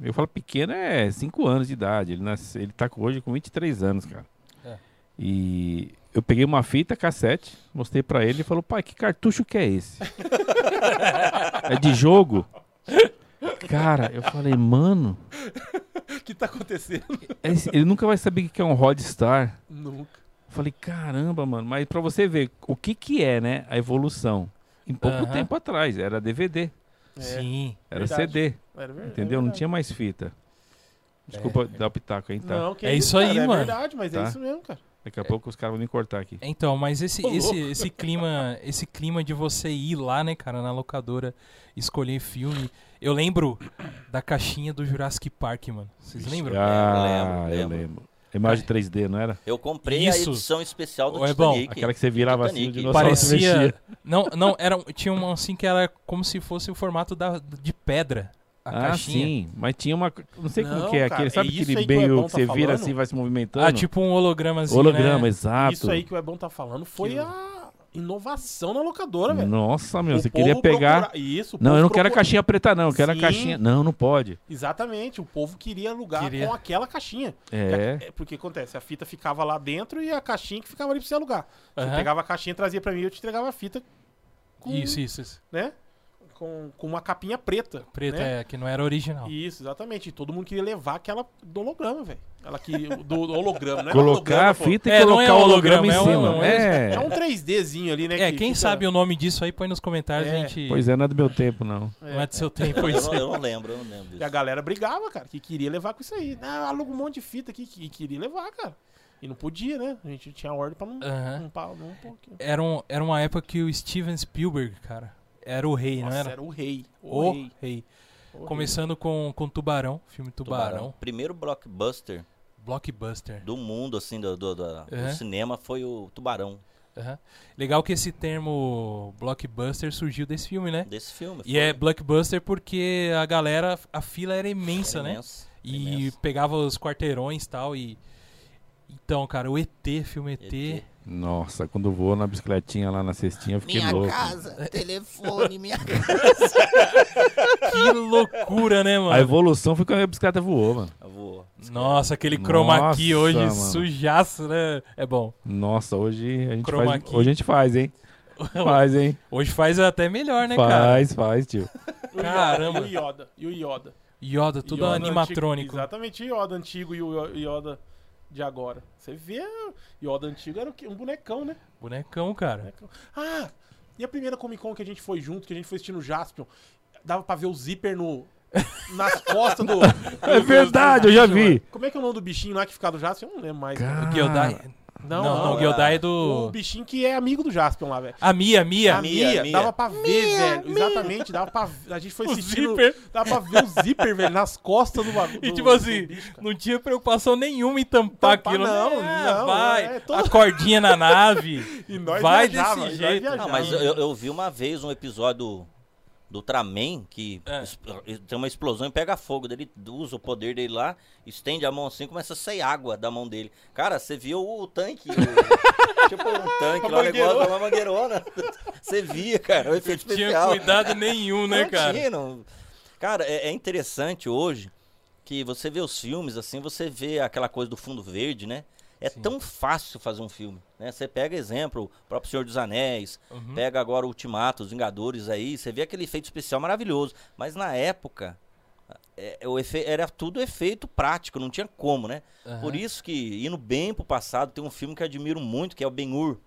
Speaker 3: Eu falo pequeno é 5 anos de idade. Ele, nasce, ele tá com- hoje com 23 anos, cara.
Speaker 1: É.
Speaker 3: E eu peguei uma fita cassete, mostrei pra ele e falou: pai, que cartucho que é esse? é de jogo? Cara, eu falei, mano,
Speaker 2: O que tá acontecendo?
Speaker 3: esse- ele nunca vai saber o que que é um Rodstar.
Speaker 2: Nunca.
Speaker 3: Eu falei, caramba, mano, mas pra você ver o que que é, né, a evolução. Em pouco
Speaker 1: Aham.
Speaker 3: tempo atrás, era DVD,
Speaker 1: Sim.
Speaker 3: era
Speaker 2: Verdade.
Speaker 3: CD.
Speaker 2: É, Era verdade. É.
Speaker 3: Entendeu? Não tinha mais fita. Desculpa dar o pitaco aí, tá?
Speaker 2: Não, que
Speaker 1: É isso aí,
Speaker 2: cara,
Speaker 1: mano.
Speaker 2: É verdade, mas é
Speaker 3: Tá.
Speaker 2: isso mesmo, cara.
Speaker 3: Daqui a pouco os caras vão me cortar aqui.
Speaker 1: Então, mas esse,
Speaker 2: Ô,
Speaker 1: esse,
Speaker 2: louco.
Speaker 1: esse clima esse clima de você ir lá, né, cara, na locadora escolher filme. Eu lembro da caixinha do Jurassic Park, mano. Vocês lembram?
Speaker 3: Ah,
Speaker 4: Lembro,
Speaker 3: eu
Speaker 4: lembro.
Speaker 3: lembro. Imagem 3D, não era?
Speaker 4: Eu comprei
Speaker 1: Isso.
Speaker 4: a edição especial do
Speaker 1: Ô, Ebão,
Speaker 4: Titanic.
Speaker 3: Aquela que você virava assim, o
Speaker 4: Titanic.
Speaker 3: dinossauro se
Speaker 1: Parecia.
Speaker 3: mexia.
Speaker 1: Não, não, era, um- tinha uma assim que era como se fosse o formato da, de pedra. A
Speaker 3: Ah,
Speaker 1: caixinha.
Speaker 3: sim. Mas tinha uma... Não sei como
Speaker 2: Não,
Speaker 3: que é
Speaker 2: cara,
Speaker 3: aquele. Sabe
Speaker 2: é isso
Speaker 3: aquele
Speaker 2: aí que o
Speaker 3: meio
Speaker 2: Ebon
Speaker 3: que
Speaker 2: tá
Speaker 3: você vira
Speaker 2: falando? assim,
Speaker 3: assim vai se movimentando?
Speaker 1: Ah, tipo um hologramazinho.
Speaker 3: Holograma,
Speaker 1: né?
Speaker 3: exato.
Speaker 2: Isso aí que o Ebon tá falando foi
Speaker 1: Que-
Speaker 2: a inovação na locadora, velho.
Speaker 3: Nossa, meu,
Speaker 2: O
Speaker 3: você queria
Speaker 2: povo
Speaker 3: pegar...
Speaker 2: procura- Isso, o
Speaker 3: Não,
Speaker 2: povo
Speaker 3: eu não quero a
Speaker 2: procura-
Speaker 3: caixinha preta, não. Eu quero
Speaker 2: Sim.
Speaker 3: a caixinha... Não, não pode.
Speaker 2: Exatamente, o povo queria alugar
Speaker 1: Queria.
Speaker 2: com aquela caixinha.
Speaker 3: É.
Speaker 2: É, Porque acontece, a fita ficava lá dentro e a caixinha que ficava ali pra você alugar. Você
Speaker 1: Aham.
Speaker 2: pegava a caixinha, trazia pra mim e eu te entregava a fita com,
Speaker 1: Isso, isso, isso.
Speaker 2: né? Com, com uma capinha preta.
Speaker 1: Preta,
Speaker 2: né?
Speaker 1: é, que não era original.
Speaker 2: Isso, exatamente. E todo mundo queria levar aquela do holograma, velho. Ela que. Do, do holograma, né?
Speaker 3: Colocar a
Speaker 2: pô.
Speaker 3: fita
Speaker 1: É,
Speaker 3: e
Speaker 1: não
Speaker 3: colocar
Speaker 1: é
Speaker 3: o holograma,
Speaker 1: holograma,
Speaker 3: em
Speaker 1: é um-
Speaker 3: cima.
Speaker 2: É um 3Dzinho ali, né?
Speaker 1: É, quem sabe o nome disso aí, põe nos comentários, a
Speaker 2: É.
Speaker 1: gente.
Speaker 3: Pois é, não é do meu tempo, não.
Speaker 1: Não é do seu tempo
Speaker 4: Eu,
Speaker 1: isso.
Speaker 4: não, eu não lembro, eu não lembro
Speaker 2: E a
Speaker 4: disso.
Speaker 2: galera brigava, cara, que queria levar com isso aí. Não, aluga um monte de fita aqui que e queria levar, cara. E não podia, né? A gente tinha ordem pra não.
Speaker 1: Aham.
Speaker 2: Não, pa- não, pôr aqui.
Speaker 1: Era, um, era uma época que o Steven Spielberg, cara, era o rei,
Speaker 2: Nossa,
Speaker 1: não
Speaker 2: era?
Speaker 1: era?
Speaker 2: o rei. O,
Speaker 1: O
Speaker 2: rei.
Speaker 1: rei.
Speaker 2: o rei.
Speaker 1: Começando com, com Tubarão, filme Tubarão,
Speaker 4: Primeiro blockbuster
Speaker 1: blockbuster.
Speaker 4: do mundo, assim, do, do- do-
Speaker 1: É.
Speaker 4: do cinema foi o Tubarão,
Speaker 1: Aham. Legal que esse termo blockbuster surgiu desse filme, né?
Speaker 4: desse filme.
Speaker 1: E é blockbuster porque a galera, a fila era imensa, né? E pegava os quarteirões e tal e então, cara, o ET, filme ET,
Speaker 4: ET.
Speaker 3: Nossa, quando voou na bicicletinha lá na cestinha, eu fiquei
Speaker 4: Minha
Speaker 3: louco.
Speaker 4: casa, telefone, minha casa.
Speaker 1: Que loucura, né,
Speaker 3: A
Speaker 1: mano?
Speaker 3: evolução foi quando a bicicleta voou, mano.
Speaker 4: Vou.
Speaker 1: Nossa, aquele chroma key
Speaker 3: Nossa,
Speaker 1: hoje
Speaker 3: mano.
Speaker 1: sujaço, né? É bom.
Speaker 3: Nossa, hoje a gente
Speaker 1: Chroma
Speaker 3: faz,
Speaker 1: key.
Speaker 3: hoje a gente faz, hein? Faz, hein?
Speaker 1: Hoje faz até melhor, né, cara?
Speaker 3: Faz, faz, tio.
Speaker 2: E o Yoda,
Speaker 1: Caramba.
Speaker 2: E o Yoda. E o Yoda.
Speaker 1: Yoda, tudo
Speaker 2: Yoda
Speaker 1: animatrônico.
Speaker 2: antigo- exatamente, Yoda antigo e o Yoda de agora. Você vê, Yoda antigo era o quê? um bonecão, né?
Speaker 1: Bonecão, cara.
Speaker 2: Bonecão. Ah, e a primeira Comic Con que a gente foi junto, que a gente foi assistindo o Jaspion, dava pra ver o zíper no... Nas costas do...
Speaker 3: É verdade, eu já vi.
Speaker 2: Como é que é o nome do bichinho lá que ficava do Jaspion? Eu não lembro mais.
Speaker 3: Cara,
Speaker 1: O Gyodai.
Speaker 2: Ah,
Speaker 1: Não, não, o
Speaker 4: é-
Speaker 1: Gyodai é
Speaker 2: O
Speaker 1: do.
Speaker 2: bichinho que é amigo do Jaspion lá, velho.
Speaker 1: A Mia, Mia.
Speaker 2: A
Speaker 4: Mia,
Speaker 2: Mia,
Speaker 4: Mia.
Speaker 2: dava pra ver, velho. Exatamente, dava pra ver. A gente foi
Speaker 1: O
Speaker 2: assistindo.
Speaker 1: zíper.
Speaker 2: Dava pra ver o zíper, velho, nas costas do bagulho.
Speaker 1: E
Speaker 2: do-
Speaker 1: tipo
Speaker 2: do
Speaker 1: assim,
Speaker 2: bicho, cara.
Speaker 1: não tinha preocupação nenhuma em tampar,
Speaker 2: Tampar
Speaker 1: aquilo.
Speaker 2: não,
Speaker 1: É,
Speaker 2: não,
Speaker 1: vai.
Speaker 2: é todo-
Speaker 1: A cordinha na nave.
Speaker 2: E nós
Speaker 1: vai
Speaker 2: viajava,
Speaker 1: desse
Speaker 2: e nós
Speaker 1: jeito.
Speaker 2: viajava.
Speaker 4: Não, mas eu, eu- eu vi uma vez um episódio do Ultraman que
Speaker 1: É.
Speaker 4: es- tem uma explosão e pega fogo. Daí Ele usa o poder dele lá, estende a mão assim, começa a sair água da mão dele. Cara, você viu o tanque? o- tipo um tanque lá, o negócio
Speaker 2: mangueirona.
Speaker 4: da mangueirona. Você via, cara, o efeito
Speaker 1: Tinha
Speaker 4: especial.
Speaker 1: cuidado nenhum, né,
Speaker 4: Não
Speaker 1: cara?
Speaker 4: tinha, não. Cara, é, é interessante hoje que você vê os filmes assim, você vê aquela coisa do fundo verde, né? É tão fácil fazer um filme, né? Você pega exemplo, o próprio Senhor dos Anéis,
Speaker 1: Hum? Uhum.
Speaker 4: pega agora o Ultimato, os Vingadores aí, você vê aquele efeito especial maravilhoso, mas na época é, é, o efe- era tudo efeito prático, não tinha como, né?
Speaker 1: É,
Speaker 4: Por isso que indo bem pro passado, tem um filme que eu admiro muito, que é o Ben-Hur,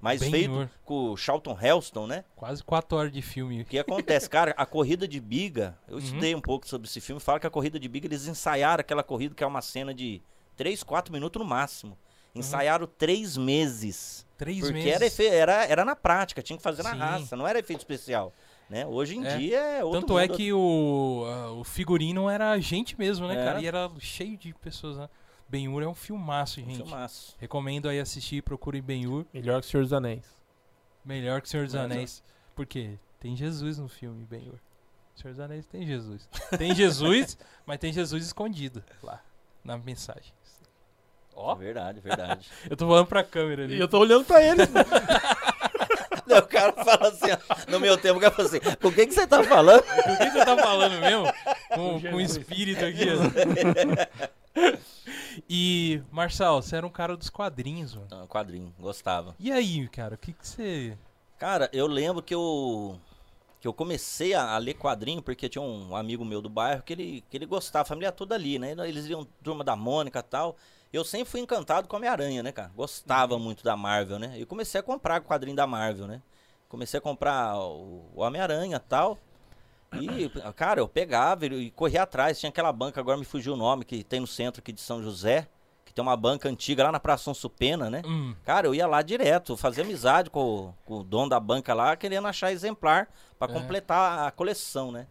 Speaker 4: mas
Speaker 1: Ben-Hur.
Speaker 4: feito com o Charlton Heston, né?
Speaker 1: Quase quatro horas de filme.
Speaker 4: O que acontece, cara, a corrida de biga, eu estudei um pouco sobre esse filme, fala que a corrida de biga, eles ensaiaram aquela corrida que é uma cena de 3, 4 minutos no máximo. Ensaiaram três meses.
Speaker 1: Três
Speaker 4: porque
Speaker 1: meses.
Speaker 4: Era, efe- era, era na prática, tinha que fazer na
Speaker 1: Sim.
Speaker 4: raça, não era efeito especial. Né? Hoje em
Speaker 1: É.
Speaker 4: dia é outro
Speaker 1: Tanto é
Speaker 4: mundo.
Speaker 1: que o, a- o figurino era gente mesmo, né,
Speaker 4: É.
Speaker 1: cara? E era cheio de pessoas. Né? Ben-Hur é um filmaço, gente.
Speaker 4: Filmaço.
Speaker 1: Recomendo aí assistir, procurem Ben-Hur.
Speaker 2: Melhor que o Senhor dos Anéis.
Speaker 1: Melhor que Senhor dos
Speaker 4: Mas, ó.
Speaker 1: Anéis. Por quê? Tem Jesus no filme, Ben-Hur. Senhor dos Anéis tem Jesus. Tem Jesus, mas tem Jesus escondido lá na mensagem. Ó,
Speaker 4: É Verdade, verdade.
Speaker 1: eu tô falando pra câmera ali.
Speaker 2: E eu tô olhando pra ele.
Speaker 4: Não, o cara fala assim, ó, no meu tempo, o cara fala assim, com quem que você tá falando?
Speaker 1: Com quem você tá falando mesmo? Com, com o espírito aqui, ó. E, Marçal, você era um cara dos quadrinhos, mano.
Speaker 4: Ah, quadrinho, gostava.
Speaker 1: E aí, cara, o que que você...
Speaker 4: Cara, eu lembro que eu que eu comecei a, a ler quadrinho porque tinha um amigo meu do bairro que ele, que ele gostava, a família toda ali, né? Eles iam turma da Mônica e tal. Eu sempre fui encantado com Homem-Aranha, né, cara? Gostava muito da Marvel, né? E comecei a comprar o quadrinho da Marvel, né? Comecei a comprar o, o Homem-Aranha e tal. E, cara, eu pegava e corria atrás. Tinha aquela banca, agora me fugiu o nome, que tem no centro aqui de São José, que tem uma banca antiga lá na Praça São Supena, né?
Speaker 1: Hum,
Speaker 4: Cara, eu ia lá direto, fazia amizade com, o- com o dono da banca lá, querendo achar exemplar pra
Speaker 1: É.
Speaker 4: completar a coleção, né?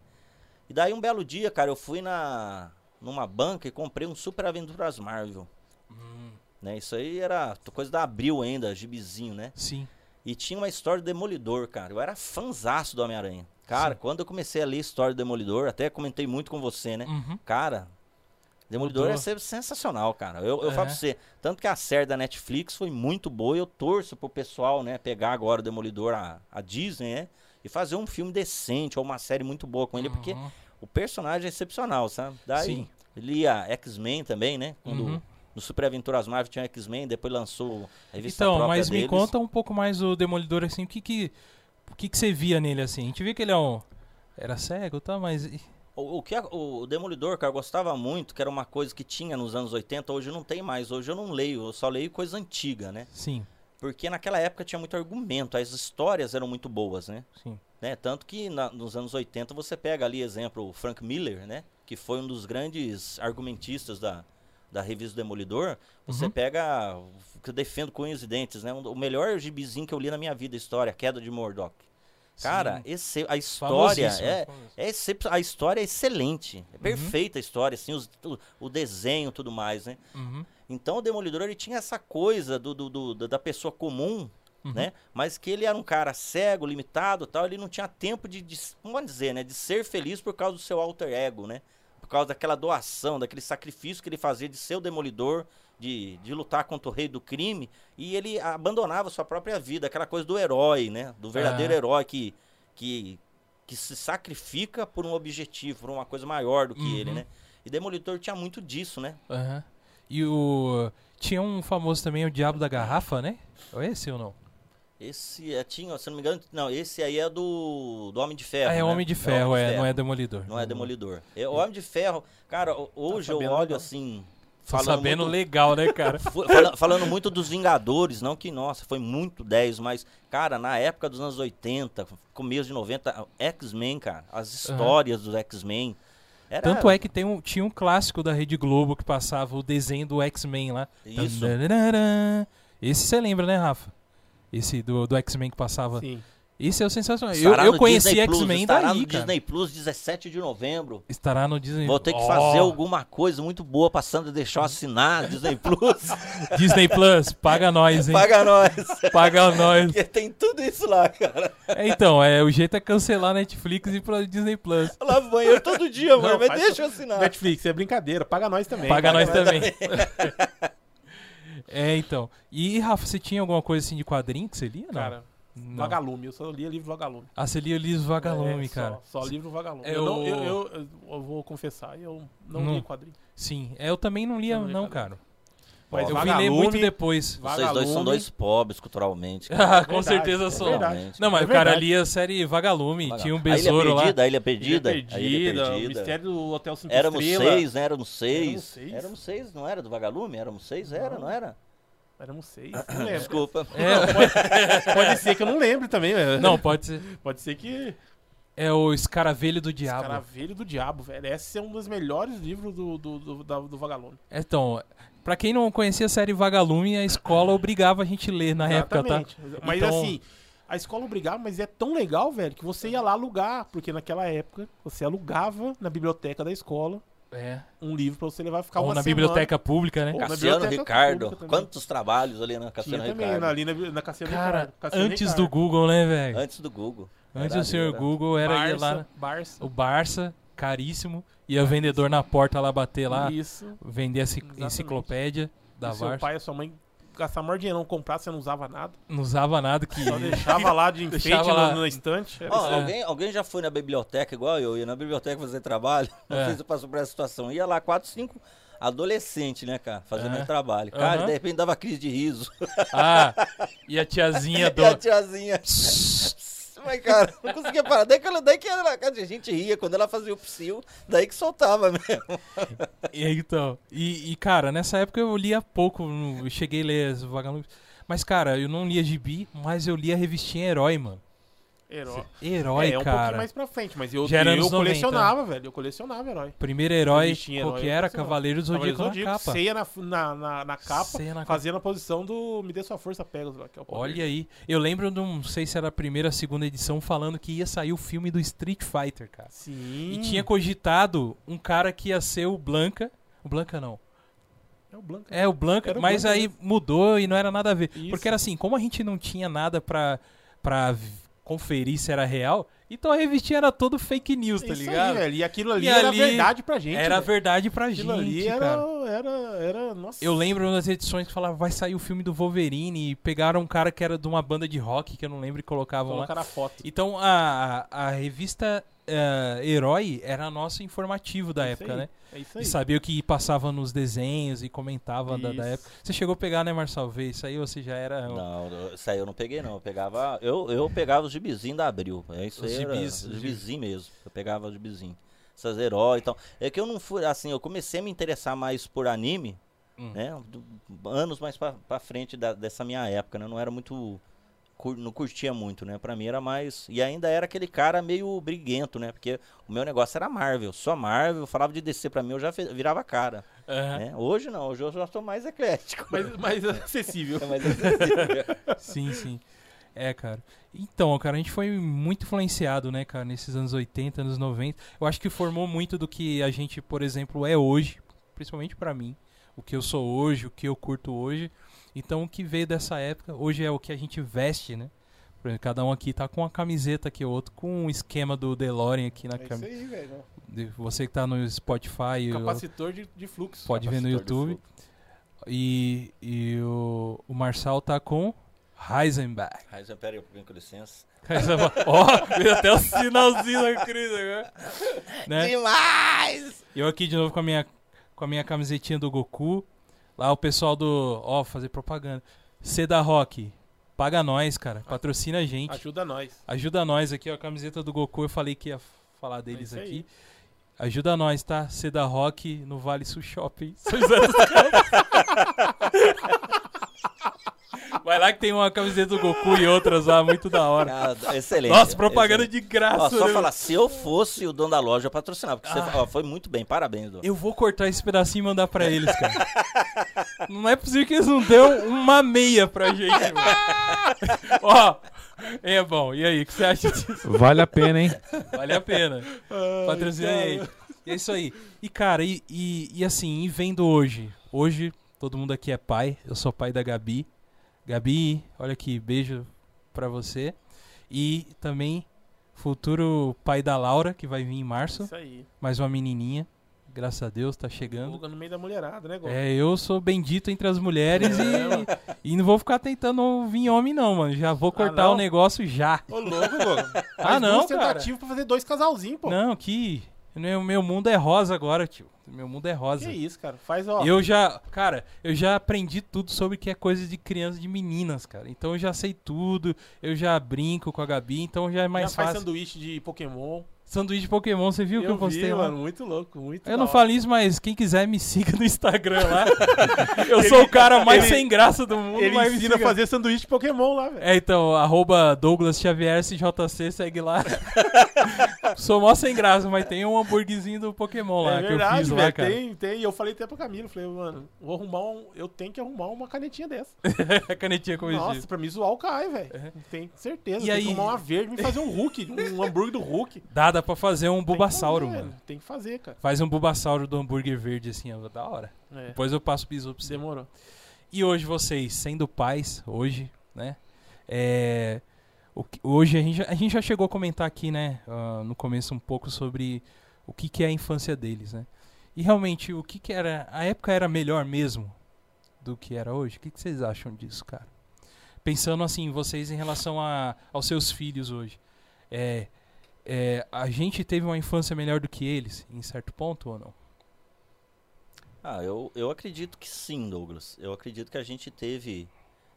Speaker 4: E daí um belo dia, cara, eu fui na numa banca e comprei um Super Aventuras Marvel,
Speaker 1: hum,
Speaker 4: né? Isso aí era coisa da Abril ainda, gibizinho, né?
Speaker 1: sim.
Speaker 4: E tinha uma história do Demolidor, cara. Eu era fanzaço do Homem-Aranha. Cara, quando eu comecei a ler a história do Demolidor, até comentei muito com você, né?
Speaker 1: Uhum.
Speaker 4: Cara, Demolidor
Speaker 1: Mudou.
Speaker 4: é sempre sensacional, cara. Eu, eu
Speaker 1: É.
Speaker 4: falo pra você. Tanto que a série da Netflix foi muito boa e eu torço pro pessoal, né, pegar agora o Demolidor, a, a Disney, né? E fazer um filme decente ou uma série muito boa com ele, porque
Speaker 1: Uhum.
Speaker 4: o personagem é excepcional, sabe? Daí
Speaker 1: Sim.
Speaker 4: lia X-Men também, né? Quando
Speaker 1: Uhum.
Speaker 4: no Super Aventuras Marvel tinha X-Men, depois lançou a revista
Speaker 1: Então,
Speaker 4: própria
Speaker 1: mas me
Speaker 4: deles.
Speaker 1: conta um pouco mais o Demolidor, assim, o que que... O que que você via nele, assim? A gente vê que ele é um... Era cego, tá? Mas... e-
Speaker 4: O, o que a- o, o Demolidor, cara, eu gostava muito, que era uma coisa que tinha nos anos 80, hoje não tem mais. Hoje eu não leio, eu só leio coisa antiga, né?
Speaker 1: Sim,
Speaker 4: Porque naquela época tinha muito argumento, as histórias eram muito boas, né?
Speaker 1: sim.
Speaker 4: Né? Tanto que na- nos anos 80 você pega ali, exemplo, o Frank Miller, né? Que foi um dos grandes argumentistas da, da revista Demolidor. Você pega, o que eu defendo com unhas e dentes, né? Um do- o melhor gibizinho que eu li na minha vida, a história, a Queda de Murdoch. Cara,
Speaker 1: Sim.
Speaker 4: esse, a história
Speaker 1: Famosíssimo,
Speaker 4: é,
Speaker 1: famosíssimo.
Speaker 4: é excep- a história é excelente, é perfeita a história, assim, os- o, o desenho, e tudo mais, né?
Speaker 1: Uhum.
Speaker 4: Então o Demolidor ele tinha essa coisa do, do- do- da- da pessoa comum, né? Mas que ele era um cara cego, limitado, tal. Ele não tinha tempo de, de vamos dizer, né? De ser feliz por causa do seu alter ego, né? Por causa daquela doação, daquele sacrifício que ele fazia de ser o Demolidor de, de lutar contra o rei do crime e ele abandonava sua própria vida, aquela coisa do herói, né? Do verdadeiro
Speaker 1: Ah.
Speaker 4: herói que, que, que se sacrifica por um objetivo, por uma coisa maior do que
Speaker 1: Uhum.
Speaker 4: ele, né? E Demolidor tinha muito disso, né?
Speaker 1: Aham. E o. Tinha um famoso também, o Diabo da Garrafa, né? É esse ou não?
Speaker 4: Esse é, tinha, se não me engano, não, esse aí é do, do Homem de Ferro.
Speaker 1: ah, é
Speaker 4: né?
Speaker 1: Homem de Ferro, é, não é Demolidor.
Speaker 4: Não é Demolidor. É, o Homem de Ferro, cara, o- hoje eu
Speaker 2: sabendo
Speaker 4: olho
Speaker 2: legal.
Speaker 4: assim.
Speaker 1: Tô sabendo
Speaker 4: muito-
Speaker 1: legal, né, cara?
Speaker 4: Fu- fala- falando muito dos Vingadores, não que, nossa, foi muito 10, mas, cara, na época dos anos 80, começo de 90, X-Men, cara, as histórias dos X-Men. Era...
Speaker 1: Tanto é que tem um, tinha um clássico da Rede Globo que passava o desenho do X-Men lá.
Speaker 4: Isso.
Speaker 1: Tandararã. Esse você lembra, né, Rafa? Esse do, do X-Men que passava.
Speaker 2: Sim.
Speaker 1: Esse é o sensacional. Eu,
Speaker 4: estará
Speaker 1: eu
Speaker 4: no
Speaker 1: conheci
Speaker 4: Disney Plus,
Speaker 1: X-Men
Speaker 4: estará
Speaker 1: daí,
Speaker 4: no
Speaker 1: cara.
Speaker 4: Disney Plus, 17 de novembro.
Speaker 1: Estará no Disney
Speaker 4: Vou ter que
Speaker 1: Ó,
Speaker 4: fazer alguma coisa muito boa pra Sandra deixar eu assinar Disney Plus.
Speaker 1: Disney Plus, paga nós, hein?
Speaker 4: Paga nós.
Speaker 1: Paga nós.
Speaker 4: Porque tem tudo isso lá, cara.
Speaker 1: É, então, é, o jeito é cancelar a Netflix e ir pra Disney Plus.
Speaker 4: Eu lavo banheiro todo dia, mano,
Speaker 2: Não,
Speaker 4: mas
Speaker 2: faz-
Speaker 4: deixa eu assinar.
Speaker 2: Netflix, é brincadeira, paga nós também.
Speaker 1: Paga nós também. é, então. E, Rafa, você tinha alguma coisa assim de quadrinho que você lia? Não.
Speaker 2: Cara,
Speaker 1: não.
Speaker 2: vagalume, eu só lia livro vagalume.
Speaker 1: Ah, você lia Liso Vagalume,
Speaker 2: É, só-
Speaker 1: cara.
Speaker 2: Só, livro vagalume.
Speaker 1: É
Speaker 2: eu, não-
Speaker 1: o-
Speaker 2: eu, eu- eu vou confessar, eu não
Speaker 1: Não.
Speaker 2: li quadrinho.
Speaker 1: Sim, é, eu também não lia,
Speaker 2: Eu não
Speaker 1: não,
Speaker 2: li
Speaker 1: cara. Eu
Speaker 2: Mas
Speaker 1: vim
Speaker 2: vagalume,
Speaker 1: ler muito depois.
Speaker 4: Vocês dois são
Speaker 2: Vagalume.
Speaker 4: dois pobres culturalmente, cara.
Speaker 1: Ah, com
Speaker 2: Verdade,
Speaker 1: certeza
Speaker 2: é
Speaker 1: sou.
Speaker 2: verdade.
Speaker 4: Culturalmente.
Speaker 1: Não, mas
Speaker 2: É
Speaker 1: o cara
Speaker 2: verdade. Ah,
Speaker 1: lia a série Vagalume,
Speaker 4: Pagar.
Speaker 1: tinha um
Speaker 4: a
Speaker 1: besouro
Speaker 4: ilha
Speaker 1: lá.
Speaker 4: perdida, A ilha
Speaker 2: Ilha
Speaker 4: perdida, a ilha
Speaker 2: perdida, o
Speaker 4: perdida.
Speaker 2: mistério do Hotel 5
Speaker 4: Éramos
Speaker 2: Estrela.
Speaker 4: seis, né? Éramos seis.
Speaker 2: Éramos seis?
Speaker 4: Éramos seis, não era do vagalume? Éramos seis, era, não era?
Speaker 2: Éramos seis, não lembro.
Speaker 4: Desculpa.
Speaker 1: É,
Speaker 2: Pode ser que eu não lembre também. é.
Speaker 1: não, pode ser.
Speaker 2: Pode ser que...
Speaker 1: É o Escaravelho do Diabo.
Speaker 2: Caravelho do Diabo, velho. Esse é um dos melhores livros do, do, do, da- do Vagalume.
Speaker 1: Então, pra quem não conhecia a série Vagalume, a escola obrigava a gente a ler na época, tá?
Speaker 2: Mas
Speaker 1: Então-
Speaker 2: assim, a escola obrigava, mas é tão legal, velho, que você ia lá alugar. Porque naquela época, você alugava na biblioteca da escola
Speaker 1: É.
Speaker 2: um livro pra você levar ficar
Speaker 1: Ou
Speaker 2: uma
Speaker 1: na
Speaker 2: semana.
Speaker 1: biblioteca pública, né?
Speaker 2: Ou na
Speaker 4: Cassiano
Speaker 2: biblioteca
Speaker 4: Ricardo.
Speaker 2: pública também.
Speaker 4: Quantos trabalhos ali na
Speaker 2: Tinha
Speaker 4: Cassiano
Speaker 2: também,
Speaker 4: Ricardo?
Speaker 2: na- ali na, na Cassiano
Speaker 1: Cara,
Speaker 2: Ricardo, Cassiano
Speaker 1: antes do
Speaker 2: Ricardo.
Speaker 1: Google, né, velho?
Speaker 4: Antes do Google.
Speaker 1: Antes
Speaker 4: Era
Speaker 1: do senhor
Speaker 4: ali, era.
Speaker 1: Google era ir
Speaker 2: Barça,
Speaker 1: lá
Speaker 2: Barça.
Speaker 1: o Barça, caríssimo, ia o vendedor na porta lá bater lá,
Speaker 2: Isso.
Speaker 1: vender a ci-
Speaker 2: Exatamente.
Speaker 1: enciclopédia da
Speaker 2: E seu
Speaker 1: Barça.
Speaker 2: pai e sua mãe gastar maior dinheiro, não comprar, você não usava nada.
Speaker 1: Não usava nada que
Speaker 2: Só deixava lá de enfeite
Speaker 1: Deixava lá.
Speaker 2: na- na estante.
Speaker 1: É
Speaker 2: Era
Speaker 4: Ó,
Speaker 2: isso.
Speaker 4: alguém, alguém já foi na biblioteca igual eu? Ia na biblioteca fazer trabalho? Não
Speaker 1: É.
Speaker 4: sei se passou por essa situação. Ia lá, quatro, cinco adolescente, né, cara? Fazendo
Speaker 1: Aham.
Speaker 4: meu trabalho. Cara,
Speaker 1: É. Aham.
Speaker 4: de repente dava crise de riso.
Speaker 1: Ah, e a tiazinha do.
Speaker 4: E a tiazinha. Mas, cara, não conseguia parar. Daí que, ela, daí que ela- a gente ria quando ela fazia o psil, daí que soltava mesmo.
Speaker 1: Então, e, e, cara, nessa época eu lia pouco, não- eu cheguei a ler as vagalumes. Mas, cara, eu não lia gibi, mas eu lia a revistinha Herói, mano.
Speaker 2: Herói.
Speaker 1: Herói,
Speaker 2: é, um pouquinho
Speaker 1: cara.
Speaker 2: mais pra frente, mas eu,
Speaker 1: Já era né?
Speaker 2: eu
Speaker 1: anos 90.
Speaker 2: colecionava, velho. Eu colecionava herói.
Speaker 1: Primeiro herói,
Speaker 2: Revistinha
Speaker 1: qual
Speaker 2: Herói,
Speaker 1: que
Speaker 2: eu
Speaker 1: era?
Speaker 2: colecionava.
Speaker 1: Cavaleiro do
Speaker 2: Cavaleiro
Speaker 1: Zodíaco na
Speaker 2: Zodíaco,
Speaker 1: é capa.
Speaker 2: Ceia na, na, na, na capa,
Speaker 1: Ceia na capa.
Speaker 2: fazendo a posição do Me Dê Sua Força, Pegasus. lá, que é o poder.
Speaker 1: Olha aí. Eu lembro, de um- não sei se era a primeira ou a segunda edição, falando que ia sair o filme do Street Fighter, cara.
Speaker 2: Sim.
Speaker 1: E tinha cogitado um cara que ia ser o Blanca. O Blanca não.
Speaker 2: É o Blanca.
Speaker 1: É, o Blanca,
Speaker 2: Era o
Speaker 1: mas
Speaker 2: Blanca, né?
Speaker 1: aí mudou e não era nada a ver.
Speaker 2: Isso.
Speaker 1: Porque era assim, como a gente não tinha nada pra, pra v- conferir se era real, então a revistinha era todo fake news, tá
Speaker 2: É Isso aí,
Speaker 1: ligado?
Speaker 2: velho. E aquilo ali
Speaker 1: E
Speaker 2: era
Speaker 1: ali
Speaker 2: verdade pra gente.
Speaker 1: era
Speaker 2: velho.
Speaker 1: verdade pra gente,
Speaker 2: Aquilo ali era, um
Speaker 1: cara.
Speaker 2: era, era. Nossa.
Speaker 1: Eu lembro nas edições que falava, vai sair o filme do Wolverine, e pegaram um cara que era de uma banda de rock, que eu não lembro, e colocavam lá.
Speaker 2: Colocaram a foto.
Speaker 1: Então a, a a revista eh, Herói era nosso informativo da
Speaker 2: É isso
Speaker 1: época,
Speaker 2: aí,
Speaker 1: né?
Speaker 2: É isso aí.
Speaker 1: E sabia o que passava nos desenhos e comentava da, da
Speaker 2: Isso.
Speaker 1: época. Você chegou a pegar, né, Marçal? Vê isso aí ou você já era. um-
Speaker 4: Não, isso aí eu não peguei, não. Eu pegava, eu, eu pegava os gibizinhos da Abril. É isso
Speaker 1: Os
Speaker 4: aí. Era,
Speaker 1: gibis,
Speaker 4: os
Speaker 1: os
Speaker 4: gibizinhos mesmo. Eu pegava os gibizinhos. Essas heróis e tal. É que eu não fui, assim, eu comecei a me interessar mais por anime,
Speaker 1: Hum.
Speaker 4: né? do- anos mais pra, pra frente da- dessa minha época, né? Eu não era muito. cur- Não curtia muito, né? Pra mim era mais. E ainda era aquele cara meio briguento, né? Porque o meu negócio era Marvel. Só Marvel, eu falava de DC pra mim, eu já fe- virava cara.
Speaker 1: Aham,
Speaker 4: né? Hoje não, hoje eu já sou mais eclético.
Speaker 2: Mas, mas acessível.
Speaker 4: É mais acessível.
Speaker 1: Sim, sim. É, cara. Então, cara, a gente foi muito influenciado, né, cara, nesses anos 80, anos 90. Eu acho que formou muito do que a gente, por exemplo, é hoje, principalmente pra mim, o que eu sou hoje, o que eu curto hoje. Então, o que veio dessa época, hoje é o que a gente veste, né? Por exemplo, cada um aqui tá com uma camiseta aqui, o outro com um esquema do DeLorean aqui na
Speaker 2: É isso
Speaker 1: câmera.
Speaker 2: aí, velho.
Speaker 1: Você que tá no Spotify, eu-
Speaker 2: Capacitor de, de fluxo.
Speaker 1: pode ver no
Speaker 4: Capacitor de
Speaker 1: YouTube. E, e o, o Marçal tá com Heisenberg.
Speaker 4: Raizen, pera aí, um pouquinho, com licença.
Speaker 1: Ó, veio até o sinalzinho da Cris agora. Né?
Speaker 4: Demais!
Speaker 1: E Eu aqui de novo com a minha, com a minha camisetinha do Goku. Lá o pessoal do. Ó, fazer propaganda. Seda Rock, paga nós, cara. Patrocina a gente.
Speaker 2: Ajuda nós.
Speaker 1: Ajuda nós aqui, ó. A camiseta do Goku, eu falei que ia falar deles
Speaker 2: É isso aí.
Speaker 1: aqui. Ajuda nós, tá? Seda Rock no Vale Sul Shopping. tá Vai lá que tem uma camiseta do Goku e outras lá, muito da hora.
Speaker 4: Ah, excelente.
Speaker 1: Nossa, propaganda
Speaker 4: excelente.
Speaker 1: de graça.
Speaker 4: Ó, só
Speaker 1: né? Ah.
Speaker 4: falar, se eu fosse o dono da loja, eu patrocinava. Porque você ó, foi muito bem, parabéns, dono.
Speaker 1: Eu vou cortar esse pedacinho e mandar pra eles, cara. não é possível que eles não deu uma meia pra gente, mano. Ó, é bom. E aí, o que você acha disso?
Speaker 3: Vale a pena, hein?
Speaker 1: Vale a pena. Patrocina aí. E É isso aí. E, cara, e, e, e assim, e vendo hoje? Hoje, todo mundo aqui é pai. Eu sou pai da Gabi. Gabi, olha aqui, beijo pra você. E também, futuro pai da Laura, que vai vir em março.
Speaker 2: Isso aí.
Speaker 1: Mais uma menininha. Graças a Deus, tá chegando.
Speaker 2: Fuga no meio da mulherada, né, Gol?
Speaker 1: É, eu sou bendito entre as mulheres e, e não vou ficar tentando vir homem, não, mano. Já vou cortar o
Speaker 2: não?
Speaker 1: negócio já.
Speaker 2: Ô, louco, Gol.
Speaker 1: Ah, não, cara.
Speaker 2: tentativo pra fazer dois casalzinhos, pô.
Speaker 1: Não, que. Meu, meu mundo é rosa agora, tio. Meu mundo é
Speaker 2: Que
Speaker 1: rosa.
Speaker 2: isso, cara. Faz, ó.
Speaker 1: Eu já. Cara, eu já aprendi tudo sobre que é coisa de criança de meninas, cara. Então eu já sei tudo. Eu já brinco com a Gabi, então já é mais
Speaker 2: já faz
Speaker 1: fácil.
Speaker 2: sanduíche de Pokémon.
Speaker 1: Sanduíche de Pokémon, você viu que eu postei,
Speaker 2: vi,
Speaker 1: lá?
Speaker 2: mano. Muito louco, muito
Speaker 1: Eu não
Speaker 2: da
Speaker 1: falo isso, mas quem quiser me siga no Instagram lá. Eu sou o cara mais
Speaker 2: ele-
Speaker 1: sem graça do mundo,
Speaker 2: hora. Ele
Speaker 1: mas me
Speaker 2: ensina a
Speaker 1: siga.
Speaker 2: fazer sanduíche de Pokémon lá, velho.
Speaker 1: É, então, arroba Douglas Xavier SJC, segue lá. Sou mó sem graça, mas tem um hambúrguerzinho do Pokémon lá
Speaker 2: É
Speaker 1: que eu
Speaker 2: verdade,
Speaker 1: fiz lá,
Speaker 2: velho.
Speaker 1: cara.
Speaker 2: Tem, tem. E eu falei até pro Camilo, falei, mano, vou arrumar um. Eu tenho que arrumar uma canetinha dessa.
Speaker 1: A canetinha com
Speaker 2: Nossa, pra me zoar o Kai, velho. Tem certeza.
Speaker 1: É. E
Speaker 2: tem
Speaker 1: aí?
Speaker 2: que arrumar uma verde e me fazer um Hulk, um hambúrguer do Hulk. Tem que
Speaker 1: Dá, dá pra fazer um Bulbasauro,
Speaker 2: fazer,
Speaker 1: mano.
Speaker 2: velho. Tem que fazer, cara.
Speaker 1: Faz um Bulbasauro do hambúrguer verde, assim, ó, da hora.
Speaker 2: É.
Speaker 1: Depois eu passo o bisu pra você.
Speaker 2: Demorou.
Speaker 1: E hoje vocês, sendo pais, hoje, né? É, o que- hoje a gente, já- a gente já chegou a comentar aqui, né? ah, no começo um pouco sobre o que, que é a infância deles, né? E realmente, o que, que era. A época era melhor mesmo do que era hoje? O que, que vocês acham disso, cara? Pensando assim, vocês em relação a, aos seus filhos hoje. É, é, a gente teve uma infância melhor do que eles, em certo ponto ou não?
Speaker 4: Ah, eu, eu acredito que sim, Douglas. Eu acredito que a gente teve,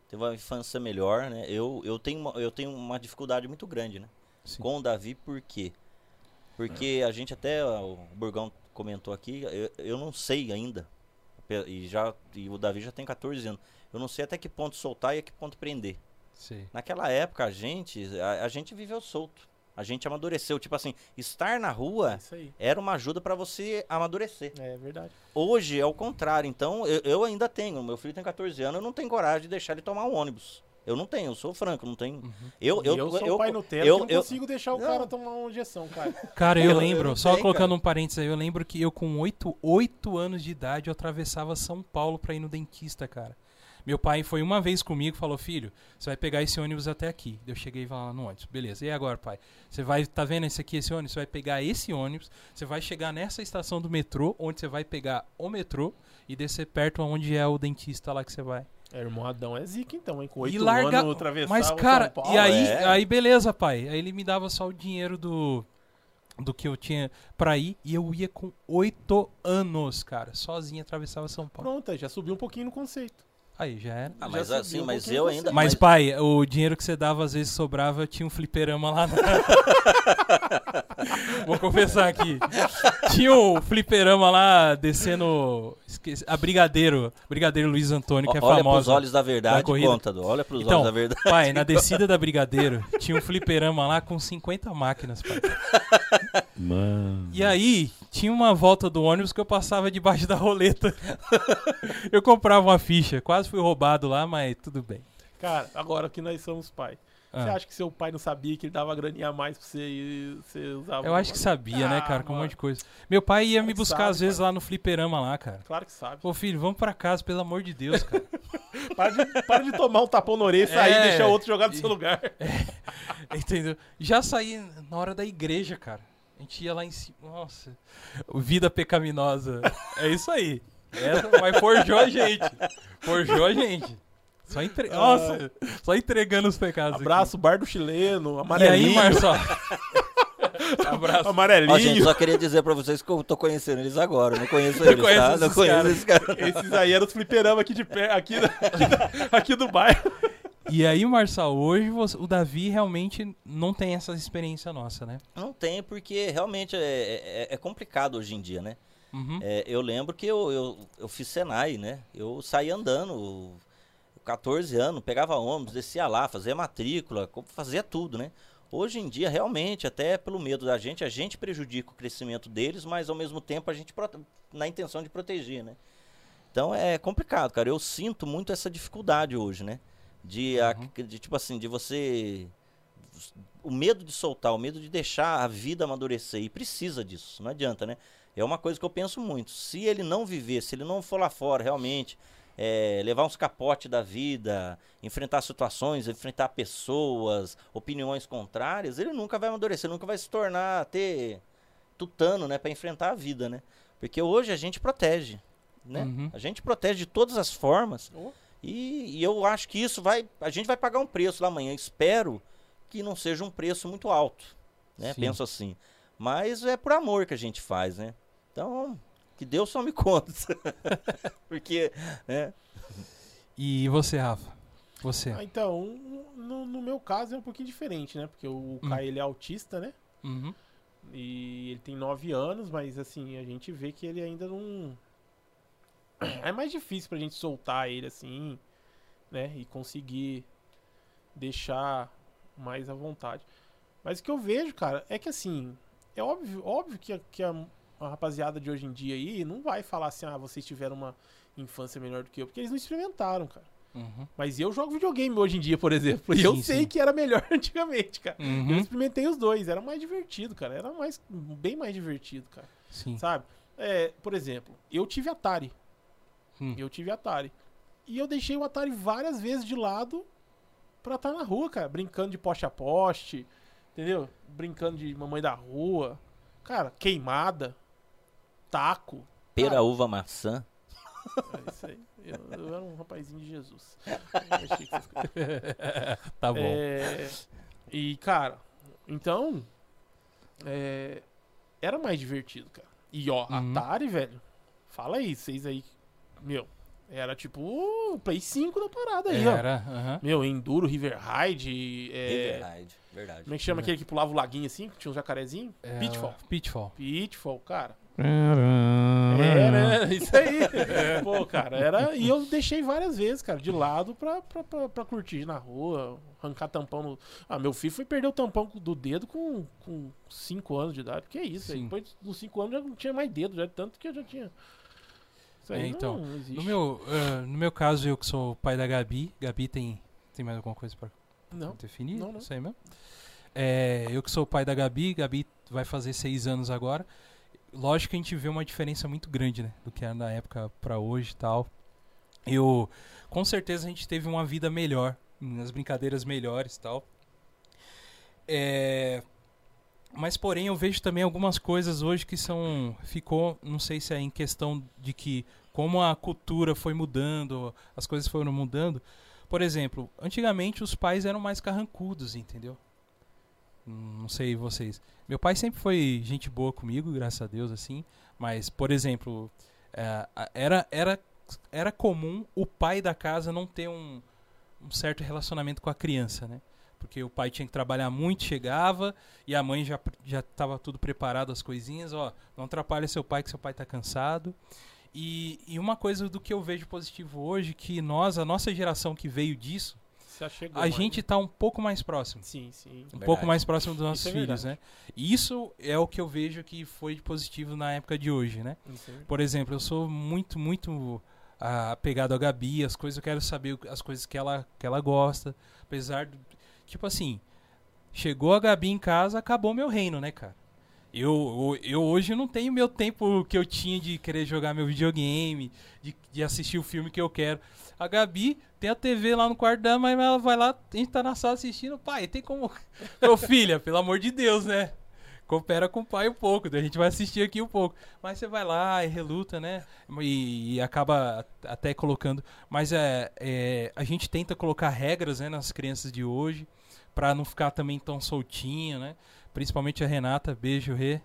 Speaker 4: teve uma infância melhor, né? Eu, eu, tenho uma, eu tenho uma dificuldade muito grande, né?
Speaker 1: Sim. É.
Speaker 4: Com o Davi, por quê? Porque a gente até, ó, o Burgão comentou aqui, eu, eu não sei ainda, pe- e, já, e o Davi já tem 14 anos, eu não sei até que ponto soltar e a que ponto prender.
Speaker 1: Sim.
Speaker 4: Naquela época, a gente, a, a gente viveu solto. A gente amadureceu. Tipo assim, estar na
Speaker 2: É
Speaker 1: Tá.
Speaker 4: rua
Speaker 2: isso aí.
Speaker 4: era uma ajuda pra você amadurecer.
Speaker 2: É verdade.
Speaker 4: Hoje é o contrário. Então, eu, eu ainda tenho. Meu filho tem 14 anos, eu não tenho coragem de deixar ele tomar um ônibus. Eu não tenho, eu sou franco, não tenho. Eu,
Speaker 2: Eu,
Speaker 4: eu,
Speaker 2: eu sou
Speaker 4: eu-
Speaker 2: o pai Nutella
Speaker 4: eu-
Speaker 2: que não
Speaker 4: eu-
Speaker 2: consigo deixar o
Speaker 4: Não.
Speaker 2: cara tomar uma injeção, cara.
Speaker 1: Cara, eu,
Speaker 4: Eu- eu
Speaker 1: lembro,
Speaker 4: não
Speaker 1: só
Speaker 4: sei,
Speaker 1: colocando
Speaker 4: cara.
Speaker 1: um parênteses aí, eu lembro que eu com 8, 8 anos de idade eu atravessava São Paulo pra ir no dentista, cara. Meu pai foi uma vez comigo e falou: Filho, você vai pegar esse ônibus até aqui. Eu cheguei lá no ônibus, beleza. E agora, pai? Você vai, tá vendo esse aqui, esse ônibus? Você vai pegar esse ônibus, você vai chegar nessa estação do metrô, onde você vai pegar o metrô e descer perto onde é o dentista lá que você vai.
Speaker 2: É, irmão Adão é zica então, hein? Com oito
Speaker 1: e larga...
Speaker 2: anos atravessava
Speaker 1: Mas,
Speaker 2: São
Speaker 1: cara,
Speaker 2: Paulo.
Speaker 1: e aí,
Speaker 4: é.
Speaker 1: aí beleza, pai. Aí ele me dava só o dinheiro do do que eu tinha pra ir e eu ia com oito anos, cara, sozinho atravessava São Paulo.
Speaker 2: Pronto, aí já subiu um pouquinho no conceito.
Speaker 1: Aí já era.
Speaker 4: Ah,
Speaker 2: Já
Speaker 4: mas
Speaker 2: sabia
Speaker 4: assim,
Speaker 2: um
Speaker 4: mas
Speaker 2: pouquinho
Speaker 4: eu
Speaker 2: do
Speaker 4: ainda.
Speaker 1: Mas, pai, o dinheiro que você dava às vezes sobrava, tinha um fliperama lá. na- Vou confessar aqui. Tinha um fliperama lá descendo. Esqueci, a Brigadeiro. Brigadeiro Luiz Antônio, que é
Speaker 4: olha pros
Speaker 1: famosa.
Speaker 4: olhos da verdade,
Speaker 1: corrida.
Speaker 4: conta, do. Olha pros
Speaker 1: Então,
Speaker 4: olhos da verdade.
Speaker 1: pai, na descida da Brigadeiro, tinha um fliperama lá com 50 máquinas, pai.
Speaker 3: Mano.
Speaker 1: E aí, tinha uma volta do ônibus que eu passava debaixo da roleta. eu comprava uma ficha, quase fui roubado lá, mas tudo bem.
Speaker 2: Cara, agora que nós somos pai. Você
Speaker 1: Ah.
Speaker 2: acha que seu pai não sabia que ele dava graninha a mais pra você, e você usar
Speaker 1: Eu acho que sabia, né,
Speaker 2: Ah,
Speaker 1: cara, com um
Speaker 2: mano.
Speaker 1: monte de coisa. Meu pai ia me
Speaker 2: Ele
Speaker 1: buscar
Speaker 2: sabe,
Speaker 1: às vezes lá no fliperama lá, cara.
Speaker 2: Claro que sabe.
Speaker 1: Ô filho, vamos pra casa, pelo amor de Deus, cara.
Speaker 2: Para de, para de tomar um tapão na orelha e sair
Speaker 1: É.
Speaker 2: e deixar o outro jogar no seu lugar.
Speaker 1: Entendeu? Já saí na hora da igreja, cara. A gente ia lá em cima. Nossa, vida pecaminosa. É isso aí. Essa, mas forjou a gente. Forjou a gente. Só entre... Nossa, só entregando os pecados.
Speaker 2: Abraço, bar do chileno,
Speaker 1: aqui. E aí,
Speaker 2: amarelinho.
Speaker 1: Marçal? Abraço.
Speaker 2: amarelinho.
Speaker 4: Ó, gente, só queria dizer pra vocês que eu tô conhecendo eles agora. eu Não conheço eles,
Speaker 1: conheço
Speaker 4: tá? Não
Speaker 1: esses
Speaker 4: conheço
Speaker 1: caras.
Speaker 4: esses caras.
Speaker 2: Esses aí eram os fliperamas aqui de pé, aqui, aqui, aqui do bairro.
Speaker 1: E aí, Marçal, hoje você- o Davi realmente não tem essa experiência nossa, né?
Speaker 4: Não tem, porque realmente é, é- é complicado hoje em dia, né?
Speaker 1: Uhum.
Speaker 4: É, eu lembro que eu, eu, eu fiz Senai, né? Eu saí andando, 14 anos, pegava ônibus, descia lá, fazia matrícula, co- fazia tudo, né? Hoje em dia, realmente, até pelo medo da gente, a gente prejudica o crescimento deles, mas ao mesmo tempo a gente prote- na intenção de proteger, né? Então é complicado, cara. Eu sinto muito essa dificuldade hoje, né? De, a- de tipo assim, de você. O medo de soltar, o medo de deixar a vida amadurecer. E precisa disso, não adianta, né? É uma coisa que eu penso muito. Se ele não viver, se ele não for lá fora realmente, é, levar uns capotes da vida, enfrentar situações, enfrentar pessoas, opiniões contrárias, ele nunca vai amadurecer, nunca vai se tornar, ter tutano, né, para enfrentar a vida, né? Porque hoje a gente protege, né?
Speaker 1: Uhum.
Speaker 4: A gente protege de todas as formas. E, e eu acho que isso vai, a gente vai pagar um preço lá amanhã. Espero que não seja um preço muito alto, né?
Speaker 1: Sim.
Speaker 4: Penso assim. Mas é por amor que a gente faz, né? Então, que Deus só me conta. Porque, né?
Speaker 1: E você, Rafa? Você.
Speaker 2: Ah, Então, no, no meu caso é um pouquinho diferente, né? Porque o Kai, ele é autista, né?
Speaker 1: Uhum.
Speaker 2: E ele tem nove anos, mas assim, a gente vê que ele ainda não. É mais difícil pra gente soltar ele assim, né? E conseguir deixar mais à vontade. Mas o que eu vejo, cara, é que assim, é óbvio, óbvio que, a, que a, a rapaziada de hoje em dia aí não vai falar assim, ah, vocês tiveram uma infância melhor do que eu, porque eles não experimentaram, cara.
Speaker 1: Uhum.
Speaker 2: Mas eu jogo videogame hoje em dia, por exemplo, e eu
Speaker 1: Sim,
Speaker 2: sei
Speaker 1: sim.
Speaker 2: que era melhor antigamente, cara. Eu
Speaker 1: Uhum.
Speaker 2: experimentei os dois, era mais divertido, cara. Era mais, bem mais divertido, cara.
Speaker 1: Sim.
Speaker 2: Sabe? É, por exemplo, eu tive Atari.
Speaker 1: Hum.
Speaker 2: Eu tive Atari. E eu deixei o Atari várias vezes de lado pra estar na rua, cara. Brincando de poste a poste, entendeu? Brincando de mamãe da rua. Cara, queimada, taco.
Speaker 4: Pera, uva, maçã.
Speaker 2: É isso aí. Eu, eu era um rapazinho de Jesus. Eu achei que essas coisas-
Speaker 1: Tá bom.
Speaker 2: É, e, cara, então. é, era mais divertido, cara. E, ó,
Speaker 1: Uhum.
Speaker 2: Atari, velho. Fala aí, vocês aí. Meu, era tipo o Play 5 da parada aí, ó.
Speaker 1: Era. aham.
Speaker 2: Meu, Enduro, River Ride. é,
Speaker 4: Riverride, verdade.
Speaker 2: Como é que chama aquele que pulava o laguinho assim, que tinha um jacarezinho?
Speaker 1: É,
Speaker 2: Pitfall.
Speaker 1: Pitfall.
Speaker 2: Pitfall, cara.
Speaker 1: É, Ah, né?
Speaker 3: Era.
Speaker 2: Era, É, né? isso aí.
Speaker 1: É.
Speaker 2: Pô, cara, era. E eu deixei várias vezes, cara, de lado pra, pra, pra, pra curtir na rua, arrancar tampão no. Ah, meu filho foi perder o tampão do dedo com 5 cinco anos de idade. Que é isso, aí.
Speaker 1: Sim.
Speaker 2: Depois dos 5 anos já não tinha mais dedo, já tanto que eu já tinha. Isso aí
Speaker 1: É, então,
Speaker 2: não existe.
Speaker 1: No meu, eh, no meu caso, eu que sou o pai da Gabi. Gabi tem, tem mais alguma coisa pra
Speaker 2: Não.
Speaker 1: definir?
Speaker 2: não, não.
Speaker 1: Isso aí mesmo. É, eu que sou o pai da Gabi. Gabi vai fazer seis anos agora. Lógico que a gente vê uma diferença muito grande, né? Do que era na época pra hoje e tal. Eu, com certeza a gente teve uma vida melhor, nas brincadeiras melhores e tal. É, mas porém eu vejo também algumas coisas hoje que são ficou, não sei se é em questão de que como a cultura foi mudando, as coisas foram mudando. Por exemplo, antigamente os pais eram mais carrancudos, entendeu? Hum, Não sei vocês. Meu pai sempre foi gente boa comigo, graças a Deus, assim. Mas, por exemplo, eh, a- era, era, era comum o pai da casa não ter um, um certo relacionamento com a criança, né? Porque o pai tinha que trabalhar muito, chegava, e a mãe já, já tava tudo preparado, as coisinhas, ó, não atrapalha seu pai que seu pai tá cansado. E, e uma coisa do que eu vejo positivo hoje, que nós, a nossa geração que veio disso,
Speaker 2: Você já chegou,
Speaker 1: a
Speaker 2: mano.
Speaker 1: gente tá um pouco mais próximo.
Speaker 2: Sim, sim.
Speaker 1: Um
Speaker 4: Verdade.
Speaker 1: pouco mais próximo dos nossos
Speaker 2: é
Speaker 1: filhos, né? E Isso é o que eu vejo que foi de positivo na época de hoje, né?
Speaker 2: Isso aí.
Speaker 1: Por exemplo, eu sou muito, muito ah, apegado a Gabi, as coisas, eu quero saber o- as coisas que ela, que ela gosta. Apesar do. Tipo assim, chegou a Gabi em casa, acabou meu reino, né, cara? Eu, eu, eu hoje não tenho meu tempo que eu tinha de querer jogar meu videogame, de, de assistir o filme que eu quero. A Gabi tem a TV lá no quarto dela, mas ela vai lá, a gente tá na sala assistindo. Pai, tem como. Ô filha, pelo amor de Deus, né? coopera com o pai um pouco, daí a gente vai assistir aqui um pouco. Mas você vai lá e reluta, né? E, e acaba at- até colocando. Mas é, é, a gente tenta colocar regras né, nas crianças de hoje, pra não ficar também tão soltinho, né? Principalmente a Renata, beijo, Rê.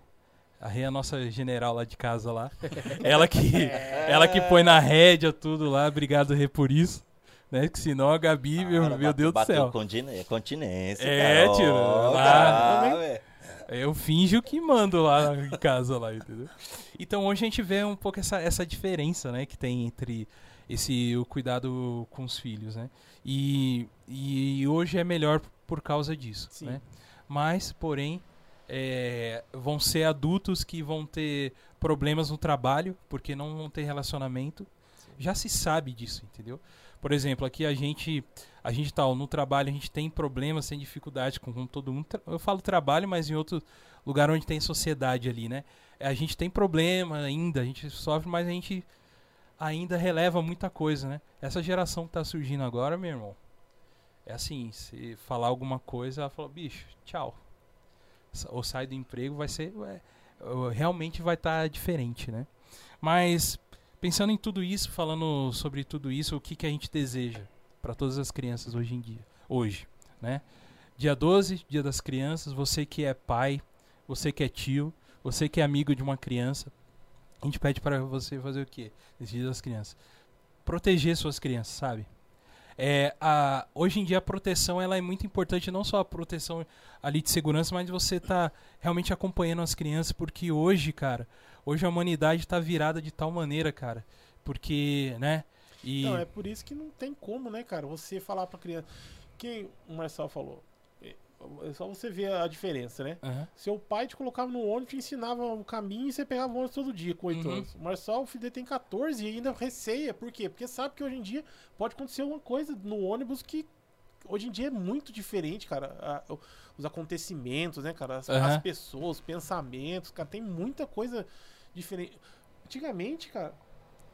Speaker 1: A Rê é a nossa general lá de casa lá. Ela que,
Speaker 4: É.
Speaker 1: ela que põe na rédea tudo lá. Obrigado, Rê, por isso. Né? Que senão a Gabi, meu,
Speaker 4: Cara,
Speaker 1: meu
Speaker 4: Ah, bate-
Speaker 1: Deus do
Speaker 4: bateu
Speaker 1: céu.
Speaker 4: continê- Continência,
Speaker 1: É,
Speaker 4: cara.
Speaker 1: tio,
Speaker 4: Ó,
Speaker 1: lá-
Speaker 4: cara, velho.
Speaker 1: Eu finjo que mando lá em casa, lá, entendeu? Então hoje a gente vê um pouco essa, essa diferença, né, que tem entre esse o cuidado com os filhos, né? E, e hoje é melhor por causa disso,
Speaker 2: Sim.
Speaker 1: né? Mas, porém, é, vão ser adultos que vão ter problemas no trabalho porque não vão ter relacionamento. Já se sabe disso, entendeu? Por exemplo, aqui a gente a gente tá ó, no trabalho, a gente tem problemas, tem dificuldade com, com todo mundo. Tra- Eu falo trabalho, mas em outro lugar onde tem sociedade ali, né? A gente tem problema ainda, a gente sofre, mas a gente ainda releva muita coisa, né? Essa geração que tá surgindo agora, meu irmão, é assim, se falar alguma coisa, ela fala, bicho, tchau. Sa- Ou sai do emprego, vai ser. é, ou realmente vai estar diferente, né? Mas pensando em tudo isso, falando sobre tudo isso, o que, que a gente deseja? para todas as crianças hoje em dia, hoje, né? Dia 12, Dia das Crianças, você que é pai, você que é tio, você que é amigo de uma criança, a gente pede para você fazer o quê? Nesse Dia das Crianças, proteger suas crianças, sabe? É, a, hoje em dia a proteção ela é muito importante, não só a proteção ali de segurança, mas você tá realmente acompanhando as crianças, porque hoje, cara, hoje a humanidade tá virada de tal maneira, cara, porque, né? E
Speaker 2: Não, é por isso que não tem como, né, cara? Você falar pra criança. Quem o Marcel falou. É é só você ver a diferença, né?
Speaker 1: Aham.
Speaker 2: Seu pai te colocava no ônibus, te ensinava o caminho e você pegava o ônibus todo dia com 8
Speaker 1: Uhum.
Speaker 2: anos. O Marcel, o filho dele tem 14 e ainda receia. Por quê? Porque sabe que hoje em dia pode acontecer uma coisa no ônibus que hoje em dia é muito diferente, cara. A- o- os acontecimentos, né, cara? As,
Speaker 1: Aham.
Speaker 2: as pessoas, os pensamentos, cara, tem muita coisa diferente. Antigamente, cara,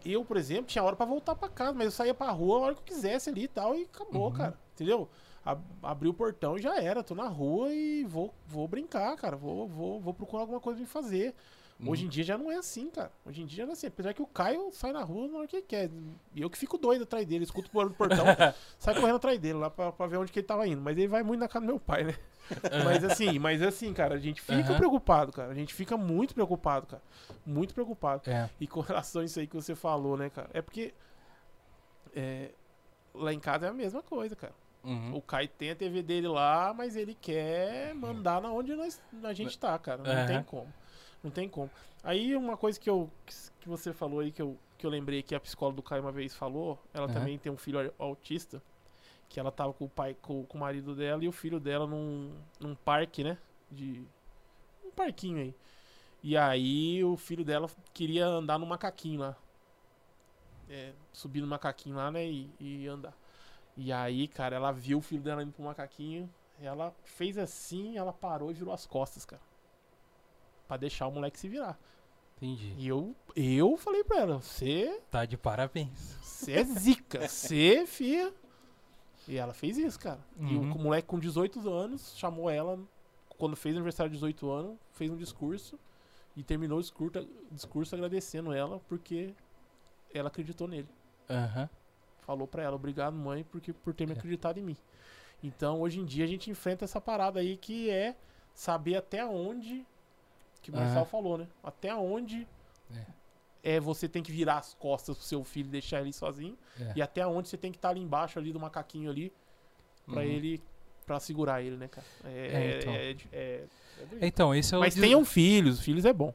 Speaker 2: eu, por exemplo, tinha hora pra voltar pra casa, mas eu saía pra rua a hora que eu quisesse ali e tal, e acabou, cara. Entendeu? Ab- abri o portão e já era. Tô na rua e vou, vou brincar, cara. Vou, vou, vou procurar alguma coisa pra me fazer. Hoje em dia já não é assim, cara. Hoje em dia já não é assim. Apesar que o Caio sai na rua na hora que ele quer. E eu que fico doido atrás dele. Escuto o barulho do portão, sai correndo atrás dele lá pra, pra ver onde que ele tava indo. Mas ele vai muito na casa do meu pai, né? mas assim, mas assim, cara, a gente fica
Speaker 1: Aham.
Speaker 2: preocupado, cara. A gente fica muito preocupado, cara. Muito preocupado.
Speaker 1: é.
Speaker 2: E com relação a isso aí que você falou, né, cara? É porque é, lá em casa é a mesma coisa, cara.
Speaker 1: Uhum.
Speaker 2: O Kai tem a TV dele lá, mas ele quer mandar na onde nós, a gente tá, cara. Não
Speaker 1: Aham.
Speaker 2: tem como. Não tem como. Aí uma coisa que eu que s- que você falou aí que eu, que eu lembrei que a psicóloga do Kai uma vez falou, ela
Speaker 1: Aham.
Speaker 2: também tem um filho au- autista, que ela tava com o pai com, com o marido dela e o filho dela num, num parque, né? De um parquinho aí. E aí o filho dela queria andar no macaquinho lá. É, subir no macaquinho lá, né? E, e andar. E aí, cara, ela viu o filho dela indo pro macaquinho. Ela fez assim, ela parou e virou as costas, cara. Pra deixar o moleque se virar.
Speaker 1: Entendi.
Speaker 2: E eu, eu falei pra ela, você
Speaker 1: Tá de parabéns.
Speaker 2: você é zica, você, fia. E ela fez isso, cara. E o
Speaker 1: Uhum.
Speaker 2: co- moleque com 18 anos chamou ela, quando fez aniversário de 18 anos, fez um discurso e terminou o discurso, discurso agradecendo ela porque ela acreditou nele.
Speaker 1: Aham.
Speaker 2: falou pra ela, obrigado mãe, porque por ter me acreditado em mim. Então, hoje em dia a gente enfrenta essa parada aí que é saber até onde que o
Speaker 1: Aham.
Speaker 2: Marcel falou, né? Até onde é. você tem que virar as costas pro seu filho, deixar ele sozinho,
Speaker 1: É.
Speaker 2: e até onde você tem que estar ali embaixo ali do macaquinho ali pra
Speaker 1: Uhum.
Speaker 2: ele para segurar ele, né, cara? É,
Speaker 1: É,
Speaker 2: é-
Speaker 1: então.
Speaker 2: é- é- é doido.
Speaker 1: Então, esse é o.
Speaker 2: Mas
Speaker 1: des-
Speaker 2: tenham filhos, filhos é bom.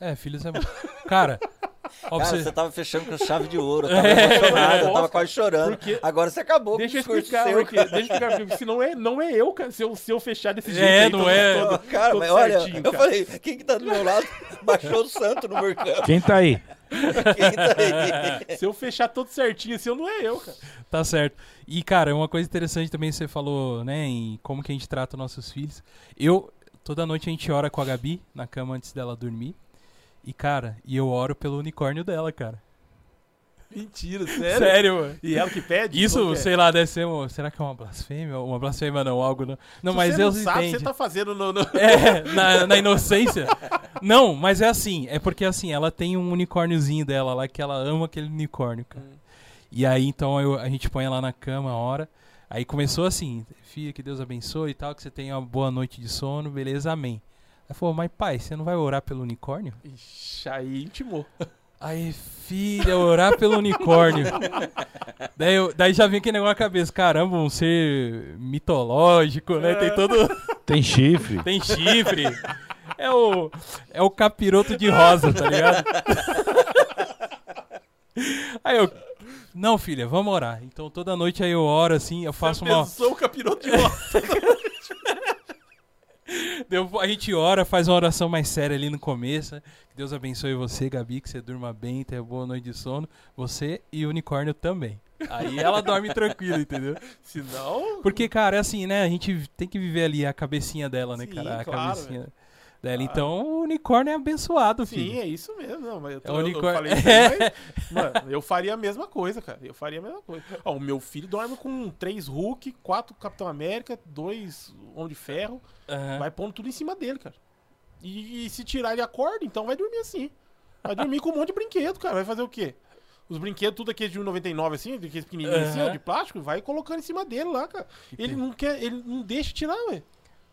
Speaker 1: É, filhos é bom. Cara, ó, pra
Speaker 4: Cara,
Speaker 1: você-
Speaker 4: você tava fechando com chave de ouro, eu tava emocionado, eu tava quase chorando.
Speaker 2: Porque-
Speaker 4: Agora você acabou
Speaker 2: Deixa eu
Speaker 4: com o discurso
Speaker 2: explicar,
Speaker 4: seu.
Speaker 2: porque, deixa eu explicar, porque se não é, não é eu, cara, se eu, se eu fechar desse jeito
Speaker 1: É,
Speaker 2: aí,
Speaker 1: não
Speaker 2: todo-
Speaker 1: é.
Speaker 2: todo-
Speaker 4: Cara,
Speaker 2: todo
Speaker 4: mas olha,
Speaker 2: certinho,
Speaker 4: eu
Speaker 2: cara.
Speaker 4: falei, quem que tá do meu lado baixou o santo no mercado?
Speaker 3: Quem tá aí?
Speaker 4: Quem tá aí?
Speaker 2: Se eu fechar todo certinho, assim, eu não é eu, cara.
Speaker 1: Tá certo. E, cara, uma coisa interessante também você falou, né, em como que a gente trata nossos filhos. Eu, toda noite a gente ora com a Gabi na cama antes dela dormir. E, cara, e eu oro pelo unicórnio dela, cara.
Speaker 2: Mentira, sério?
Speaker 1: Sério, mano.
Speaker 2: E ela que pede? Qual
Speaker 1: Isso,
Speaker 2: que é?
Speaker 1: sei lá, deve ser. um- será que é uma blasfêmia? Uma blasfêmia não, algo não. Não,
Speaker 2: Se
Speaker 1: mas
Speaker 2: você não
Speaker 1: Deus
Speaker 2: sabe,
Speaker 1: entende.
Speaker 2: você tá fazendo no... no-
Speaker 1: É, na, na inocência. Não, mas é assim. É porque assim, ela tem um unicórniozinho dela lá que ela ama aquele unicórnio, cara. E aí então eu- a gente põe ela na cama a hora. Aí começou assim, filha, que Deus abençoe e tal, que você tenha uma boa noite de sono, beleza, amém. Aí falou, mas pai, você não vai orar pelo unicórnio?
Speaker 2: Ixi, aí intimou.
Speaker 1: Aí, filha, orar pelo unicórnio. daí, eu- daí já vem aquele negócio na cabeça, caramba, um ser mitológico, né? Tem todo.
Speaker 3: Tem chifre.
Speaker 1: Tem chifre. É o, é o capiroto de rosa, tá ligado? Aí eu. Não, filha, vamos orar. Então toda noite aí eu oro assim, eu faço uma.
Speaker 2: Pensou o capiroto de volta.
Speaker 1: eu- a gente ora, faz uma oração mais séria ali no começo. né? Que Deus abençoe você, Gabi, que você durma bem, tenha boa noite de sono. Você e o unicórnio também. Aí ela dorme tranquila, entendeu?
Speaker 2: Se não...
Speaker 1: Porque, cara, é assim, né? A gente tem que viver ali a cabecinha dela, né,
Speaker 2: Sim,
Speaker 1: cara? A
Speaker 2: claro,
Speaker 1: cabecinha dela. Então o unicórnio é abençoado, filho.
Speaker 2: Sim, é isso mesmo. Não, mas eu, tô-
Speaker 1: É o
Speaker 2: eu- eu
Speaker 1: unicórnio.
Speaker 2: falei isso aí, mas, Mano, eu faria a mesma coisa, cara. Eu faria a mesma coisa. Ó, o meu filho dorme com três Hulk, quatro Capitão América, dois Homem de Ferro.
Speaker 1: Aham.
Speaker 2: Vai pondo tudo em cima dele, cara. E, e se tirar ele acorda, então vai dormir assim. Vai dormir com um monte de brinquedo, cara. Vai fazer o quê? Os brinquedos, tudo aqueles de 1,99 assim, aqueles pequenininhos assim, ó,
Speaker 1: Aham.
Speaker 2: de plástico, vai colocando em cima dele lá, cara. Ele não quer, ele não deixa tirar, ué.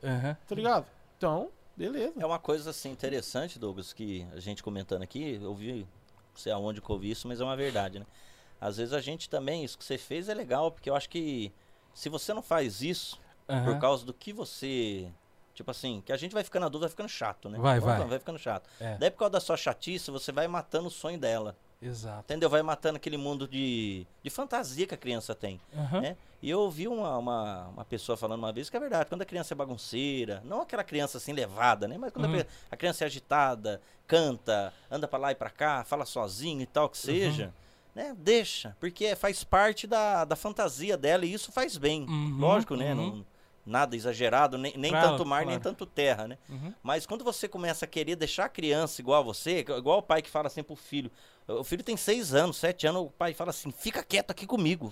Speaker 1: Aham.
Speaker 2: Tá ligado? Então, beleza.
Speaker 4: É uma coisa assim interessante, Douglas, que a gente comentando aqui, eu vi, não sei aonde que eu vi isso, mas é uma verdade, né? Às vezes a gente também, isso que você fez é legal, porque eu acho que se você não faz isso
Speaker 1: aham.
Speaker 4: por causa do que você. Tipo assim, que a gente vai ficando adulto, vai ficando chato, né?
Speaker 1: Vai, vai.
Speaker 4: Vai ficando chato.
Speaker 1: É.
Speaker 4: Daí por causa da sua chatice, você vai matando o sonho dela.
Speaker 1: Exato.
Speaker 4: Entendeu? Vai matando aquele mundo de, de fantasia que a criança tem.
Speaker 1: Aham.
Speaker 4: né? E eu ouvi uma, uma, uma pessoa falando uma vez que é verdade, quando a criança é bagunceira, não aquela criança assim levada, né? Mas quando a
Speaker 1: Uhum.
Speaker 4: pe- a criança é agitada, canta, anda pra lá e pra cá, fala sozinho e tal,
Speaker 1: Uhum.
Speaker 4: que seja, né? Deixa, porque faz parte da, da fantasia dela e isso faz bem.
Speaker 1: Uhum,
Speaker 4: Lógico, né?
Speaker 1: uhum.
Speaker 4: Não- nada exagerado, nem, nem
Speaker 1: Claro,
Speaker 4: tanto mar, nem
Speaker 1: claro.
Speaker 4: tanto terra, né?
Speaker 1: Uhum.
Speaker 4: Mas quando você começa a querer deixar a criança igual a você, igual o pai que fala assim pro filho, o filho tem seis anos, sete anos, o pai fala assim, fica quieto aqui comigo.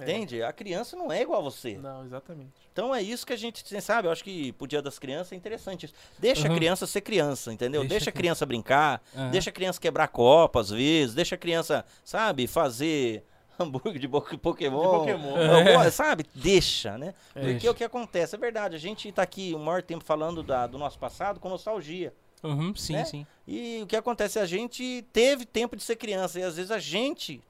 Speaker 4: Entende? A criança não é igual a você.
Speaker 2: É. Não, exatamente.
Speaker 4: Então é isso que a gente, você sabe, eu acho que pro dia das crianças é interessante isso. Deixa
Speaker 1: Uhum.
Speaker 4: a criança ser criança, entendeu?
Speaker 1: Deixa
Speaker 4: Deixa,
Speaker 1: a
Speaker 4: a criança brincar,
Speaker 1: Aham.
Speaker 4: deixa a criança quebrar copa às vezes, deixa a criança, sabe, fazer hambúrguer de bo- Pokémon.
Speaker 2: De Pokémon.
Speaker 4: Alguma- Sabe? Deixa, né? Porque
Speaker 1: Deixa.
Speaker 4: é o que acontece, é verdade, a gente tá aqui o maior tempo falando da- do nosso passado com nostalgia.
Speaker 1: Uhum, Sim,
Speaker 4: né?
Speaker 1: sim.
Speaker 4: E o que acontece? A gente teve tempo de ser criança e às vezes a gente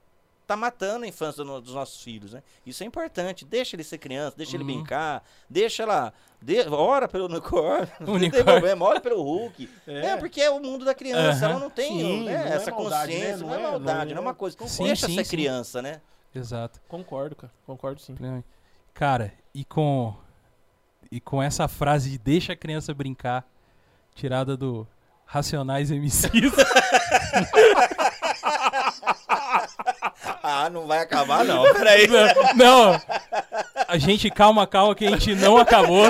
Speaker 4: tá matando a infância do no- dos nossos filhos, né? Isso é importante. Deixa ele ser criança, deixa ele
Speaker 1: Uhum.
Speaker 4: brincar, deixa ela. De, ora pelo unicórnio, não tem
Speaker 1: Unicórnio.
Speaker 4: problema, ora pelo Hulk.
Speaker 2: É.
Speaker 4: É, porque é o mundo da criança,
Speaker 1: Aham.
Speaker 4: ela não tem
Speaker 2: Sim,
Speaker 4: né,
Speaker 2: não é maldade,
Speaker 4: essa
Speaker 2: né?
Speaker 4: consciência,
Speaker 2: Não
Speaker 4: não, é,
Speaker 2: é- não
Speaker 4: maldade,
Speaker 2: é-
Speaker 4: não é uma coisa.
Speaker 1: Sim,
Speaker 4: deixa
Speaker 1: sim,
Speaker 4: ser
Speaker 1: sim.
Speaker 4: criança, né?
Speaker 1: Exato.
Speaker 2: Concordo, cara. Concordo sim.
Speaker 1: Plenamente. Cara, e com e com essa frase de deixa a criança brincar, tirada do Racionais MCs.
Speaker 4: Ah, não vai acabar não, peraí.
Speaker 1: não, não. A gente calma, calma que a gente não acabou.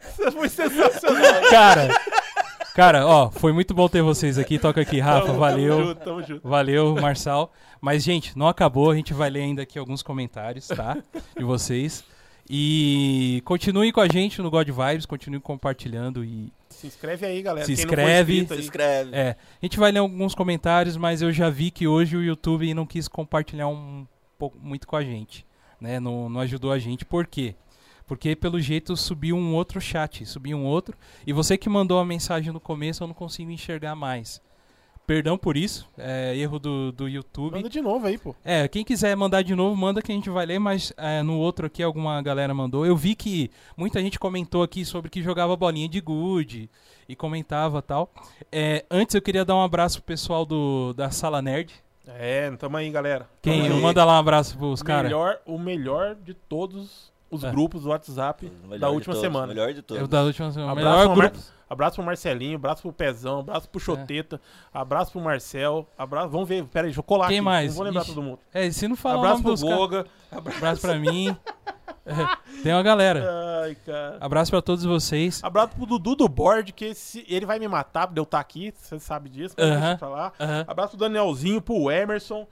Speaker 2: Você foi sensacional.
Speaker 1: Cara. Cara, ó, foi muito bom ter vocês aqui. Toca aqui, Rafa, valeu.
Speaker 2: Tamo junto, tamo junto.
Speaker 1: Valeu, Marçal. Mas, gente, não acabou. A gente vai ler ainda aqui alguns comentários, tá? De vocês. E continuem com a gente no God Vibes, continuem compartilhando e.
Speaker 2: Se inscreve aí, galera.
Speaker 1: Se
Speaker 2: Quem não for
Speaker 1: inscreve.
Speaker 2: inscrito
Speaker 4: Se
Speaker 2: aí.
Speaker 4: inscreve.
Speaker 1: É, a gente vai ler alguns comentários, mas eu já vi que hoje o YouTube não quis compartilhar um pouco muito com a gente, né? Não, não ajudou a gente. Por quê? Porque pelo jeito subiu um outro chat, subiu um outro, e você que mandou a mensagem no começo eu não consigo enxergar mais. Perdão por isso, é erro do, do YouTube.
Speaker 2: Manda de novo aí, pô.
Speaker 1: É, quem quiser mandar de novo, manda que a gente vai ler, mas é, no outro aqui alguma galera mandou. Eu vi que muita gente comentou aqui sobre que jogava bolinha de gude e comentava tal. É, antes eu queria dar um abraço pro pessoal do, da Sala Nerd.
Speaker 2: É, tamo aí, galera.
Speaker 1: Quem
Speaker 2: Tamo aí.
Speaker 1: manda lá um abraço pros caras.
Speaker 2: Melhor, o melhor de todos os
Speaker 1: É.
Speaker 2: grupos do WhatsApp
Speaker 4: O melhor
Speaker 2: da
Speaker 4: de
Speaker 2: última
Speaker 4: todos,
Speaker 2: semana.
Speaker 4: Melhor de todos.
Speaker 1: É o da última semana.
Speaker 2: Abraço,
Speaker 1: Melhor
Speaker 2: pro
Speaker 1: grupo.
Speaker 2: Mar- abraço pro Marcelinho, abraço pro Pezão, abraço
Speaker 1: É.
Speaker 2: pro Choteta, abraço pro Marcel, abraço. Vamos ver, pera aí, deixa eu colar
Speaker 1: Quem
Speaker 2: aqui,
Speaker 1: mais?
Speaker 2: Não vou lembrar
Speaker 1: Ixi.
Speaker 2: todo mundo.
Speaker 1: É, se não falar
Speaker 2: Abraço
Speaker 1: o nome
Speaker 2: pro
Speaker 1: dos caras.
Speaker 2: Goga,
Speaker 1: Abraço pra mim. É, Tem uma galera.
Speaker 2: Ai, cara.
Speaker 1: Abraço pra todos vocês.
Speaker 2: Abraço pro Dudu do board, que esse- ele vai me matar de eu estar aqui, você sabe disso, mas
Speaker 1: Aham.
Speaker 2: deixa pra lá.
Speaker 1: Aham.
Speaker 2: Abraço pro Danielzinho, pro Emerson.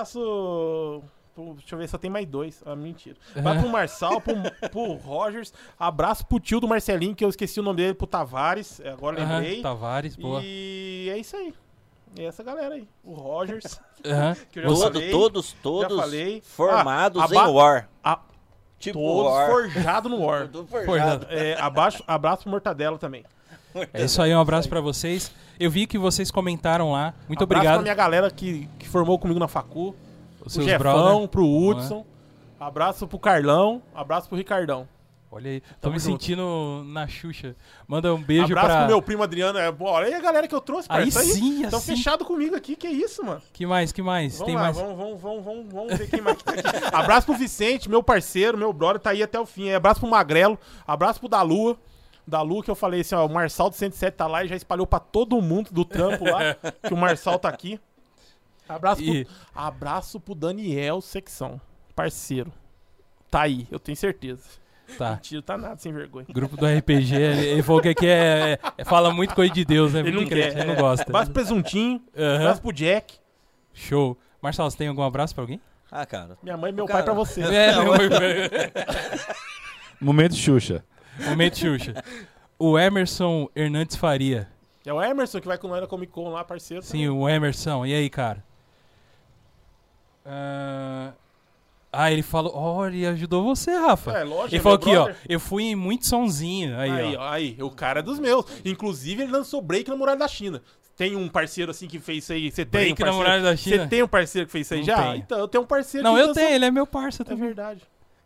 Speaker 2: Abraço. pro- Deixa eu ver, só tem mais dois. Ah, mentira. Abraço pro Marçal, pro, pro Rogers. Abraço pro tio do Marcelinho, que eu esqueci o nome dele, pro Tavares. é, Agora
Speaker 1: Aham,
Speaker 2: lembrei.
Speaker 1: Tavares, boa.
Speaker 2: E é isso aí. E essa galera aí. O Rogers.
Speaker 1: Aham.
Speaker 2: que eu já
Speaker 4: Todo,
Speaker 2: falei.
Speaker 4: todos, todos
Speaker 2: falei.
Speaker 4: formados
Speaker 2: Ah,
Speaker 4: em
Speaker 2: aba-
Speaker 4: War.
Speaker 2: A-
Speaker 4: Tipo
Speaker 2: todos
Speaker 4: War.
Speaker 2: forjados no War.
Speaker 4: Tudo
Speaker 1: Forjado.
Speaker 2: É, abaixo, abraço pro Mortadela também.
Speaker 1: É isso aí, um abraço pra vocês. Eu vi que vocês comentaram lá. Muito obrigado.
Speaker 2: pra minha galera que, que formou comigo na facu.
Speaker 1: Os
Speaker 2: Pro
Speaker 1: seus
Speaker 2: Jefão,
Speaker 1: brother.
Speaker 2: pro Hudson. Abraço pro Carlão. Abraço pro Ricardão.
Speaker 1: Olha aí, tô
Speaker 2: Tamo
Speaker 1: me
Speaker 2: junto.
Speaker 1: sentindo na Xuxa. Manda um beijo
Speaker 2: abraço
Speaker 1: pra.
Speaker 2: pro meu primo Adriano. É, pô, olha aí a galera que eu trouxe,
Speaker 1: Aí
Speaker 2: parça,
Speaker 1: sim,
Speaker 2: Tão
Speaker 1: assim.
Speaker 2: fechado comigo aqui, que isso, mano.
Speaker 1: Que mais, que mais?
Speaker 2: Vamos
Speaker 1: Tem
Speaker 2: lá,
Speaker 1: mais.
Speaker 2: vamos, vamos, vamos, vamos, vamos ver quem mais que tá aqui. Abraço pro Vicente, meu parceiro, meu brother, tá aí até o fim. Abraço pro Magrelo, abraço pro Dalua. Da Lua que eu falei assim, ó, o Marçal do 107 tá lá e já espalhou pra todo mundo do trampo lá, que o Marçal tá aqui. Abraço,
Speaker 1: E-
Speaker 2: pro, abraço pro Daniel Secção, parceiro. Tá aí, eu tenho certeza.
Speaker 1: Tá.
Speaker 2: Tio tá nada, sem vergonha.
Speaker 1: Grupo do RPG, ele ele falou que aqui é, é- é- fala muito coisa de Deus, né?
Speaker 2: Ele
Speaker 1: Muito
Speaker 2: não
Speaker 1: crente,
Speaker 2: quer. é.
Speaker 1: ele não gosta.
Speaker 2: Abraço pro Presuntinho,
Speaker 1: Tá. Aham.
Speaker 2: abraço pro Jack,
Speaker 1: Show. Marcelo, você tem algum abraço pra alguém?
Speaker 4: Ah, cara.
Speaker 2: minha mãe e meu
Speaker 4: Cara,
Speaker 2: pai pra você.
Speaker 1: É, meu-
Speaker 3: Momento Xuxa.
Speaker 1: Momento Xuxa. O Emerson Hernandes Faria.
Speaker 2: É o Emerson que vai com nós na Comic Con lá, parceiro.
Speaker 1: Sim, o Emerson. E aí, cara? Ah, Ah, ele falou. Olha, ele ajudou você, Rafa.
Speaker 2: É, lógico,
Speaker 1: ele
Speaker 2: é
Speaker 1: falou
Speaker 2: meu
Speaker 1: aqui,
Speaker 2: brother.
Speaker 1: ó. Eu fui em muito sonzinho. Aí,
Speaker 2: Aí,
Speaker 1: ó.
Speaker 2: ó, aí, o cara é dos meus. Inclusive, ele lançou break na muralha da China. Tem um parceiro assim que fez isso aí? Você tem?
Speaker 1: Break
Speaker 2: um
Speaker 1: na
Speaker 2: parceiro-
Speaker 1: Muralha da China?
Speaker 2: Você tem um parceiro que fez isso aí
Speaker 1: Não
Speaker 2: já?
Speaker 1: tenho.
Speaker 2: Então, eu tenho um parceiro
Speaker 1: Não,
Speaker 2: que
Speaker 1: eu
Speaker 2: lançou-
Speaker 1: tenho, ele é meu parça
Speaker 2: É
Speaker 1: também.
Speaker 2: verdade.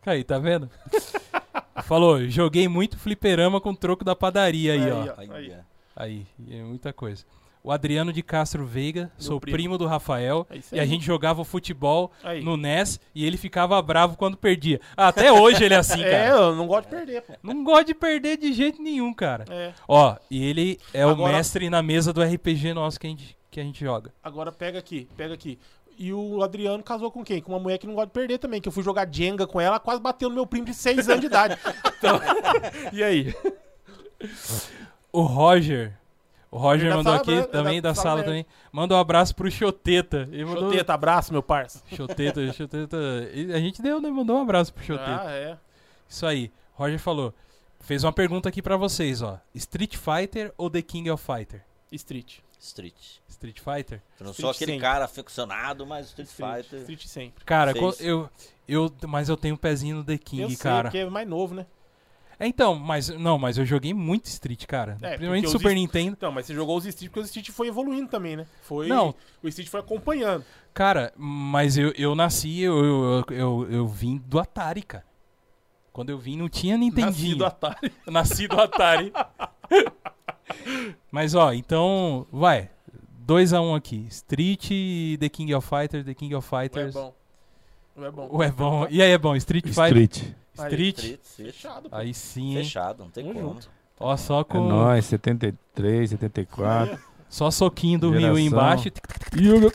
Speaker 1: Aí, tá vendo? Falou, joguei muito fliperama com troco da padaria aí, ó.
Speaker 4: Aí,
Speaker 2: Aí.
Speaker 4: é.
Speaker 1: Aí, é muita coisa. O Adriano de Castro Veiga, sou primo.
Speaker 2: primo.
Speaker 1: do Rafael.
Speaker 2: É isso
Speaker 1: e a
Speaker 2: aí.
Speaker 1: gente jogava futebol
Speaker 2: Aí.
Speaker 1: no NES e ele ficava bravo quando perdia. Até hoje ele é assim,
Speaker 2: É,
Speaker 1: cara.
Speaker 2: eu não gosto de perder, pô.
Speaker 1: Não gosta de perder de jeito nenhum, cara.
Speaker 2: É.
Speaker 1: Ó, e ele é o
Speaker 2: Agora-
Speaker 1: mestre na mesa do RPG nosso que a gente, que a gente joga.
Speaker 2: Agora pega aqui, pega aqui. E o Adriano casou com quem? Com uma mulher que não gosta de perder também, que eu fui jogar Jenga com ela, quase bateu no meu primo de 6 anos de idade. Então, e aí?
Speaker 1: O Roger. O Roger
Speaker 2: Ele da
Speaker 1: mandou
Speaker 2: sala
Speaker 1: aqui
Speaker 2: branca-
Speaker 1: também, da,
Speaker 2: da
Speaker 1: sala
Speaker 2: sala
Speaker 1: também. Manda um abraço pro Choteta. Ele mandou-
Speaker 2: Choteta, abraço, meu parça.
Speaker 1: Choteta, Choteta. e A gente deu, né? Mandou um abraço pro Choteta.
Speaker 2: Ah, é.
Speaker 1: Isso aí. Roger falou. Fez uma pergunta aqui pra vocês, ó. Street Fighter ou The King of Fighter?
Speaker 2: Street.
Speaker 4: Street.
Speaker 1: Street Fighter?
Speaker 4: Eu não
Speaker 2: Street
Speaker 4: sou aquele
Speaker 2: Sim.
Speaker 4: cara aficionado, mas Street
Speaker 2: Street,
Speaker 4: Fighter.
Speaker 2: Street sempre.
Speaker 1: Cara,
Speaker 4: Fez.
Speaker 1: co- eu, eu. Mas eu tenho um pezinho no The King,
Speaker 2: eu sei,
Speaker 1: cara.
Speaker 2: porque é mais novo, né?
Speaker 1: É, então, mas. Não, mas eu joguei muito Street, cara.
Speaker 2: É,
Speaker 1: Principalmente
Speaker 2: porque os
Speaker 1: Super
Speaker 2: est-
Speaker 1: Nintendo.
Speaker 2: Não, Então, mas você jogou os Street porque os Street foi evoluindo também, né? Foi,
Speaker 1: Não.
Speaker 2: O Street foi acompanhando.
Speaker 1: Cara, mas eu, eu nasci, eu, eu, eu, eu- eu vim do Atari, cara. Quando eu vim, não tinha Nintendinho.
Speaker 2: Nascido Atari.
Speaker 1: Nasci do Atari. Mas ó, então, vai. 2 a 1 um aqui. Street e The King of Fighters, The King of
Speaker 2: Não é
Speaker 1: Fighters.
Speaker 2: bom. Não é bom.
Speaker 1: Ué, bom. E aí é bom, Street Fighter.
Speaker 3: Street.
Speaker 1: Street.
Speaker 4: Street, Street.
Speaker 2: Fechado, pô.
Speaker 1: Aí sim, hein?
Speaker 4: Fechado, não tem
Speaker 2: Tamo
Speaker 4: como.
Speaker 1: Ó, só
Speaker 3: É
Speaker 1: com
Speaker 3: nóis, 73, 74.
Speaker 1: só soquinho do Rio
Speaker 3: Geração.
Speaker 1: embaixo.
Speaker 3: Yuga.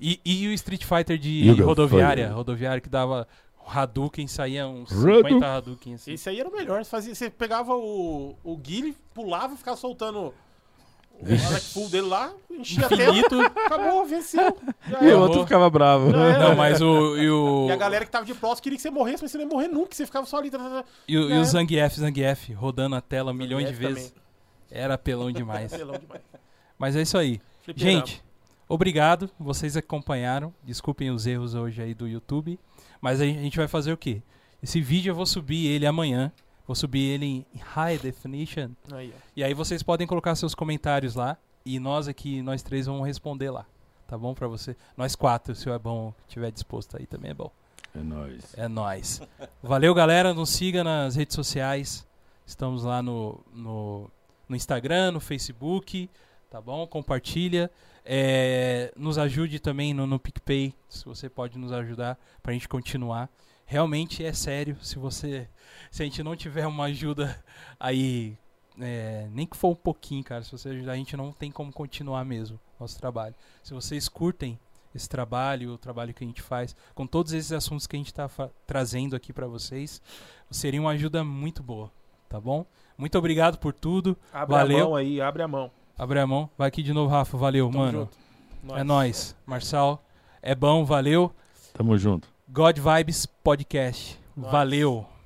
Speaker 1: E, e o Street Fighter de
Speaker 3: Yuga
Speaker 1: rodoviária,
Speaker 3: Fighter.
Speaker 1: rodoviária que dava Hadouken, saía uns
Speaker 3: Hadouken.
Speaker 1: 50 Hadouken assim.
Speaker 2: Esse aí era o melhor. Você, fazia- você pegava o, o Guile, pulava e ficava soltando o Alex Pool dele lá, enchia a tela,
Speaker 1: Infinito.
Speaker 2: acabou, venceu. Já
Speaker 3: E
Speaker 2: era.
Speaker 3: o outro ficava bravo.
Speaker 2: Não, é.
Speaker 1: Não, mas o e o
Speaker 2: E a galera que tava de próximo queria que você morresse, mas você não ia morrer nunca, você ficava só ali. tá, tá, tá.
Speaker 1: e o, e
Speaker 2: É.
Speaker 1: o Zangief, Zangief rodando a tela milhões de
Speaker 2: Zangief
Speaker 1: vezes. Era apelão demais.
Speaker 2: Pelão demais.
Speaker 1: Mas é isso aí.
Speaker 2: Fliperama.
Speaker 1: Gente, obrigado. Vocês acompanharam. Desculpem os erros hoje aí do YouTube. Mas a gen- a gente vai fazer o quê? Esse vídeo eu vou subir ele amanhã. Vou subir ele em High Definition.
Speaker 2: Aí, ó.
Speaker 1: E aí vocês podem colocar seus comentários lá. E nós aqui, nós três, vamos responder lá. Tá bom pra você? Nós quatro, se o é bom tiver disposto aí também é bom.
Speaker 3: É nóis.
Speaker 1: É nóis. Valeu, galera. Nos siga nas redes sociais. Estamos lá no, no, no Instagram, no Facebook. Tá bom? Compartilha. É, nos ajude também no, no PicPay, se você pode nos ajudar pra gente continuar. Realmente é sério, se você. Se a gente não tiver uma ajuda aí, é, nem que for um pouquinho, cara, se você ajudar, a gente não tem como continuar mesmo nosso trabalho. Se vocês curtem esse trabalho, o trabalho que a gente faz, com todos esses assuntos que a gente está trazendo aqui para vocês, seria uma ajuda muito boa, tá bom? Muito obrigado por tudo.
Speaker 2: Abre
Speaker 1: Valeu.
Speaker 2: a mão aí, abre a mão.
Speaker 1: Abre a mão. Vai aqui de novo, Rafa. Valeu,
Speaker 2: Tamo
Speaker 1: mano.
Speaker 2: junto.
Speaker 1: É nóis. Marçal, é bom, valeu.
Speaker 3: Tamo junto.
Speaker 1: God Vibes Podcast.
Speaker 2: Nóis.
Speaker 1: Valeu.